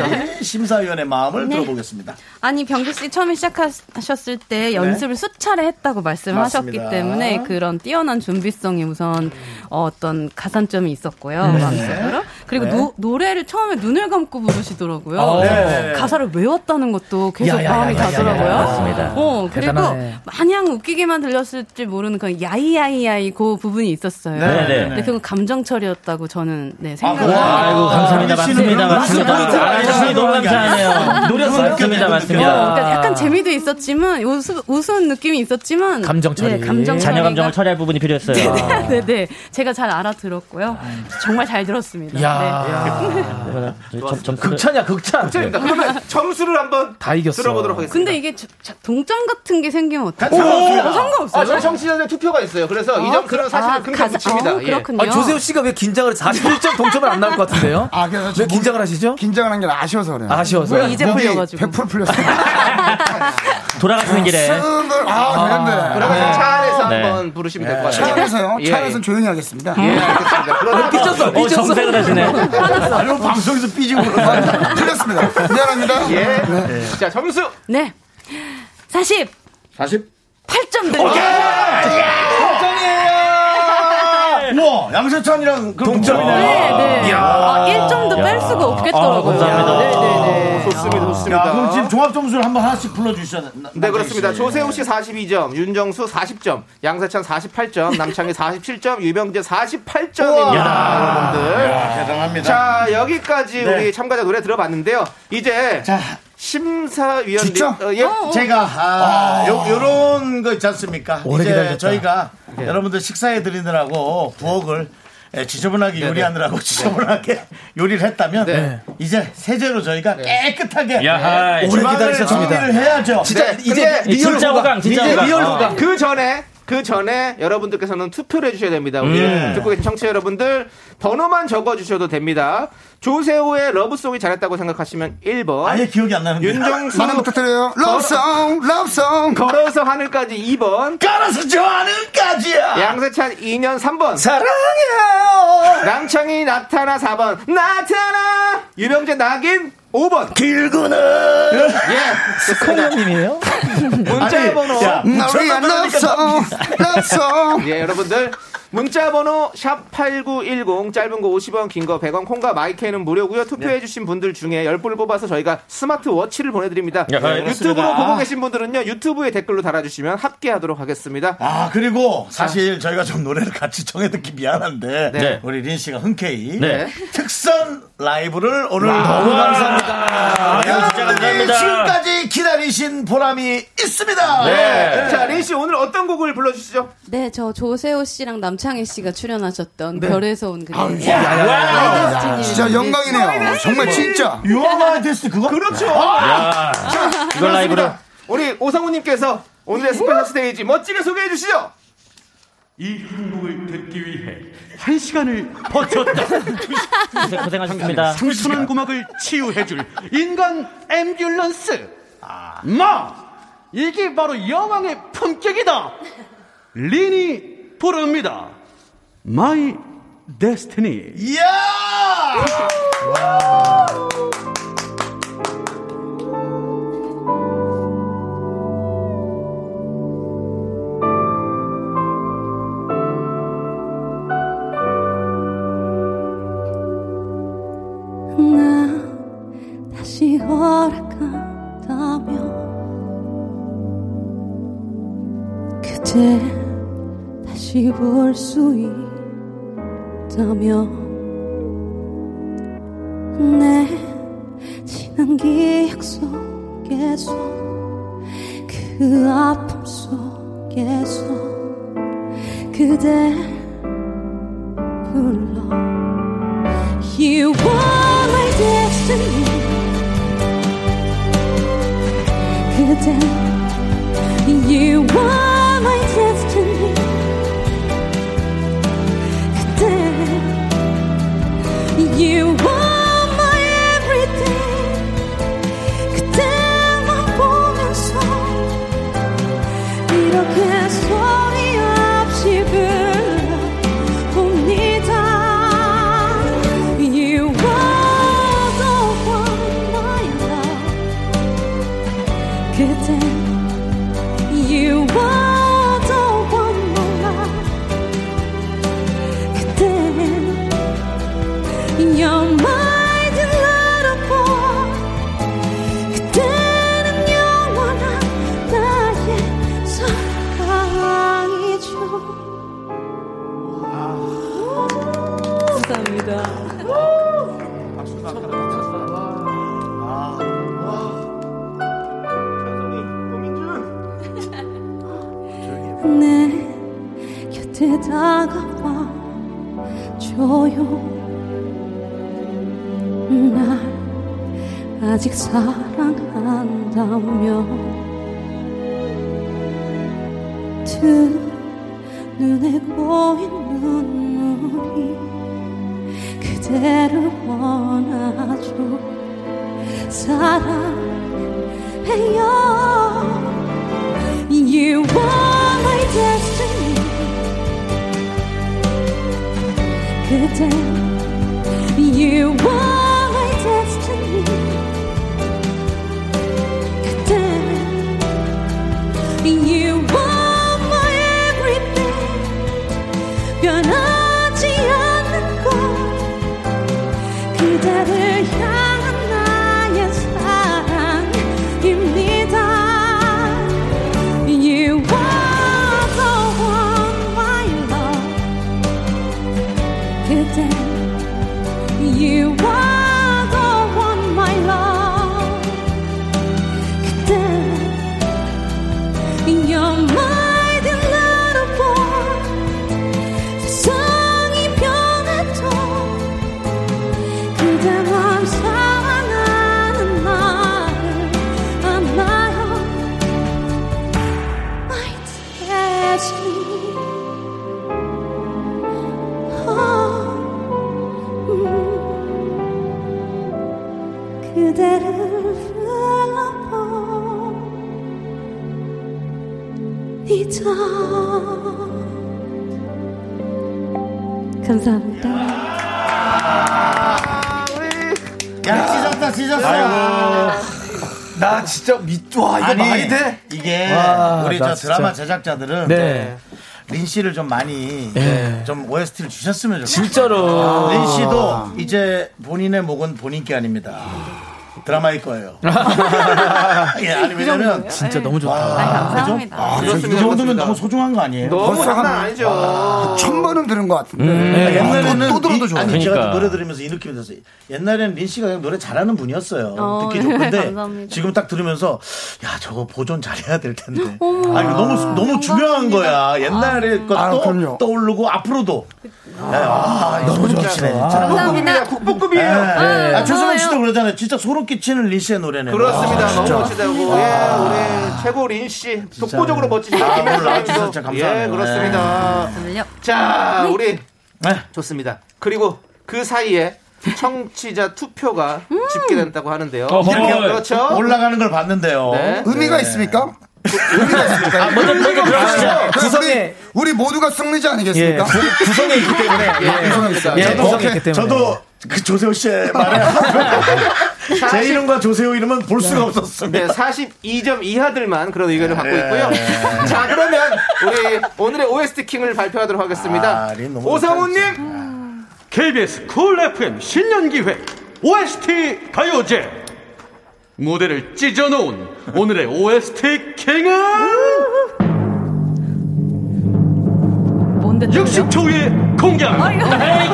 A: 심사위원의 마음을
G: 네.
A: 들어보겠습니다.
G: 아니 병규 씨 처음에 시작하셨을 때 연습을 수차례 했다고 말씀을
A: 네. 맞습니다.
G: 하셨기 때문에 그런 뛰어난 준비성이 우선 어, 떤 가산점이 있었고요
W: 네.
G: 마음속으로 그리고
W: 네.
G: 노, 노래를 처음에 눈을 감고 부르시더라고요
W: 아,
G: 그래서
W: 네.
G: 가사를 외웠다는 것도 계속
W: 야, 야,
G: 마음이
W: 야, 야,
G: 가더라고요
W: 야, 야, 맞습니다.
G: 어, 그리고
W: 대단하네.
G: 마냥 웃기게만 들렸을지 모르는 그런 야이야이야이 그 부분이 있었어요
W: 네, 네, 네.
G: 근데 그건 감정 처리였다고 저는 네, 생각을
W: 와, 아이고, 감사합니다. 맞습니다. 맞습니다. 아, 역시 너무 감사하네요. 노렸어요. 맞습니다.
G: 어, 그러니까
W: 맞습니다.
G: 약간 재미도 있었지만 우스, 우스운 느낌이 있었지만
W: 감정 처리.
G: 네, 감정
W: 자녀 감정을
G: 처리가-
W: 처리할 부분이 필요했어요.
G: 네, 네, 네. 제가 잘 알아들었고요. 정말 잘 들었습니다.
W: 야.
G: 네.
W: 극찬이야, 극찬.
B: 자, 그러면 점수를 한번
W: 다 이겼어.
B: 들어보도록 하겠습니다.
G: 근데 이게 저- 저- 동점 같은 게 생기면 어떡해요?
B: 상관없어요.
G: 어, 상관없어요.
B: 아, 저희 청취자들 투표가 있어요. 그래서 이 점수는 사실 은 굉장히
G: 아,
B: 붙입니다. 예.
W: 어,
G: 그렇군요.
V: 조세호 씨가 왜 긴장을 41점 동점은 안 나올 것 같은데요?
H: 아, 그래서
V: 왜 긴장을 하시죠?
H: 긴장을 한 게 아쉬워서 그래요.
V: 아쉬워서.
H: 목이 100% 풀렸어요.
W: 돌아가시는 길에.
H: 승을, 아, 되는데.
B: 그러면
H: 네.
B: 차 안에서
W: 네.
B: 한번 부르시면 될 것 같아요.
H: 차에서요?
B: 예.
H: 차에서는 조용히 하겠습니다.
K: 음.
B: 예, 알겠습니다. 그러면
H: 삐졌어, 삐졌어.
W: 정색을 하시네.
K: 뭐
A: 아니면 방송에서 삐지고 그러나.
H: 아, 틀렸습니다. 미안합니다. 네.
B: 예. 자, 점수.
G: 네. 40.
A: 40?
G: 8점 드릴게요.
A: 우와, 양세찬이랑 동점이네.
G: 네, 네. 아, 1점도 뺄 수가
B: 아,
G: 없겠더라고요.
B: 네, 네, 네. 좋습니다, 좋습니다.
A: 야, 그럼 지금 종합 점수를 한번 하나씩 불러주시잖아요.
B: 네,
W: 예.
B: 그렇습니다. 조세호 씨 42점, 윤정수 40점, 양세찬 48점, 남창희 47점, 유병재 48점입니다.
A: 야.
B: 여러분들.
A: 야, 대단합니다.
B: 자, 여기까지
A: 네.
B: 우리 참가자 노래 들어봤는데요. 이제 심사위원 님
A: 진짜?
B: 어, 예. 어.
A: 제가 아, 요, 요런 거 있지 않습니까?
B: 오래
A: 이제
B: 기다렸다.
A: 저희가
B: 네.
A: 여러분들 식사해 드리느라고 부엌을 예, 지저분하게
B: 네, 네.
A: 요리하느라고 지저분하게 요리를 했다면 이제 세제로 저가 저희가
B: 네.
A: 깨끗하게
W: 야하.
A: 네.
W: 오래
A: 주방을
W: 기다리셨습니다.
A: 정리를
K: 어,
A: 해야죠.
B: 네, 근데
W: 진짜 호강, 진짜
B: 이제
W: 호강.
B: 리얼
K: 아,
W: 어.
K: 예.
B: 호강. 그 전에 그 전에 여러분들께서는 투표를 해주셔야 됩니다. 우리
W: 음.
B: 듣고 계신 청취자 여러분들 번호만 적어주셔도 됩니다. 조세호의 러브송이 잘했다고 생각하시면 1번.
A: 아예 기억이 안 나는데.
B: 윤정수
H: 많은 부탁드려요. 러브송, 러브송.
B: 걸어서 하늘까지 2번.
A: 걸어서 저 하늘까지야.
B: 양세찬 2년 3번.
H: 사랑해요.
B: 남창희 나타나 4번. 나타나. 유병재 낙인
I: 5번.
L: 길구나.
I: 예.
W: 스콩 형님이에요?
I: 문자 번호.
L: 야, 우리야, 납성, 납성.
I: 예, 여러분들. 문자 번호 샵 8910 짧은 거 50원 긴 거 100원 콩과 마이크는 무료고요. 투표해 주신 분들 중에 10분을 뽑아서 저희가 스마트 워치를 보내
L: 아,
I: 드립니다. 네,
A: 예, 그렇습니다.
I: 유튜브로 보고 계신 분들은요. 유튜브에 댓글로 달아 주시면 합계하도록 하겠습니다.
A: 아 그리고 사실 저희가 좀 노래를 같이 정해 듣기 미안한데
I: 네.
A: 우리 린 씨가 흔쾌히
I: 네.
A: 특선 라이브를 오늘
I: 와.
A: 너무
I: 와.
A: 감사합니다.
I: 아유, 진짜
A: 여러분들이
I: 감사합니다.
A: 지금까지 기다리신 보람이 있습니다.
I: 네. 자, 린 씨 오늘 어떤 곡을 불러 주시죠?
G: 네, 저 조세호 씨랑 남창희 씨가 출연하셨던
I: 네.
G: 별에서 온 그림.
L: 진짜 영광이네요. 정말 진짜.
A: 유아마이 데스 그거?
I: 그렇죠.
L: 야.
I: 자,
L: 이걸
I: 그렇습니다.
L: 라이브로.
I: 우리 오상우님께서 오늘의 스페셜 스테이지 멋지게 소개해 주시죠.
F: 이 행복을 듣기 위해 한 시간을 버텼다.
W: 고생하셨습니다.
F: 상순한 고막을 치유해줄 인간 앰뷸런스. 마! 이게 바로 여왕의 품격이다. 린이 부릅니다. 마이 데스티니.
A: 이야!
Q: 나 다시 허락한다면 그대 다시 볼 수 있다면 내 지난 기억 속에서 그 아픔 속에서 그대 불러 You are my destiny. 그대. You are my destiny. 그대. You are my everything. 그대만 보면서 이렇게 소리 없이 불러. 봅니다. You are the one, my love. 그대, you are the one, my love. 그대, you're my delight. 그대는 영원한 나의 사랑이죠. 감사합니다. 내 곁에 다가와 줘요 날 아직 사랑한다며 두 눈에 고인 눈물이 그대를 원하죠 사랑해요 You are my destiny 그대 You are my destiny 그대 You are my everything 변하지 않는 것 그대를 향한 나의 사랑입니다. You are the one, my love. 그대. You are the one, my love. 그대. You're my delight. 세상이 변해도 그대만 사랑하는 나를 안나요 My destiny 어, 음. 그대를 불러봅니다 감사합니다
A: 야, 찢었다, 찢었어, 찢었어.
B: 나 진짜 미, 와, 이거 말이 돼?
A: 이게
B: 와,
A: 우리
B: 나
A: 저
B: 진짜.
A: 드라마 제작자들은
B: 네.
A: 린 씨를 좀 많이
B: 네.
A: 좀 OST를 주셨으면 좋겠어요. 아,
B: 진짜로.
A: 린 씨도 이제 본인의 목은 본인 게 아닙니다. 드라마일 거예요. 예, 아니 왜냐면
X: 진짜 너무 좋다.
A: 감사합니다. 아, 저, 이 정도면 너무 소중한 거 아니에요?
H: 벌써 한- 와, 천 번은 들은 것 같은데.
A: 네.
H: 옛날에는 음. 네. 또, 또 들어도 좋아.
A: 음, 그러니까 아니 제가
B: 그러니까.
A: 노래 들으면서 이 느낌이 들었어요. 옛날에는 린 씨가 그냥 노래 잘하는 분이었어요.
G: 어,
A: 듣기 좋은데
G: 감사합니다.
A: 지금 딱 들으면서 야 저거 보존 잘해야 될 텐데.
G: 어머.
A: 아 이거 너무 너무 중요한 거야. 옛날에 것도
H: 아, 그럼요.
A: 떠오르고 앞으로도. 네, 아, 너무 좋지네.
G: 감사합니다.
A: 네.
B: 국보급이에요.
A: 아,
B: 아,
A: 최수민 씨도 그러잖아요. 진짜 소름 끼치는 린 씨의 노래네요. 아,
B: 그렇습니다. 너무
A: 진짜.
B: 멋지다고. 예, 우리 최고 린 씨. 독보적으로 멋지신
A: 아,
B: 김현
A: 오늘
B: 수
A: 나와주셔서
B: 님도
A: 진짜
B: 예,
A: 감사하네요.
B: 그렇습니다. 자, 우리
A: 네.
B: 좋습니다. 그리고 그 사이에 청취자 투표가 집계된다고 하는데요.
A: 이렇게
B: 그렇죠.
A: 올라가는 걸 봤는데요.
B: 네.
H: 어, 의미가 있습니까?
B: 아, 먼저
H: 의미가
B: 들어가시죠.
H: 있습니까? 그 우리, 우리 모두가 승리자 아니겠습니까? 아,
B: 예, 구성에 있기 때문에. 예,
H: 구성에 있어요.
B: 예,
H: 저도-
B: 구성에
A: 오케이. 저도 그 조세호 씨의 말에 제 이름과 조세호 이름은 볼 수가
B: 네,
A: 없었습니다.
B: 42점 이하들만 그런 의견을
A: 예.
B: 받고 있고요. 자, 그러면 우리 오늘의 OST 킹을 발표하도록 하겠습니다.
A: 아, 린 너무
B: 오상훈님,
F: KBS 쿨 FM 신년기획 OST 가요제 무대를 찢어놓은 오늘의 OST 킹은
G: 뭔데?
F: 60초 후에 공개합니다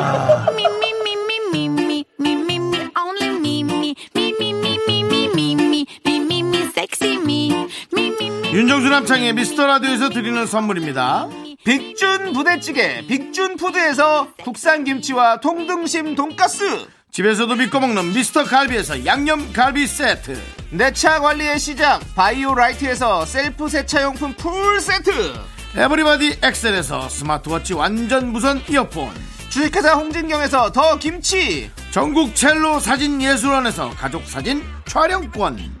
E: 윤정수 남창의 미스터 라디오에서 드리는 선물입니다.
B: 빅준 부대찌개, 빅준 푸드에서 국산 김치와 통등심 돈가스.
E: 집에서도 믿고 먹는 미스터 갈비에서 양념 갈비 세트.
B: 내차 관리의 시작, 바이오라이트에서 셀프 세차용품 풀 세트.
E: 에브리바디 엑셀에서 스마트워치 완전 무선 이어폰.
B: 주식회사 홍진경에서 더 김치.
E: 전국 첼로 사진 예술원에서 가족 사진 촬영권.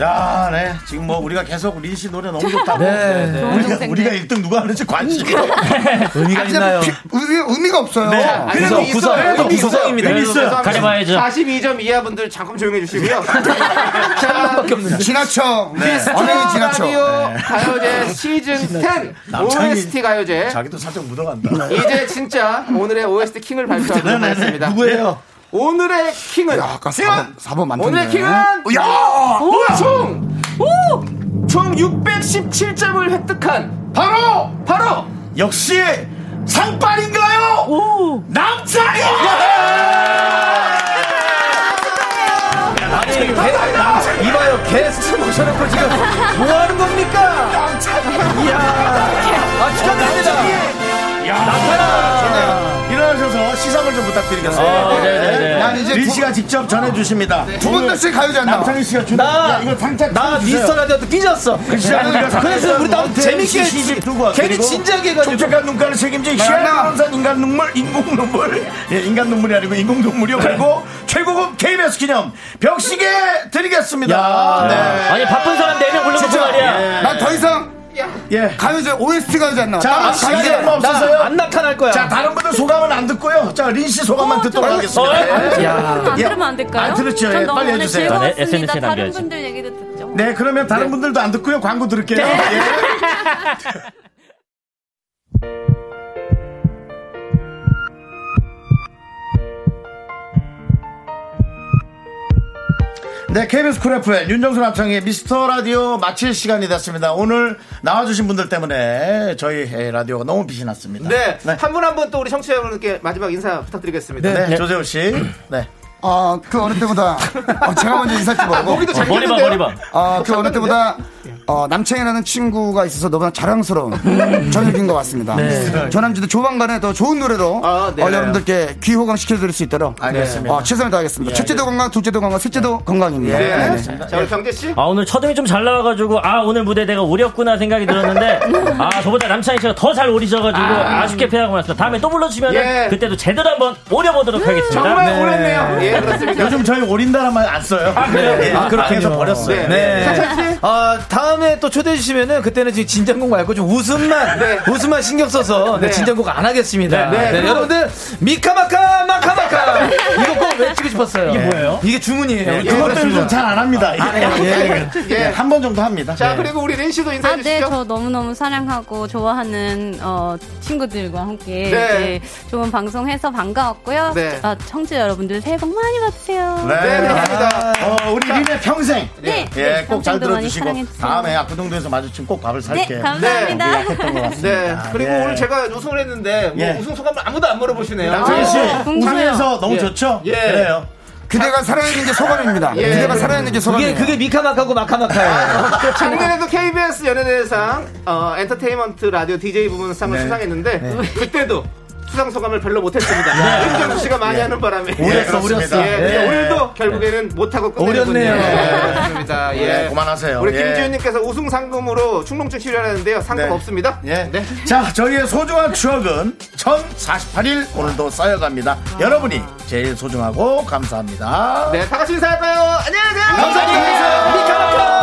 A: 야, 네. 지금 뭐 우리가 계속 린 씨 노래 너무 좋다고.
H: 네, 네.
A: 우리가, 우리가 1등 누가 하는지 관심.
H: 의미가 있나요? 의미, 가 없어요.
A: 네.
B: 자, 그래도
A: 구성,
B: 있어요.
A: 구성,
B: 그래도
A: 구성,
B: 있어요.
A: 구성입니다.
B: 그래도
A: 있어요.
B: 있어요.
A: 가려봐야죠.
B: 42점 이하 분들 잠깐 조용해 주시고요. 자,
H: 지나쳐.
B: 네.
L: 어,
H: 언행이 네.
B: 미스터
H: 지나쳐.
B: 라디오 가요제 시즌 10
A: 남창이
B: OST 가요제
A: 자기도 살짝 묻어간다.
B: 이제 진짜 오늘의 OST 킹을
A: 네,
B: 발표하도록
A: 네, 네.
B: 하겠습니다. 네.
A: 누구예요?
B: 오늘의 킹은
H: 야, 아까
B: 킹은
H: 4번, 4번 많던데.
B: 오늘의 킹은
H: 야!
B: 뭐야? 총! 총 617점을 획득한 바로 바로
A: 역시 상빨인가요? 남창이!
I: 예!
B: 아니
K: 이봐요, 게스트 모셔놓고 지금 뭐 하는 겁니까? 이야, 아, 축하드립니다.
A: 일어나셔서 시상을 좀 부탁드리겠습니다.
H: 아, 네, 네, 네.
A: 난 이제 린 씨가 직접 전해주십니다.
K: 네.
H: 두 번 다시 가요제 안 나와.
A: 남창희 씨가 주는
K: 나,
A: 야, 이거 당장
K: 나
A: 주세요. 그
K: 미스터 라디오도 삐졌어. 그래서 우리 나도 재밌게 괜히 진지하게 해가지고.
A: 촉촉한 눈깔을 책임진 희한한 항상 인간 눈물 인공 눈물 예, 인간 눈물이 아니고 인공 눈물이요
K: 네.
A: 그리고 최고급 KBS 기념 벽시계 드리겠습니다 네.
X: 아니 바쁜 사람 4명 불러놓고
H: 진짜.
X: 말이야.
H: 난 더 이상
A: 예.
H: 가요제, OST 가요제 안 나와.
A: 자,
H: 따로
A: 시간이
H: 가요제.
A: 얼마 없어서요
K: 나안 나타날 거야.
A: 자 다른 분들 소감은 안 듣고요 자 린 씨 소감만 듣도록 하겠습니다
G: 어, 안,
A: 예.
G: 안
A: 예.
G: 들으면 안 될까요?
A: 안 들었죠.
G: 전
A: 예,
G: 너무
A: 빨리
G: 오늘
A: 해주세요.
G: 즐거웠습니다.
L: SNS 에
G: 다른
L: 남겨야죠.
G: 분들 얘기도 듣죠.
A: 네 그러면 다른 분들도 안 듣고요 광고 들을게요
G: 네.
A: 예. 네, KBS 쿨 FM 윤정수 남창의 미스터 라디오 마칠 시간이 됐습니다. 오늘 나와주신 분들 때문에 저희 에, 라디오가 너무 빛이 났습니다.
B: 네, 한 분 한 분 또 우리 청취자 여러분께 마지막 인사 부탁드리겠습니다.
A: 네, 조세호 씨. 네.
H: 아, 그 어느 때보다 어, 제가 먼저 인사할지 모르고
B: 머리도 잘
L: 머리 봐,
B: 깼는데요?
L: 머리 봐.
H: 아, 그 어느 때보다 어, 남창이라는 친구가 있어서 너무나 자랑스러운 저녁인 것 같습니다.
L: 음. 네.
H: 저남주도 조만간에 더 좋은 노래로
L: 네.
H: 어, 여러분들께 귀호강 시켜드릴 수 있도록
L: 알겠습니다.
H: 어, 최선을 다하겠습니다.
L: 예,
H: 첫째도 건강, 둘째도 건강, 셋째도 건강입니다.
L: 예,
H: 네.
L: 알겠습니다.
B: 자, 우리 경재 씨.
J: 아 오늘 첫음이 좀 잘 나와가지고 아 오늘 무대 내가 오렸구나 생각이 들었는데 아 저보다 남창희 씨가 더 잘 오리셔가지고 아, 쉽게 패하고 났어 다음에 또 불러주면
B: 예.
J: 그때도 제대로 한번 오려보도록 하겠습니다
B: 정말 오렸네요. 예, 그렇습니다.
K: 요즘 저희 오린다란 말 안 써요.
I: 아, 그래요?
K: 네,
I: 아,
K: 그렇게
I: 아니요.
K: 해서 버렸어요.
I: 네. 아, 다음에 또 초대해 주시면은 그때는 지금 진장곡 말고 좀 웃음만 웃음만 신경 써서 네, 네. 진장곡 안 하겠습니다. 네, 네. 그리고- 여러분들 미카마카 마카마카 이거 꼭 외치고 싶었어요.
K: 이게 뭐예요?
I: 이게 주문이에요.
K: 예, 그것도 요즘 잘 안 합니다.
I: 아, 네. 예.
K: 한 번 정도 합니다.
G: 네.
K: 예.
B: 우리 린 씨도
G: 인사해 주시죠. 네, 저 너무너무 사랑하고 좋아하는 어, 친구들과 함께
B: 네.
G: 이렇게 좋은 방송해서 반가웠고요.
B: 네.
G: 아, 청취자 여러분들 새해 복 많이 받으세요.
A: 네,
I: 아.
A: 그렇습니다. 어, 우리 린의
K: 평생.
G: 네.
A: 예,
G: 네,
A: 꼭 잘
G: 감사합니다.
A: 들어주시고
G: 많이 사랑해주세요.
A: 다음에 압구동도에서 마주치면 꼭 밥을 살게.
B: 네, 감사합니다.
A: 네, 예약했던 것
B: 네.
A: 같습니다.
B: 그리고
A: 예.
B: 오늘 제가 우승을 했는데 뭐
A: 예.
B: 우승 소감을 아무도 안 물어보시네요.
A: 남창희 씨, 아, 궁금해요.
K: 우승해서 너무 좋죠?
B: 예.
K: 그래요.
H: 그대가 살아있는 게 소감입니다. 그대가 살아있는 게 소감이에요.
I: 그게, 그게 미카마카고 마카마카예요.
B: 작년에도 KBS 연예대상 어, 엔터테인먼트 라디오 DJ 부문 상을
I: 네.
B: 수상했는데
I: 네.
B: 그때도 수상 소감을 별로 못했습니다.
I: 네.
B: 윤정수 씨가 많이
I: 예.
B: 하는 바람에
I: 오렸어,
B: 예, 그렇습니다.
I: 오렸어.
B: 예, 근데
I: 예.
B: 오늘도 결국에는 못하고 끝내는군요.
K: 오렸네요. 예.
B: 그렇습니다. 예.
K: 예, 그만하세요.
B: 우리
K: 예.
B: 김지훈님께서 우승 상금으로 충농증 치료하는데요. 상금
A: 네.
B: 없습니다.
A: 예. 자, 저희의 소중한 추억은 1048일 오늘도 쌓여갑니다. 여러분이 제일 소중하고 감사합니다.
B: 네, 다 같이 인사할까요? 안녕히 계세요.
A: 감사합니다.
B: 미카마카.